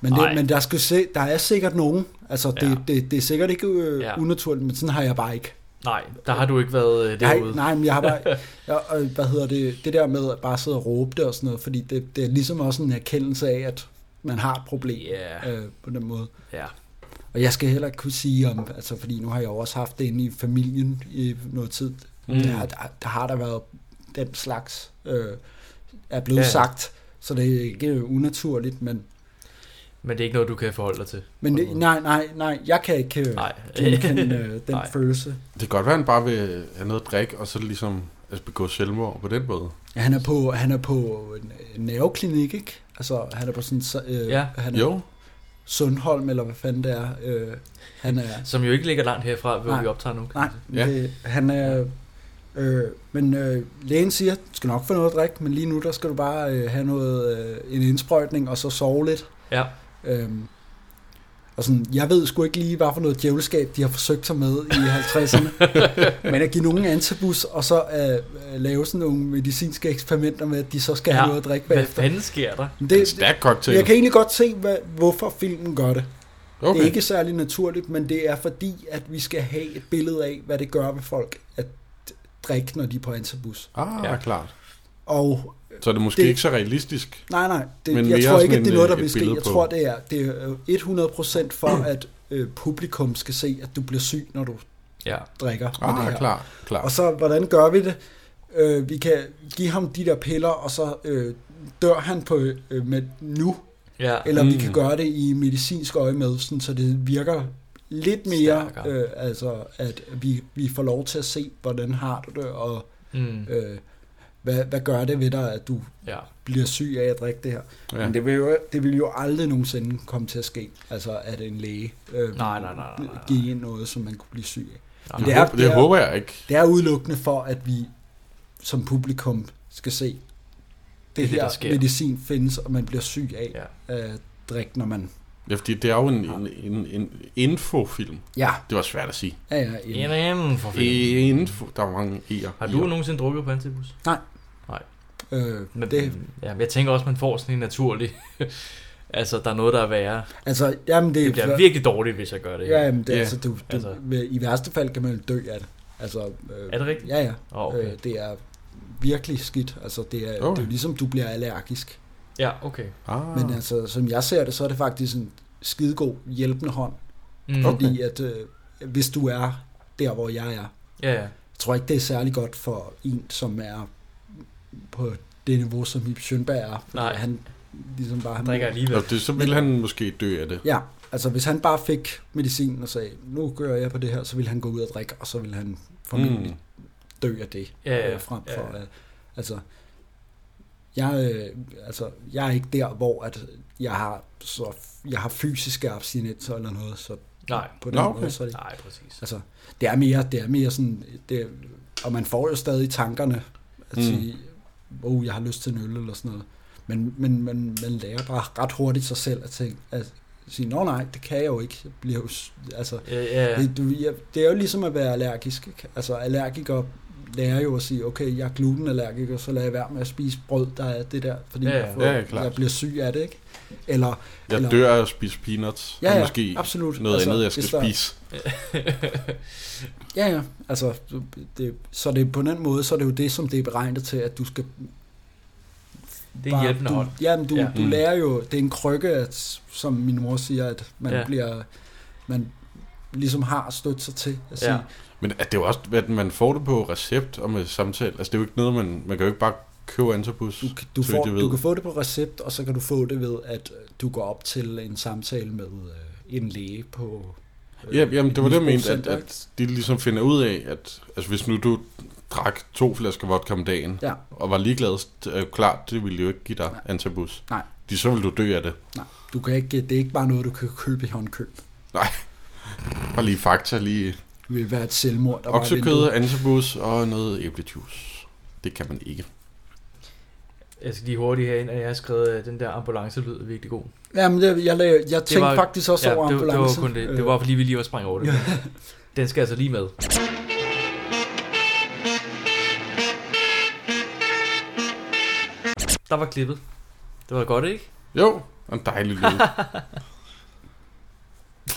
Men,
Nej.
det, men der, skal se, der er sikkert nogen. Altså, det,
Ja.
ja. det, det er sikkert ikke øh,
Ja.
ja. unaturligt, men sådan har jeg bare ikke.
Nej, der har du ikke været øh,
Nej,
derude.
nej, men jeg har
[LAUGHS]
bare, jeg, og, hvad hedder det, det der med at bare sidde og råbe det og sådan noget, fordi det, det er ligesom også en erkendelse af, at man har et problem
Ja.
øh, på den måde.
Ja.
Og jeg skal heller ikke kunne sige om, altså fordi nu har jeg jo også haft det inde i familien i noget tid. Mm. Der, der, der har der været den slags, øh, er blevet
Ja,
ja.
ja.
sagt, så det er ikke unaturligt, men,
Men det er ikke noget, du kan forholde dig til.
men
På
det,
den måde.
nej, nej, nej, jeg kan ikke øh,
Nej.
genkende
[LAUGHS]
øh, den
Nej.
følelse.
Det kan godt være, at han bare vil have noget at drikke, og så ligesom altså begå selvmord på den måde.
Ja, han er på, han er på en en nerveklinik, ikke? Altså, han er på sådan, så- øh,
Ja.
han er
Jo,
Sundholm, eller hvad fanden det er. Øh, han er,
Som jo ikke ligger langt herfra, hvor
Nej.
vi optager nu. kan
nej,
man sige.
Ja.
ja. det, han er, øh, men øh, lægen siger, du skal nok få noget at drikke, men lige nu, der skal du bare øh, have noget, øh, en indsprøjtning, og så sove lidt.
Ja.
Øhm, og sådan, jeg ved sgu ikke lige, hvad for noget djævelskab, de har forsøgt sig med i
[LAUGHS]
50'erne. Men at give nogen antabus, og så øh, øh, lave sådan nogle medicinske eksperimenter med, at de så skal ja. have noget at drikke
Hvad
bagefter.
fanden sker der?
Men
det Altså, er en
Det,
stærk cocktail.
jeg kan egentlig godt se, hvad, hvorfor filmen gør det. Okay.
okay.
Det er ikke særlig naturligt, men det er fordi, at vi skal have et billede af, hvad det gør ved folk at drikke, når de er på antabus.
Ah,
Ja.
ja. klart.
Og
Så er det måske
Det-
det... ikke så realistisk.
nej, nej,
Men
det, jeg
mere
tror ikke,
sådan
at det er
en,
noget, der
øh,
vil
et
ske.
billede
Jeg
på-
tror, det er, det er øh, 100% for, at øh, publikum skal se, at du bliver syg, når du
Ja.
drikker. med det
Ah,
her.
klart, klart.
Og så, hvordan gør vi det? Øh, vi kan give ham de der piller, og så øh, dør han på øh, med nu,
Ja.
eller mm. vi
Mm.
kan gøre det i medicinsk øje med, sådan, så det virker lidt mere,
Stærkere.
øh, altså at vi, vi får lov til at se, hvordan har du det, og
Mm.
øh, hvad, hvad gør det ved dig, at du
Ja.
bliver syg af at drikke det her. Ja.
Ja.
Men det vil, jo, det vil jo aldrig nogensinde komme til at ske, altså at en læge øh,
Nej, nej, nej, nej, nej.
give en noget, som man kunne blive syg af.
Det,
det er-
det,
det er-
det håber jeg ikke.
Det er udelukkende for, at vi som publikum skal se, det,
det,
det
der
her
sker.
det, medicin findes, og man bliver syg af
Ja.
at drikke, når man...
Ja, fordi det er jo en, en, en, en infofilm.
Ja,
Det var svært at sige.
ja, ja. ja.
En anden for fanden.
Info. Der var mange E'er.
Har du nogensinde drukket på antibus?
Øh,
Men,
det,
Øhm, ja, men jeg tænker også, man får sådan en naturlig... [LAUGHS] altså, der er noget, der er værre.
altså, jamen det,
Det
det
bliver virkelig dårligt, hvis jeg gør det.
ja, jamen det,
Ja,
yeah. altså, du, du,
altså.
altså. i værste fald kan man jo dø af det. Altså, øh,
Er det rigtigt?
Ja, ja.
Åh, okay.
Øh, det er virkelig skidt. Altså, det er, okay. det
Okay.
er jo ligesom, du bliver allergisk.
Ja, okay.
Ah,
Men altså, som jeg ser det, så er det faktisk en skidegod hjælpende hånd.
Mm.
Okay. Fordi at, øh, hvis du er der, hvor jeg er,
Ja, ja.
jeg tror ikke, det er særlig godt for en, som er på det niveau, som Ip Schønberg er. Fordi
Nej.
Han ligesom bare... Han,
Drikker alligevel.
Nå, det, så ville han måske dø af det.
Ja, altså hvis han bare fik medicinen og sagde, nu gør jeg på det her, så ville han gå ud og drikke, og så ville han formentlig
Mm.
dø af det.
Ja, ja,
øh, frem
ja,
for,
ja.
øh, altså, jeg, øh, altså, jeg er ikke der, hvor at jeg har, så, jeg har fysiske abstinenser eller noget, så
Nej.
på den
Nå,
okay.
okay.
måde, så er det,
Nej, præcis.
altså, det er mere, det er mere sådan, det, og man får jo stadig tankerne at
Mm.
sige, oh, jeg har lyst til en øl eller sådan noget. Men, men, men man lærer bare ret hurtigt sig selv at, tænke, at sige, nå nej, det kan jeg jo ikke. Jeg bliver jo, s- altså,
Ja, ja, ja.
det, du, jeg, det er jo ligesom at være allergisk. Ikke? Altså allergikere lærer jo at sige, okay, jeg er glutenallergiker, så lader jeg være med at spise brød, der er det der, fordi
Ja, ja.
jeg, får,
Ja, ja, klart.
jeg bliver syg af det, ikke? Eller,
Jeg
eller
dør af at spise peanuts.
Ja,
og
ja,
måske
absolut.
noget
Altså,
andet, jeg skal
hvis der-
spise.
Ja, ja. Altså, det, så det, på den måde, så er det jo det, som det er beregnet til, at du skal...
Det er en hjælpende
du,
hånd.
Jamen, du,
Ja.
ja. du
Mm.
lærer jo... Det er en krykke, at, som min mor siger, at man
Ja.
ja. bliver... Man ligesom har stødt sig til at sige...
Ja.
Ja.
Men er det er jo også, at man får det på recept og med samtale. Altså, det er jo ikke noget, man, man kan jo ikke bare købe antabus.
Du, kan- du,
så vidt
får,
jeg ved.
du kan få det på recept, og så kan du få det ved, at øh, du går op til en samtale med øh, en læge på...
Ja, jamen, det var det, jeg mente, at,
misbrugscenter, ikke?
at de ligesom finder ud af, at altså, hvis nu du drak to flasker vodka om dagen,
Ja.
og var ligeglad, så er det jo klart, det ville jo ikke give dig antabus.
Nej.
De, så ville du dø af det.
Nej, du kan ikke, det er ikke bare noget, du kan købe i håndkøb.
Nej. Bare lige fakta, lige
Det vil være et selvmord, der var i
oksekød,
vinduet.
antabus og noget æblejuice. Det kan man ikke.
Jeg skal lige hurtigt herind, at jeg har skrevet, at den der ambulancelyd er virkelig god.
Jamen, jeg, jeg, lagde, jeg tænkte
var-
var, faktisk også over
det, det, var
ambulancen.
kun det. Det
Øh,
var fordi, vi lige var sprængt over det. [LAUGHS] Den skal altså lige med. Der var klippet. Det var godt, ikke?
Jo, og en
[LAUGHS]
dejlig lyd.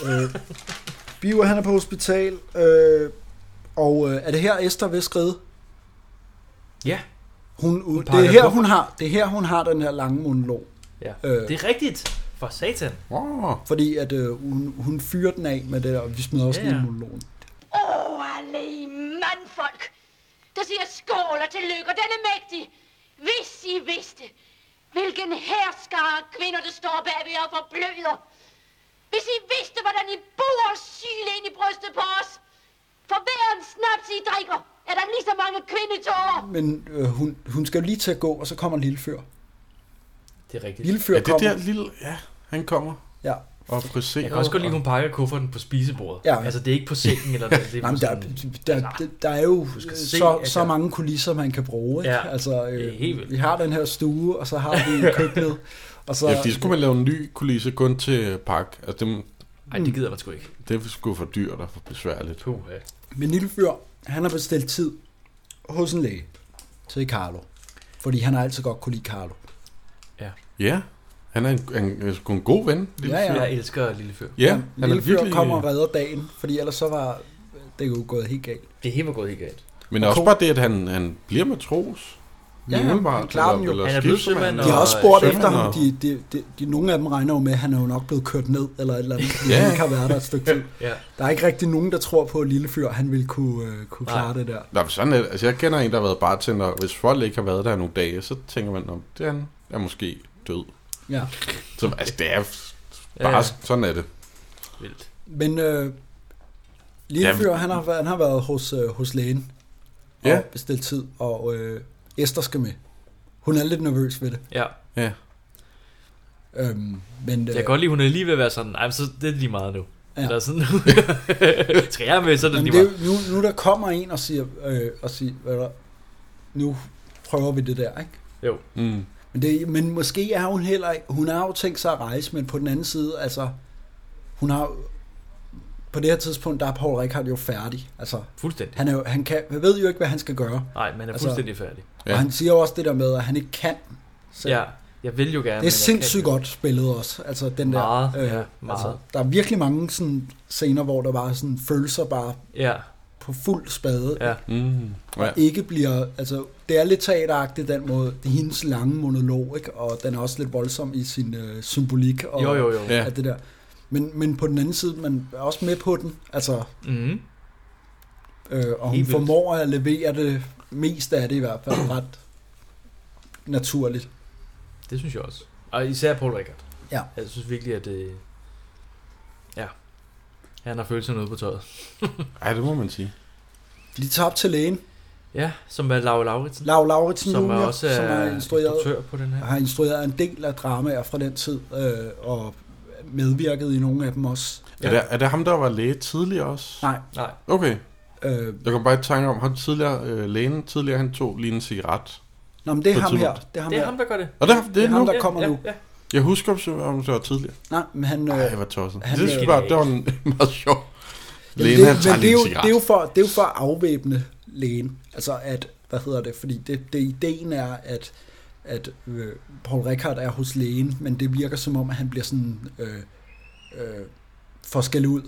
Øh, Biver, han er på hospital, øh, og øh, er det her Esther ved skride?
Ja.
Hun, hun det
peger
er her
på-
hun har, det er her hun har den her lange monolog.
Ja.
Øh,
Det er rigtigt. For satan.
Wow.
Fordi at øh, hun, hun fyrer den af med det der, og vi smider også
Ja,
yeah.
ja.
i monologen.
Åh, alle I mandfolk, der siger skål og tillykke, og den er mægtig. Hvis I vidste, hvilken herskare kvinder, der står bagved jer og forbløder. Hvis I vidste, hvordan I burer syle ind i brystet på os. For hver en snaps, I drikker, er der lige så mange kvindetårer.
Men øh, hun, hun skal jo lige til at gå, og så kommer Lille Fyr.
Det er rigtigt.
Lille Fyr
Ja, det
kommer.
der lille... Ja, han kommer
Ja.
og friserer.
Jeg kan også godt lide, at hun pakker kufferten på spisebordet.
Ja.
Altså, det er ikke på sengen eller noget. Det er
Nej, men der,
på sådan- Altså,
der, der, der er jo
skal
øh,
se,
så,
at
så
der-
mange kulisser, man kan bruge. Ikke?
Ja,
altså,
det er helt
øh,
vildt.
vi har den her stue, og så har vi køkkenet. Og så,
Ja, fordi skulle man lave en ny kulisse kun til pak. Altså, det,
Ej, det gider man sgu ikke.
det er sgu for dyrt og for besværligt.
Puh, ja.
Men Lille Fyr, han har bestilt tid hos en læge til Carlo. Fordi han har altid godt kunne lide Carlo.
Ja, han er en, en, en, sgu en god ven. Lille
Ja, ja.
fyr.
Jeg elsker Lille Fyr.
ja han er
Lille Fyr
virkelig...
kommer og redder dagen, fordi ellers så var det jo gået helt galt.
Det hele var gået helt galt.
Men også bare det, at han, han bliver matros.
Ja, han-
Umiddelbart,
han klarer den jo.
Han er blevet
skibsmand,
sømand,
De
eller-
har
og-
også spurgt
sømand,
efter ham.
og-
De, de, de, de, nogle af dem regner jo med, at han er jo nok blevet kørt ned, eller et eller andet, fordi
Ja.
han ikke har været der et stykke
[LAUGHS]
tid.
Ja.
Der er ikke rigtig nogen, der tror på, at Lille Fyr, han ville kunne, øh, kunne klare det der.
Nå, men sådan er, det. altså, jeg kender en, der har været bartender, og hvis folk ikke har været der nogle dage, så tænker man, om det er han er måske død.
Ja.
Så, altså, det er f- bare,
Ja,
ja,
ja.
sådan er det.
Vildt.
Men øh, Lille
Jamen.
Fyr, han har, været- han har været hos, øh, hos lægen og
Ja.
bestilt tid, og øh, Esther skal med. Hun er lidt nervøs ved det.
Ja.
Ja.
Øhm, men, øh,
Jeg kan godt lide, hun er lige ved at være sådan, nej, så det er lige meget nu.
Ja.
Ja. Eller sådan, [LAUGHS] skal jeg med, så er det
men
lige
det er,
meget.
jo- nu, nu der kommer en og siger, øh, og siger hvad der, nu prøver vi det der, ikke?
Jo.
Mm.
Men, det, men måske er hun heller ikke, hun har jo tænkt sig at rejse, men på den anden side, altså, hun har jo- på det her tidspunkt, der er Paul Rickard jo færdig. Altså,
Fuldstændig.
han, er jo, han kan, man ved jo ikke, hvad han skal gøre.
Nej, man er
Altså-
fuldstændig færdig.
Ja.
Ja.
Og han siger jo også det der med, at han ikke kan. Så
Ja, jeg vil jo gerne.
det er sindssygt godt spillet også. Altså, den
Meget,
der, øh,
ja, meget.
Altså, der er virkelig mange sådan, scener, hvor der bare sådan, følelser bare
Ja,
på fuld spade.
ja.
Mm. Ja.
Ikke bliver, altså, det er lidt teateragtigt den måde, det er hendes lange monolog, ikke? og den er også lidt voldsom i sin øh, symbolik. Og,
Jo, jo, jo.
Ja.
Alt det der. Men, men på den anden side, man er også med på den, altså,
Mm.
øh, og hun
Helt vildt.
formår at levere det meste af det i hvert fald ret naturligt.
Det synes jeg også. Og især Paul Rickard.
Ja.
Jeg synes virkelig, at det... Ja. Han har følelserne ude på tøjet.
Ej, det må man sige.
De tager op til lægen.
Ja, som er Laura Lauritsen.
Lav Lauritsen
som
junior,
er også øh,
som er instrueret,
instruktør på den her.
har instrueret en del af dramaer fra den tid, øh, og medvirket i nogle af dem også.
Er, det, er det ham, der var læge tidligere også?
Nej,
Nej,
Okay,
øh,
jeg kom bare i tanke om, han tidligere, øh, lægen tidligere, han tog lige en cigaret.
nå, men det er
På
ham her.
tidspunkt.
Det er ham,
det er
her.
ham, der gør det.
Og det, det,
Det
det
er
er
ham,
nu.
der kommer
ja,
nu.
Ja,
Jeg husker, om så- om det var tidligere.
Nej, men han...
Ej,
Øh,
hvor tosset.
Han-
Han, det,
øh,
synes jeg bare, det var en [LAUGHS] meget sjov.
Jamen,
Lægen, han
men
tager
det, er
lige
jo,
en
det, er jo
cigaret.
for, det er jo for at afvæbne lægen. Altså at, hvad hedder det, fordi det, det ideen er, at, at øh, Paul Rickard er hos lægen, men det virker som om, at han bliver sådan øh, øh, for skæld ud.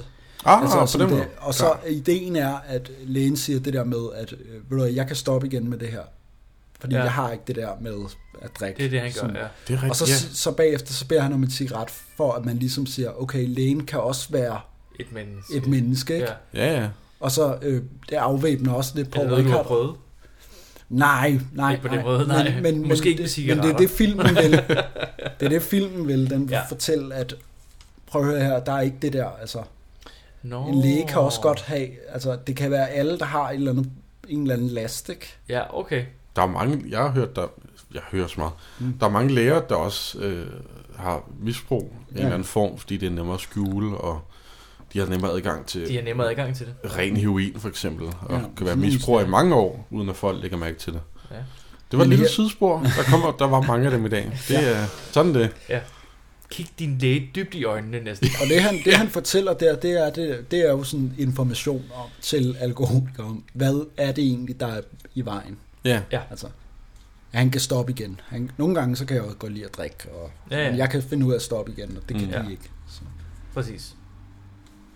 Ah,
altså,
på den
sådan
måde.
det, og så ja. ideen er, at lægen siger det der med, at øh, ved du, hvad, jeg kan stoppe igen med det her, fordi ja.
Ja.
jeg har ikke det der med at drikke.
det er det, han gør,
Sådan.
ja.
Det er
Og så,
rigtigt, ja.
så bagefter, så beder han om en cigaret, for at man ligesom siger, okay, lægen kan også være
Et menneske.
et menneske, ikke?
Ja.
Ja, ja.
Og så, øh, det afvæbner også lidt
Er
Paul
det noget, du har
Rickard.
prøvet?
Nej, nej,
Ikke på den
nej,
måde, nej.
Men, men,
Måske
men,
ikke
det,
med
men det er det, filmen
[LAUGHS]
vil. Det er det, filmen vil. Den vil ja.
Ja.
fortælle, at prøv at høre her, der er ikke det der. Altså,
No.
en læge kan også godt have, altså, det kan være alle, der har et eller andet, en eller anden last, ikke?
Ja, okay.
Der er mange, jeg har hørt, der, jeg hører så meget, mm. der er mange læger, der også øh, har misbrug i en
Ja.
eller anden form, fordi det er nemmere at skjule, og de har nemmere adgang til
De har nemmere adgang til det.
ren heroin for eksempel, og
Ja,
ja, kan være
præcis.
misbruger i mange år, uden at folk lægger mærke til det.
Ja.
Det var et
Men
lille
her-
sidespor. Der, kommer, der var mange af dem i
[LAUGHS]
dag. Det er sådan det.
Kig din læge dybt i øjnene
[LAUGHS]
næsten.
Og det, han, det, han fortæller der, det er, det, det er jo sådan information om, til alkoholikere om, hvad er det egentlig, der er i vejen?
Ja.
Altså, at han kan stoppe igen. Han, nogle gange så kan jeg jo godt lide at drikke, og ja,
Ja,
ja.
ja.
Men jeg kan finde ud af at stoppe igen, og det kan
Mm.
mm, de
Ja.
ikke. Så.
Præcis.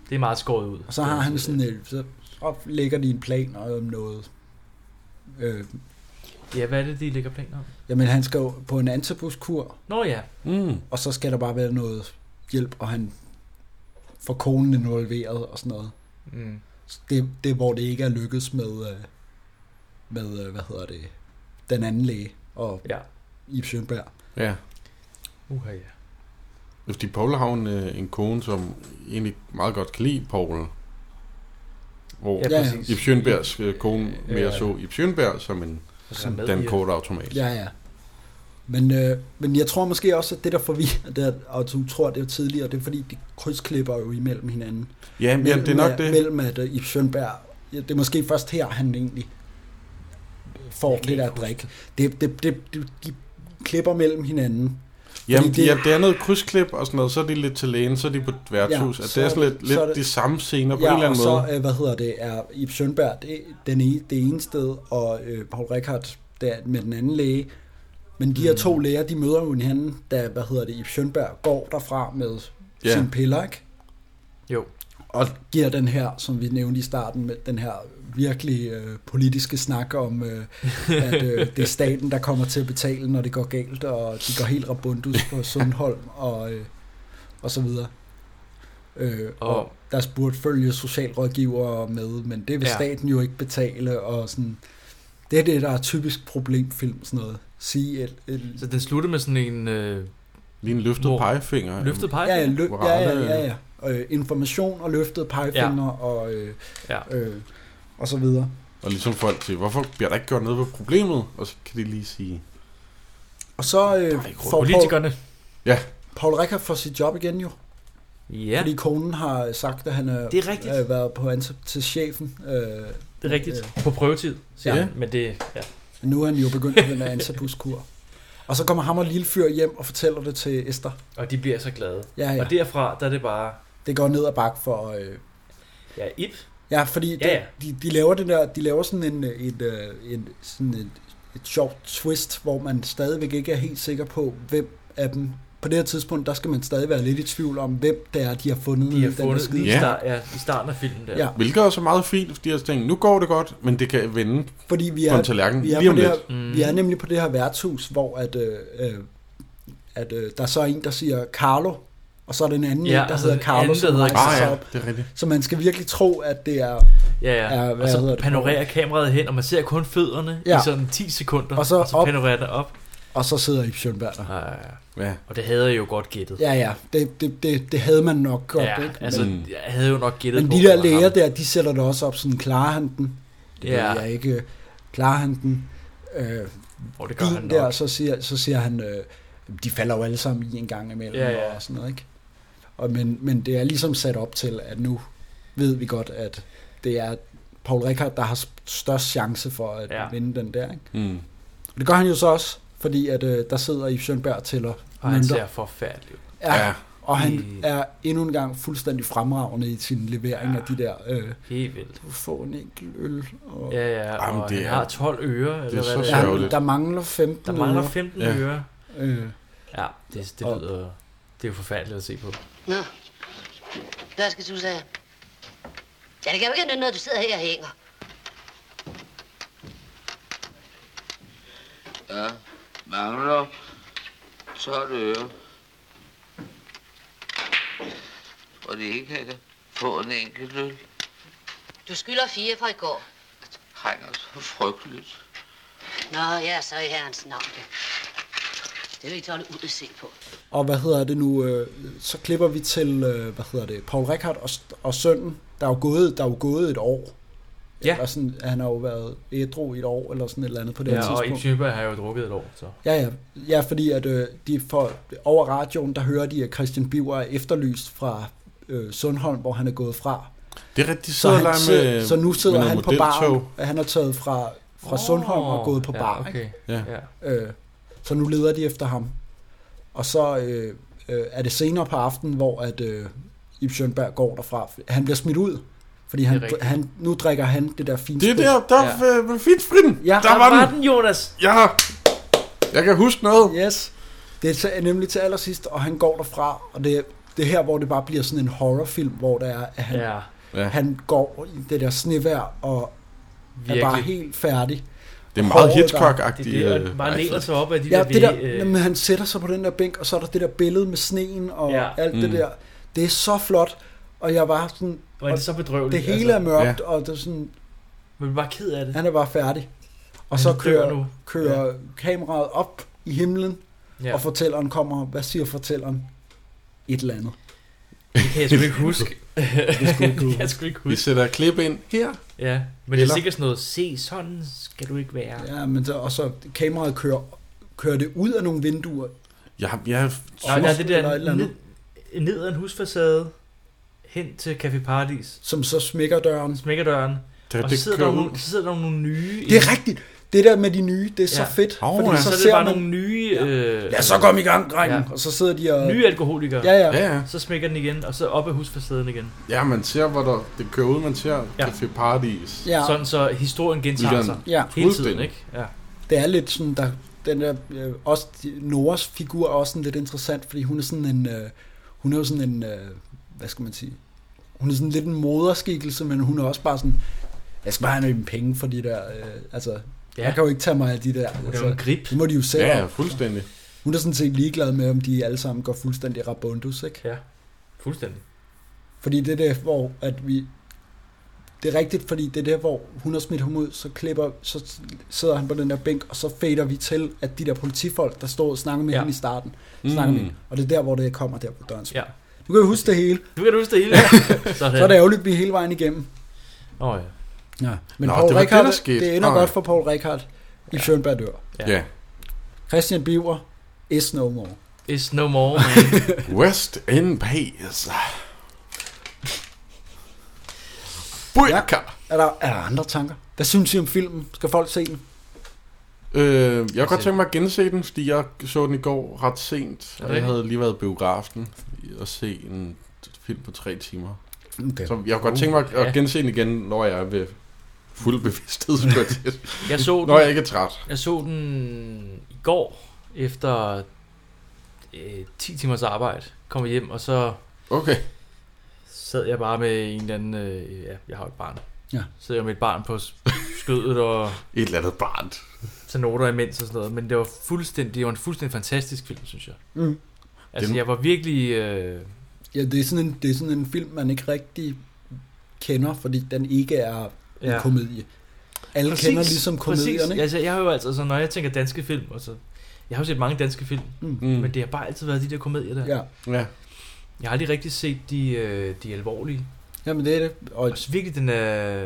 Det er meget skåret ud.
Og så har han sådan et, så op lægger de en plan og om noget. Øh,
Ja, hvad er det, de lægger planer om?
Jamen, han skal jo på en antabuskur,
Nå ja,
Mm.
og så skal der bare være noget hjælp, og han får konen involveret og sådan noget.
mm.
Så Det, det er, hvor det ikke er lykkedes med, øh, med øh, hvad hedder det, den anden læge og
ja.
Ip Sjønberg.
Ja.
Uha, ja.
Fordi Paul har jo en, øh, en kone, som egentlig meget godt kan lide Paul. Hvor
Ja,
ja,
ja.
præcis.
Ip Sjønbergs øh, kone mere
Ja.
så Ip Sjønberg som en
Som med i-
dankortautomat.
øh, Ja, ja. Men, øh, men jeg tror måske også, at det der forvirrer, det er, og du tror, det er tidligere, det er fordi, de krydsklipper jo imellem hinanden.
Ja, men, ja, det er nok
Mellem-
det.
Mellem at uh, Ip Schønberg, ja, det er måske først her, han egentlig får lidt af drik. Det, det, det, det, de klipper mellem hinanden.
Jamen,
fordi det-
det... Ja, det er noget krydsklip og sådan noget, så er de lidt til lægen, så er de på et værtshus.
Ja,
Ja, det
så
er
er
sådan
det-
lidt,
så er
lidt
det-
de samme scener på en eller
Ja, og
anden
så,
måde.
øh, hvad hedder det, er Ip Schønberg det, den ene, det ene sted, og øh, Paul Rickard der, med den anden læge. Men de her
Mm.
to læger, de møder jo hinanden, da, hvad hedder det, Ip Schønberg går derfra med
Ja.
sin piller, ikke?
Jo,
og giver den her, som vi nævnte i starten, med den her virkelig øh, politiske snak om, øh, at øh, det er staten, der kommer til at betale, når det går galt, og de går helt rabundus på Sundholm og, øh, og så videre. Øh, og,
Og-
og der burde følge socialrådgivere med, men det vil
Ja.
ja. staten jo ikke betale, og sådan. Det er det, der er typisk problemfilm, sådan noget. Sige et, et,
så den slutter med sådan en øh,
Lige en løftet
Hvor-
pegefinger. øh,
løftet
ja, ja,
pegefinger.
lø,
Hvor
ja,
har
ja,
det-
ja, ja. Øh, information og løftede pegefinger ja. og, øh,
Ja.
øh, og så videre.
Og ligesom folk siger, hvorfor bliver der ikke gjort noget ved problemet? Og så kan de lige sige,
Og så øh,
ikke råd.
får Paul,
Politikerne.
Paul Rickard får sit job igen jo,
Ja,
ja. fordi konen har sagt, at han er,
Det er rigtigt.
øh, været på ansat til chefen. Øh,
det er rigtigt. På prøvetid, siger
Ja.
ja. Men det, ja.
men nu er han jo begyndt på den her ansatbuskur. Og så kommer ham og lille fyr hjem og fortæller det til Esther.
Og de bliver så glade.
Ja,
Ja.
ja.
Og derfra, der er det bare,
Det går ned ad bakke for... Øh,
ja, Ip,
ja, fordi det,
Ja, ja.
De, de, laver det der, de laver sådan en, øh, en, øh, en, sådan et, et sjovt twist, hvor man stadigvæk ikke er helt sikker på, hvem af dem... På det her tidspunkt, der skal man stadig være lidt i tvivl om, hvem det er, de har fundet.
de
i
har
Mm, den der
fundet
skide-
lige
Ja.
i, start, ja, i starten af filmen der.
Ja.
hvilket også er meget fint, fordi jeg tænkte, nu går det godt, men det kan vende
Fordi vi
ja, på en
er,
tallerken
vi er,
lige
på
om
det
lidt.
her, vi
Mm.
er nemlig på det her værtshus, hvor at, øh, øh, at øh, der så er en, der siger Carlo, og så er den anden,
Ja,
ja, en, der
altså
hedder
den
Carlo,
anden, der
som
hedder
rejser
Ah
sig
ja,
op.
det er rigtigt.
Altså, Så man skal virkelig tro, at det er...
Ja, ja.
Ja,
ja
hvad
og
hedder
så
det?
panorerer kameraet hen, og man ser kun fødderne ja.
Ja.
i sådan 10 sekunder,
Og så
og så
op.
panorerer det op.
Og så sidder Ip Schønberg der.
Ej,
Ja.
og det havde jeg jo godt gættet.
Ja, ja, det, det, det, det havde man nok godt,
ja
ikke?
altså,
men,
Men-
jeg havde jo nok gættet
men
på,
de
det
der
var
læger
ham.
der, de sætter det også op sådan, klarer han den? Det
Ja.
ved jeg ikke. Klarer han den? Øh,
Og det gør han
din
nok.
der, så siger, så siger han, øh, de falder jo alle sammen i en gang imellem
Ja, ja.
og sådan noget, ikke? Og, men, men det er ligesom sat op til, at nu ved vi godt, at det er Paul Rickard, der har størst chance for at
Ja.
ja. vinde den der, ikke?
Mm.
Og det gør han jo så også, fordi at, øh, der sidder i Sjønberg til at
Og han ser forfærdelig ud.
Ja,
Ja.
og han
Mm.
er endnu en gang fuldstændig fremragende i sin levering ja. af de der, øh,
Helt vildt.
du får en enkelt øl, og
Ja, ja, og
Jamen, det
han
er-
har 12 ører, eller
så
hvad det
sjovt.
er.
ja,
Sørgeligt.
der mangler 15
Der mangler
ører.
15
Ja.
ører.
Øh,
Ja, det, det
Og-
lyder... Det er jo forfærdeligt at se på.
Nå, hvad skal du sige? Ja, det kan jo ikke nytte noget, du sidder her og hænger.
Ja, mangler 12 øre. Og det ikke kan få en enkelt øl.
Du skylder fire fra i går.
Trænger så frygteligt.
Nå, ja, så i herrens navn. da. Det vil jeg ikke holde ud at se på.
og hvad hedder det nu, øh, så klipper vi til, øh, hvad hedder det, Paul Rickard og, og sønnen, der er jo gået, der er jo gået et år.
Ja.
Eller sådan, han har jo været ædru i et år, eller sådan et eller andet på det her
Ja, og Ip
tidspunkt.
Schønberg har jo drukket et år, så...
Ja, ja. ja, fordi at øh, de får, over radioen, der hører de, at Christian Biver er efterlyst fra øh, Sundholm, hvor han er gået fra.
Det er rigtigt,
Så,
så,
han,
med,
sidder, så nu sidder
med
han
noget
på baren.
modeltog.
Han er taget fra, fra oh, Sundholm og gået på
ja,
bar.
Okay.
Okay.
Ja.
Ja.
Øh, så nu leder de efter ham. Og så øh, øh, er det senere på aftenen, hvor at, øh, Ip Schønberg går derfra. Han bliver smidt ud, fordi han,
rigtigt.
han, nu drikker han det der fine
Det er
sprit.
der, der
Ja.
ja. var fint frin.
Ja,
der,
Der
var,
var
den.
den, Jonas!
Ja, jeg kan huske noget.
Yes. Det er til- nemlig til allersidst, og han går derfra, og det, er- det er her, hvor det bare bliver sådan en horrorfilm, hvor der er, at han, ja.
Ja,
Ja.
han går i det der snevær og Virkelig. er bare
virkelig.
helt færdig.
Det er meget
hårde
Hitchcock-agtigt.
Det er det, og
øh,
man
nej,
læner
for-
sig op af de
Ja,
der,
det der,
vægge, øh,
jamen, han sætter sig på den der bænk, og så er der det der billede med sneen og
Ja.
ja. alt mm. det
Mm.
der. Det er så flot, og jeg var sådan...
Hvor er det
og
så bedrøveligt,
Det hele
altså.
er mørkt,
Ja.
ja. og det er sådan...
Men vi var ked af det.
Han er bare færdig.
Han
Og så
dør
kører,
nu.
kører ja. kameraet op i himlen,
Ja.
ja. og fortælleren kommer. Hvad siger fortælleren? Et eller andet.
Det kan jeg sgu ikke huske.
[LAUGHS] Det skulle ikke
Det
du.
kan [LAUGHS] jeg sgu ikke huske.
Vi sætter et klip ind her.
Ja, men det er
Eller-
sikkert sådan noget, se, sådan skal du ikke være.
Ja, men så, og så kameraet kører, kører det ud af nogle vinduer.
Jeg, jeg
Nej, der er det
Eller et eller
der
andet.
ned, ned ad en husfacade, hen til Café Paradis,
Som så smækker døren.
smækker døren,
Der-
og så
det
sidder,
kører
der
ud.
nogle, så sidder der nogle nye...
Det er rigtigt. Det der med de nye, det er så
Ja.
fedt.
Åh,
fordi
ja.
så,
Så, så er det
ser
bare
man,
nogle nye... Øh,
Ja, så kom i gang, drengen.
Ja.
Ja. Og så sidder de og...
nye alkoholikere.
Ja, ja.
Ja, ja.
Så smækker den igen, og så op ad husfacaden igen.
ja, man ser, hvor der, det kører ud, man ser
Ja.
ja. Café Paradis.
ja.
Sådan så historien gentager
Lytteren.
sig
Ja.
hele tiden,
Fuldstændig.
ikke? Ja.
Det er lidt sådan, der, den der, øh, også, de- Noras figur er også sådan lidt interessant, fordi hun er sådan en, øh, hun er jo sådan en, øh, hvad skal man sige, hun er sådan lidt en moderskikkelse, men hun er også bare sådan, jeg skal bare have nogle penge for de der, øh, altså,
Ja.
ja. jeg kan jo ikke tage mig af de der.
Hun er jo en
Altså,
grip.
det må de jo selv.
Ja,
Ja.
ja, fuldstændig.
Hun er sådan set ligeglad med, om de alle sammen går fuldstændig rabundus, ikke?
Ja, fuldstændig.
Fordi det er der, hvor at vi... Det er rigtigt, fordi det er der, hvor hun har smidt ham ud, så, klipper, så sidder han på den der bænk, og så fader vi til, at de der politifolk, der stod og snakkede med
Ja.
ja. hende i starten, snakker
Mm.
med hende. Og det er der, hvor det kommer der på døren.
Ja.
Du kan jo huske det hele.
Nu kan du huske det
[LAUGHS]
hele. Sådan.
Så er det ærgerligt, at vi er hele vejen igennem.
Åh oh, ja.
Ja. Men Nå,
Nå,
Paul
det
det,
var det,
Richard,
der
det,
skete.
det ender
Nej.
godt for Paul Richard i Schönberg dør.
Ja.
Ja. ja.
Christian Biver is no more.
It's no more, man.
West End Pace. Bujaka.
Er der, er der andre tanker? Hvad synes I om filmen? Skal folk se den?
Øh, jeg kunne godt tænke mig at gense den, fordi jeg så den i går ret sent. Og jeg
rigtigt?
havde lige været i biografen og se en film på tre timer.
Okay.
Så jeg kunne godt tænke mig
ja.
at gense den igen, når jeg er ved fuld bevidsthed,
[LAUGHS]
skulle jeg til at sige.
Jeg så den,
Når jeg ikke er træt.
jeg så den i går, efter øh, 10 timers arbejde. Kom jeg hjem, og så
Okay.
sad jeg bare med en eller anden... Øh, ja, jeg har jo et barn.
Ja.
Så jeg med et barn på s- skødet og
Et eller andet barn.
så noter imens og sådan noget. Men det var fuldstændig, det var en fuldstændig fantastisk film, synes jeg.
Mm.
Altså,
Den-
jeg var virkelig... Øh,
Ja, det er, sådan en, det er sådan en film, man ikke rigtig kender, fordi den ikke er en
Ja.
ja. komedie. Alle præcis, kender ligesom komedierne.
Præcis.
Præcis,
Altså, jeg har jo altså, så når jeg tænker danske film, altså, jeg har jo set mange danske film, mm. men det har bare altid været de der komedier der.
ja. ja.
Ja.
Jeg har aldrig rigtig set de, øh, de alvorlige.
Jamen det er det. Og,
Og så virkelig, den er...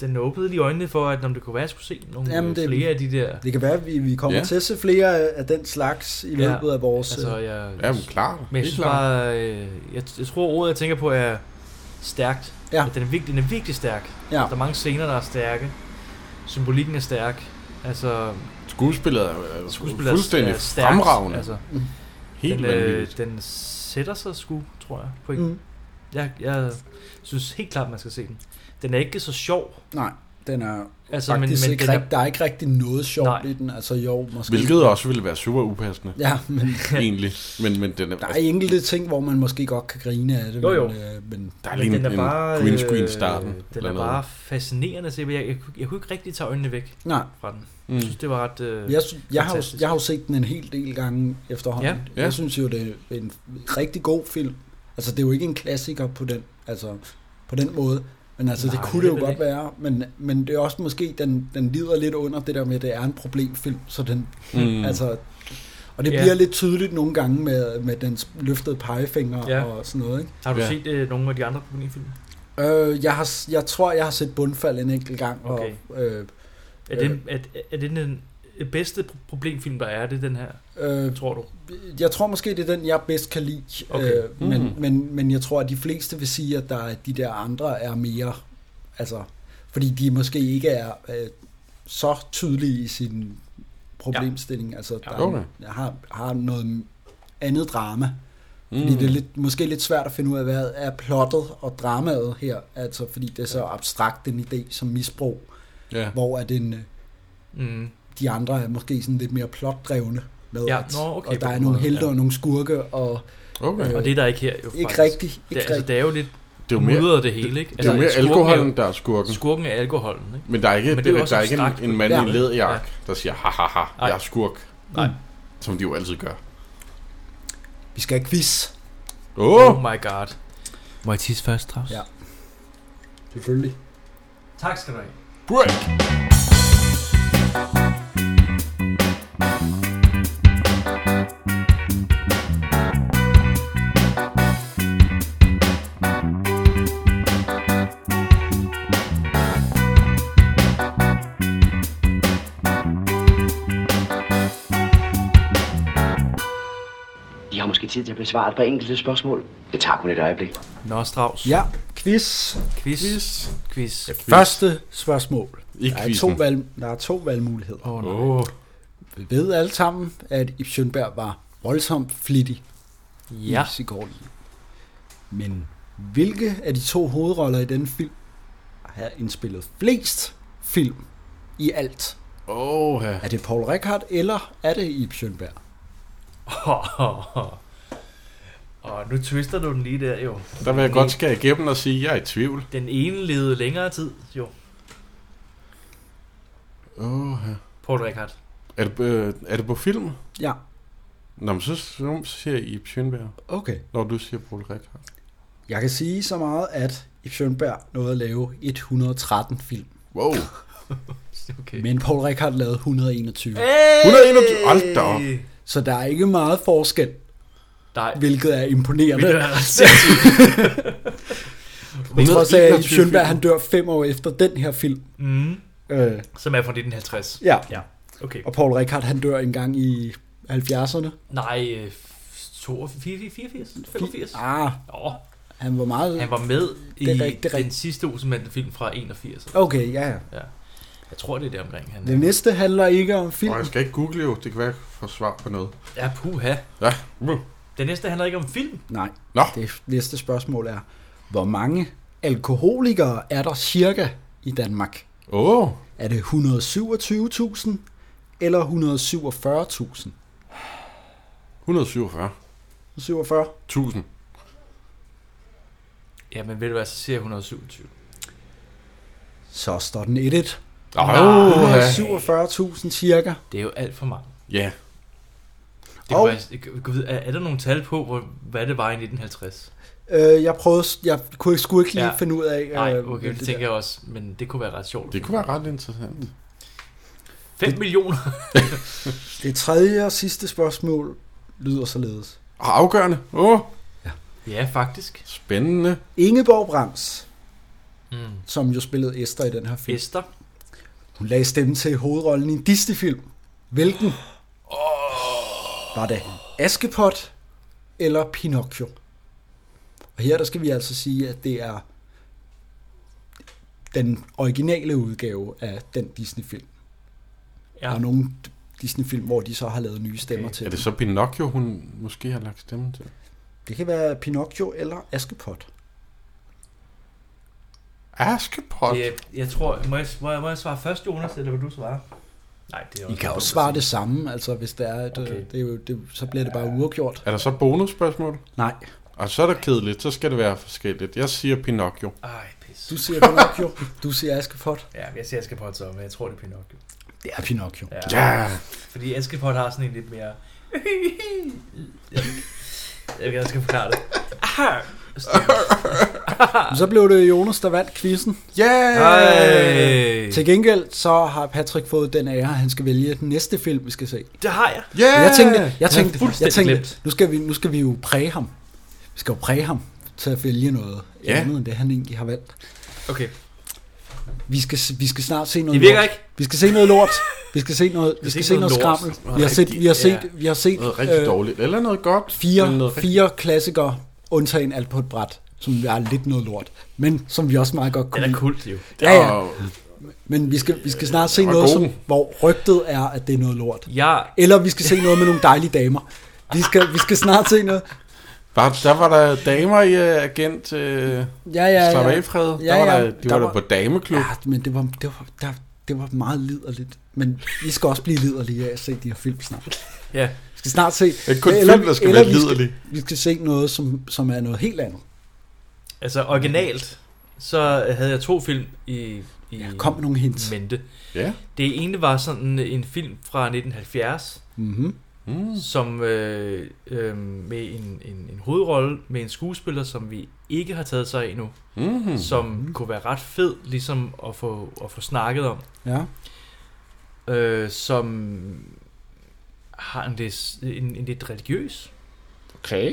Den åbnede lige øjnene for, at om det kunne være, at jeg skulle se nogle
Jamen,
Jamen,
det-
flere af de der...
det kan være, at vi, vi kommer
Ja.
ja. til at se flere af af den slags i løbet af vores...
Altså,
Altså,
jeg,
Jamen, klar.
men jeg
Helt
synes
klart.
bare, øh, jeg, jeg tror ordet, jeg tænker på, er stærkt.
Ja.
At Den, er virkelig, den er virkelig stærk. Altså,
Ja.
Der er mange scener, der er stærke. Symbolikken er stærk. Altså,
Skuespillet er, er
skuespillet er-
fuldstændig
er stærkt.
fremragende.
Altså,
Helt
den,
vanvittigt.
øh, den sætter sig sgu, tror jeg. På en. Mm.
mm,
jeg. Jeg synes helt klart, man skal se den. Den er ikke så sjov.
nej, den er altså,
Altså,
faktisk men, men ikke
den
rigtig, der er ikke rigtig noget sjovt
Nej.
nej. i den. Altså jo, måske...
Hvilket også ville være super
[LAUGHS]
upassende,
Ja, men
egentlig. Men, men den er,
der er enkelte ting, hvor man måske godt kan grine af det.
Jo, jo.
Men, øh, men
der er
men
lige en,
den er bare,
en green
øh,
screen starten.
Den er bare fascinerende at se, men jeg, jeg, kunne- jeg kunne ikke rigtig tage øjnene væk
nej,
fra den. Jeg synes,
Mm.
det var ret... Øh,
Jeg, sy- jeg, har jo,
Fantastisk.
jeg har jo set den en hel del gange efterhånden.
Ja.
Ja.
Ja.
Ja. Jeg synes jo, det er en rigtig god film. Altså, det er jo ikke en klassiker på den, altså, på den måde. Men altså, Nej,
Nej,
det kunne det jo
det er
godt
vel
ikke. være. Men, men det er også måske, den, den lider lidt under det der med, at det er en problemfilm. Så den,
Mm.
mm. altså, og det
Ja.
ja. bliver lidt tydeligt nogle gange med, med dens løftede pegefinger
Ja.
ja. og sådan noget. Ikke?
har du
Ja.
set øh, nogle af de andre problemfilm?
Øh, jeg, har, s- jeg tror, jeg har set Bundfald en enkelt gang.
Okay.
Og, øh,
Er,
Øh.
den, er, er det den øh, bedste pro- problemfilm, der er? Det er den her,
øh,
tror du?
Jeg tror måske, det er den, jeg bedst kan lide.
Okay.
Øh, men, mm. men, men jeg tror, at de fleste vil sige, at der, er- de der andre er mere... Altså, fordi de måske ikke er øh, så tydelige i sin problemstilling. Ja. Altså, der
okay.
er, har, har noget andet drama. Mm. Fordi det er lidt, måske lidt svært at finde ud af, hvad er plottet og dramaet her. Altså, fordi det er så abstrakt en idé som misbrug,
Ja.
hvor at en, øh,
Mm.
de andre er måske sådan lidt mere plotdrevne. Med,
Ja,
at-
nå, okay,
og
på
der er
den
nogle
måde,
helte
ja.
og nogle skurke, og
Okay.
Og det er der ikke her, jo
ikke
faktisk.
rigtigt. Ikke
det, altså,
rigtigt.
det er jo lidt
Det er jo mere-
mudrer det hele, ikke? Altså,
det- det er jo mere
skurken
alkoholen,
jo-
der er skurken.
Skurken er alkoholen, ikke?
Men der er ikke,
Men
men
det er jo
der,
også
der er
en
ikke
strakt-
en, en mand i
Ja.
lederjakke, ja. der siger, ha ha ha, jeg er skurk.
Nej.
Som de jo altid gør.
Vi skal have quiz.
Åh!
Oh my god. Må jeg tisse først, Strauss?
Ja. Selvfølgelig.
Tak skal du have.
Break!
I har måske tid til at besvare et par enkelte spørgsmål. Det tager kun et øjeblik.
Nå, Strauss.
Ja, quiz.
Quiz. Quiz. quiz.
Første spørgsmål.
I
der, er
quizzen.
to valg, der er to valgmuligheder.
Åh,
Åh, oh,
Vi ved alle sammen, at Ib Schønberg var voldsomt flittig
Ja.
i Sigourney. Men hvilke af de to hovedroller i denne film har indspillet flest film i alt?
oh, ja.
Er det Paul Rickard, eller er det Ib Schønberg?
Og nu twister du den lige der, jo.
Der vil jeg
Den
godt
ene-
skære igennem og sige, at jeg er i tvivl.
Den ene levede længere tid, jo.
Åh, ja.
Paul Rickard.
er, det, øh, er det på film?
Ja,
Nå, men så, så siger jeg Ip Schønberg,
okay.
når du siger Paul Rickard.
Jeg kan sige så meget, at Ib Schønberg nåede at lave 113 film.
Wow.
Okay.
Men Paul Rickard lavede 121.
Hey!
121 Hold da op.
Så der er ikke meget forskel,
Nej,
hvilket er
men [LAUGHS]
imponerende.
det er ret sindssygt.
Jeg tror også, at
121
Schønberg han
film.
dør fem år efter den her film.
Mm,
Øh,
som er fra 1950.
ja.
Ja, okay.
Og Paul Rickard han dør engang i 70'erne.
Nej, øh, 82, 84, 85?
Ah,
Nå,
han var meget...
han var med i
Det er rigtigt, det er
den
rigtigt.
sidste Olsenmanden film fra 81.
Okay, ja, ja.
Jeg tror, det er der omkring. Han
Det næste handler ikke om
Og
film.
jeg skal ikke google jo, det kan være, jeg får svar på noget.
Ja, puha.
Ja.
Den næste handler ikke om film.
Nej,
Nå.
det næste spørgsmål er, hvor mange alkoholikere er der cirka i Danmark?
Åh, oh,
Er det 127.000 eller 147.000?
147.000.
47?
Ja, men ved du hvad, så siger jeg 127.
Så står den 1-1.
Åh, ja.
147.000 cirka.
Det er jo alt for mange.
Ja.
Det
Og-
kunne være, jeg, jeg, vide, er, er der nogle tal på, hvor, hvad det var i 1950?
Øh, jeg prøvede, jeg kunne, skulle ikke lige
Ja.
ja. finde ud af...
Nej,
øh,
okay,
hvem
det tænker jeg også, men det kunne være ret sjovt.
Det kunne være ret interessant.
5 millioner?
Det tredje og sidste spørgsmål lyder således.
Og afgørende. Åh, oh,
Ja, faktisk.
spændende.
Ingeborg Brams,
Mm.
som jo spillede Esther i den her film,
Fester.
hun lagde stemme til hovedrollen i en Disney-film. Hvilken? Var det Askepot eller Pinocchio? Og her der skal vi altså sige, at det er den originale udgave af den Disney-film. Ja. Der
Ja.
er nogle Disney-film, hvor de så har lavet nye stemmer okay. til.
Er det
dem.
så Pinocchio, hun måske har lagt stemme til?
det kan være Pinocchio eller Askepot.
Askepot?
Det, er- jeg tror, må jeg, må, jeg, må jeg svare først, Jonas, eller vil du svare? Nej, det er
I kan også
dumt at
svare
sige.
det samme, altså hvis det er, at okay.
Okay.
det er jo, det, så bliver det bare uafgjort.
Er der så bonusspørgsmål?
Nej,
Og så er der kedeligt, så skal det være forskelligt. Jeg siger Pinocchio.
Ej, pis.
du siger Pinocchio, [LAUGHS] du siger Askepot.
Ja, jeg siger Askepot så, men jeg tror, det er Pinocchio.
Det er Pinocchio.
Ja.
Ja!
Fordi Askepot har sådan en lidt mere... jeg ved, jeg skal forklare det. Aha.
Men så blev det Jonas, der vandt quizzen.
Yeah!
Ej.
Til gengæld så har Patrick fået den ære, at han skal vælge den næste film, vi skal se.
Det har jeg.
Yeah!
Jeg tænkte, jeg
det
tænkte,
er
jeg
fuldstændig
tænkte
glemt.
nu, skal vi, nu skal vi jo præge ham. Vi skal jo præge ham til at vælge noget
Ja.
andet, end det han egentlig har valgt.
Okay.
Vi skal, vi skal snart se noget
Det virker
lort.
ikke.
Vi skal se noget lort. Vi skal se noget, vi skal se noget,
lort.
skrammel. Vi har set, vi har set, vi har set
Noget rigtig
øh,
dårligt. Eller noget godt. men
fire,
noget rigtig-
fire klassikere, undtagen alt på et bræt, som er lidt noget lort, men som vi også meget godt
Den
kunne
er
lide.
kult, jo.
Ja, ja,
Og-
men vi skal, vi skal snart se
var
noget, som,
gode.
hvor rygtet er, at det er noget lort.
Jeg...
Eller vi skal se noget med nogle dejlige damer. Vi skal, vi skal snart se noget.
Var, der var der damer i uh, Agent uh, ja,
Ja, ja,
Slap
ja.
af, Fred.
Ja,
der var
ja,
der,
der
de var der
var-
på dameklub.
Ja, men det var, det var, der, det var meget liderligt. Men vi skal også blive liderlige af at se de her film snart.
Ja.
Vi skal snart se...
Det er kun film, der skal være
vi skal,
liderlige.
vi skal se noget, som, som er noget helt andet.
Altså originalt, så havde jeg to film i, i ja,
kom med nogle hints.
mente.
Ja.
Det ene var sådan en film fra 1970,
Mhm.
Mm-hmm.
mm. som øh, øh, med en, en, en hovedrolle med en skuespiller, som vi ikke har taget sig af endnu,
Mhm.
som kunne være ret fed ligesom at få, at få snakket om.
Ja.
Øh, som har en lidt, en, en lidt religiøs
Okay.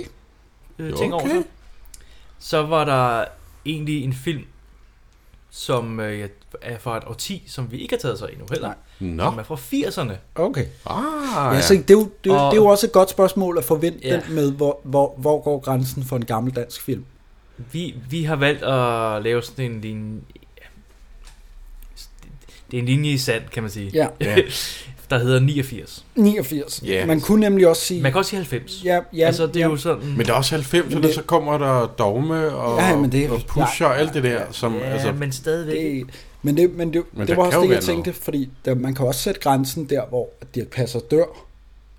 øh,
Jo,
ting over
okay.
sig. Så var der egentlig en film, som øh, ja, er fra et årti, som vi ikke har taget sig endnu heller.
Nå.
Som er fra 80'erne.
Okay.
Ah,
ja, så det, er jo, det, er, jo-
Og-
det er jo også et godt spørgsmål at forvente
Ja.
ja. den med, hvor, hvor, hvor går grænsen for en gammel dansk film?
Vi, vi har valgt at lave sådan en linje... ja. Det er en linje i sand, kan man sige.
Ja. Ja.
Der hedder 89.
89.
Ja.
Man kunne nemlig også sige...
Man kan også sige 90.
Ja, ja,
altså, det er
ja.
jo sådan...
Men der er også 90'erne, så kommer der dogme og,
Ja, men det er-
og pusher og alt det der. Som,
Ja,
altså,
men stadigvæk.
Det, men det, men det,
Men
men
der
det var
kan
også
jo
det, jeg
være noget.
tænkte, fordi der, man kan også sætte grænsen der, hvor Dirk Passer dør.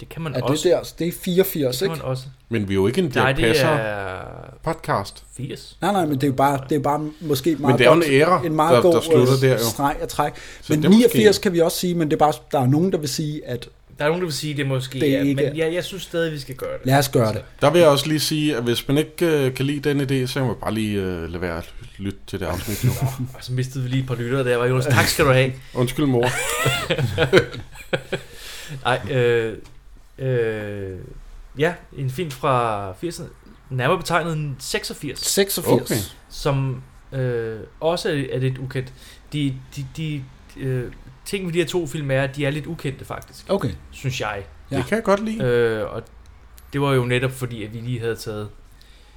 Det kan man
er
også.
Det, der, det er 84,
Det kan
ikke?
man også.
Men vi er jo ikke en Dirk
Nej, det
Passer
er-
podcast.
80.
Nej, nej, men det er jo bare, det er bare måske meget
det er jo en
godt-
æra,
en meget
der-
god
der slutter
øh,
der jo.
streg at trække.
Så
Men
det er måske-
89 kan vi også sige, men det er bare, der er nogen, der vil sige, at
Der er nogen, der vil sige, det måske
Det er
er,
ikke-
men jeg, jeg synes stadig, vi skal gøre det.
lad os gøre det.
Der vil jeg også lige sige, at hvis man ikke øh, kan lide den idé, så kan man bare lige øh, lade være at lytte til det
[LAUGHS]
afsnit nu.
Og så mistede vi lige et par lyttere der, var Jonas. Tak skal du have.
Undskyld, mor.
Nej, øh, øh, ja, en film fra 80'erne, nærmere betegnet 86.
86. Okay.
Som øh, også er, er lidt ukendt. De, de, de øh, ting ved de her to film er, at de er lidt ukendte faktisk.
Okay.
Synes jeg.
Ja. Det
kan jeg godt lide.
Øh, og det var jo netop fordi, at vi lige havde taget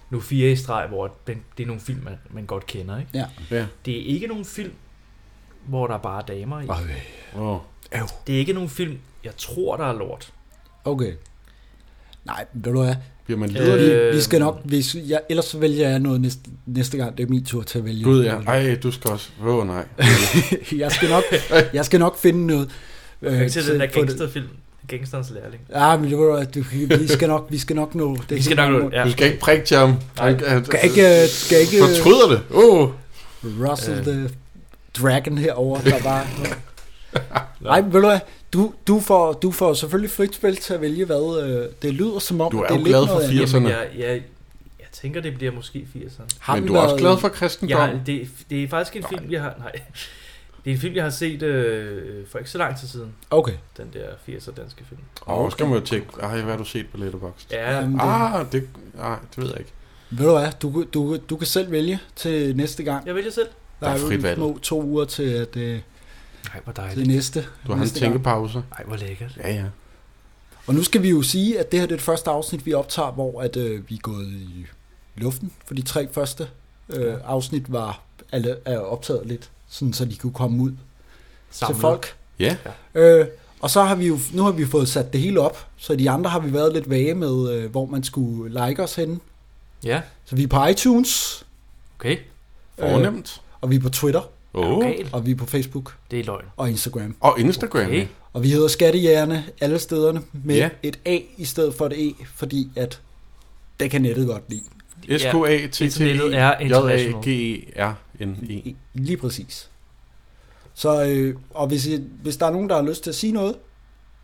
nu fire i streg, hvor den, det er nogle film, man, man godt kender. Ikke?
Ja.
Ja.
Det er ikke nogen film, hvor der er bare damer i.
Ej.
Oh.
Det er ikke nogen film, jeg tror, der er lort.
Okay. Nej, ved du hvad?
Bliver man
øh,
liderlig?
vi, vi skal nok, hvis jeg, ellers så vælger jeg noget næste, næste gang. Det er min tur til at vælge.
Gud, ja. Ej, du skal også... Åh, oh, nej.
[LAUGHS] jeg, skal nok, jeg skal nok finde noget.
Øh, ikke til den der
for det.
gangsterfilm, Gangsterens Lærling.
Ja, men det var, du, vi skal nok, vi skal nok nå det.
Vi skal nok nå det, ja.
Du skal ikke prikke til ham.
Nej.
Han- han-
Skal ikke, øh, skal ikke...
Fortryder det. Åh.
Russell
Øh.
øh. the Dragon herover der
[LAUGHS]
var... Nej, ved du hvad, du, du, får, du får selvfølgelig frit spil til at vælge, hvad øh, det lyder som om.
Du er
det
jo glad for
noget andet.
Jamen, jeg, jeg, jeg tænker, det bliver måske 80'erne.
Har Men vi du er også været- glad for
Ja,
kristendommen?
det, det er faktisk en nej. film, jeg har... Nej. Det er en film, jeg har set øh, for ikke så lang tid siden.
Okay.
Den der 80'er danske film.
Åh, oh, skal man jo tjekke. Ej, hvad har du set på Letterboxd?
Ja. Jamen,
det-
Ah, det, ah, det ved jeg ikke.
Ved du hvad, du, du, du kan selv vælge til næste gang.
Jeg vælger selv.
Der
Der
er
er frit
jo
valg.
små to uger til at... Øh,
Nej, hvor dejligt.
Til næste.
Du har en
næste gang.
tænkepause.
Nej, hvor lækkert.
Ja, ja.
Og nu skal vi jo sige, at det her det er det første afsnit, vi optager, hvor at, øh, vi er gået i luften, for de tre første øh, afsnit var alle, er optaget lidt, sådan, så de kunne komme ud
Samlet.
til folk.
Ja.
Øh, og så har vi jo, nu har vi fået sat det hele op, så de andre har vi været lidt vage med, øh, hvor man skulle like os henne.
Ja.
Så vi er på iTunes.
Okay.
Fornemt.
Øh, og vi er på Twitter.
Åh. Okay.
Og vi er på Facebook.
Det er løgn.
Og Instagram.
Og Instagram, Okay. ja.
Og vi hedder Skattejægerne alle stederne med
Ja.
ja. et A i stedet for et E, fordi at det kan nettet godt lide.
s k a t t
internettet er
j a
international.
g e r n e
Lige præcis. Så, øh, og hvis, I, hvis der er nogen, der har lyst til at sige noget,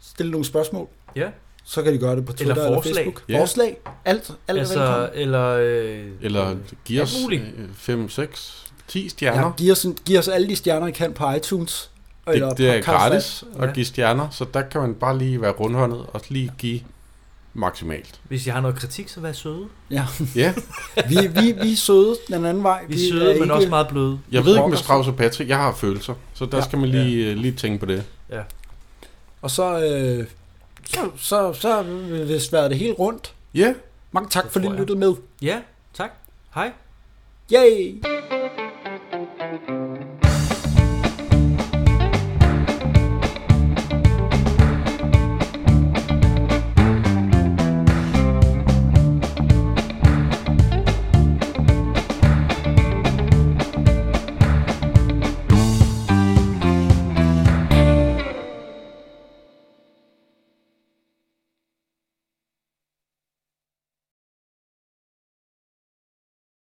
stille nogle spørgsmål,
Ja.
så kan de gøre det på Twitter
Eller
eller,
forslag.
Facebook.
Ja.
Forslag, alt, alt altså, er
altså,
velkommen.
eller... Øh,
Eller giv
alt
os øh,
muligt.
5, 6, 10
Ja,
stjerner.
giv, os, en- giv os alle de stjerner, I kan på iTunes.
Det, det er
podcast-app.
gratis at give stjerner, så der kan man bare lige være rundhåndet og lige give
[LAUGHS]
maksimalt.
Hvis jeg har noget kritik, så vær søde.
Ja.
Ja.
vi, vi, vi er søde den anden vej.
Vi er søde,
er
men
ikke-
også meget bløde.
Jeg ved ikke med Strauss og Patrick, jeg har følelser, så der
Ja.
skal man lige, øh, lige tænke på det.
Ja.
Og så, øh, så, så, så har vi vist været det helt rundt.
Ja.
Mange tak for, at I lyttede med.
Ja, tak. Hej.
Yay!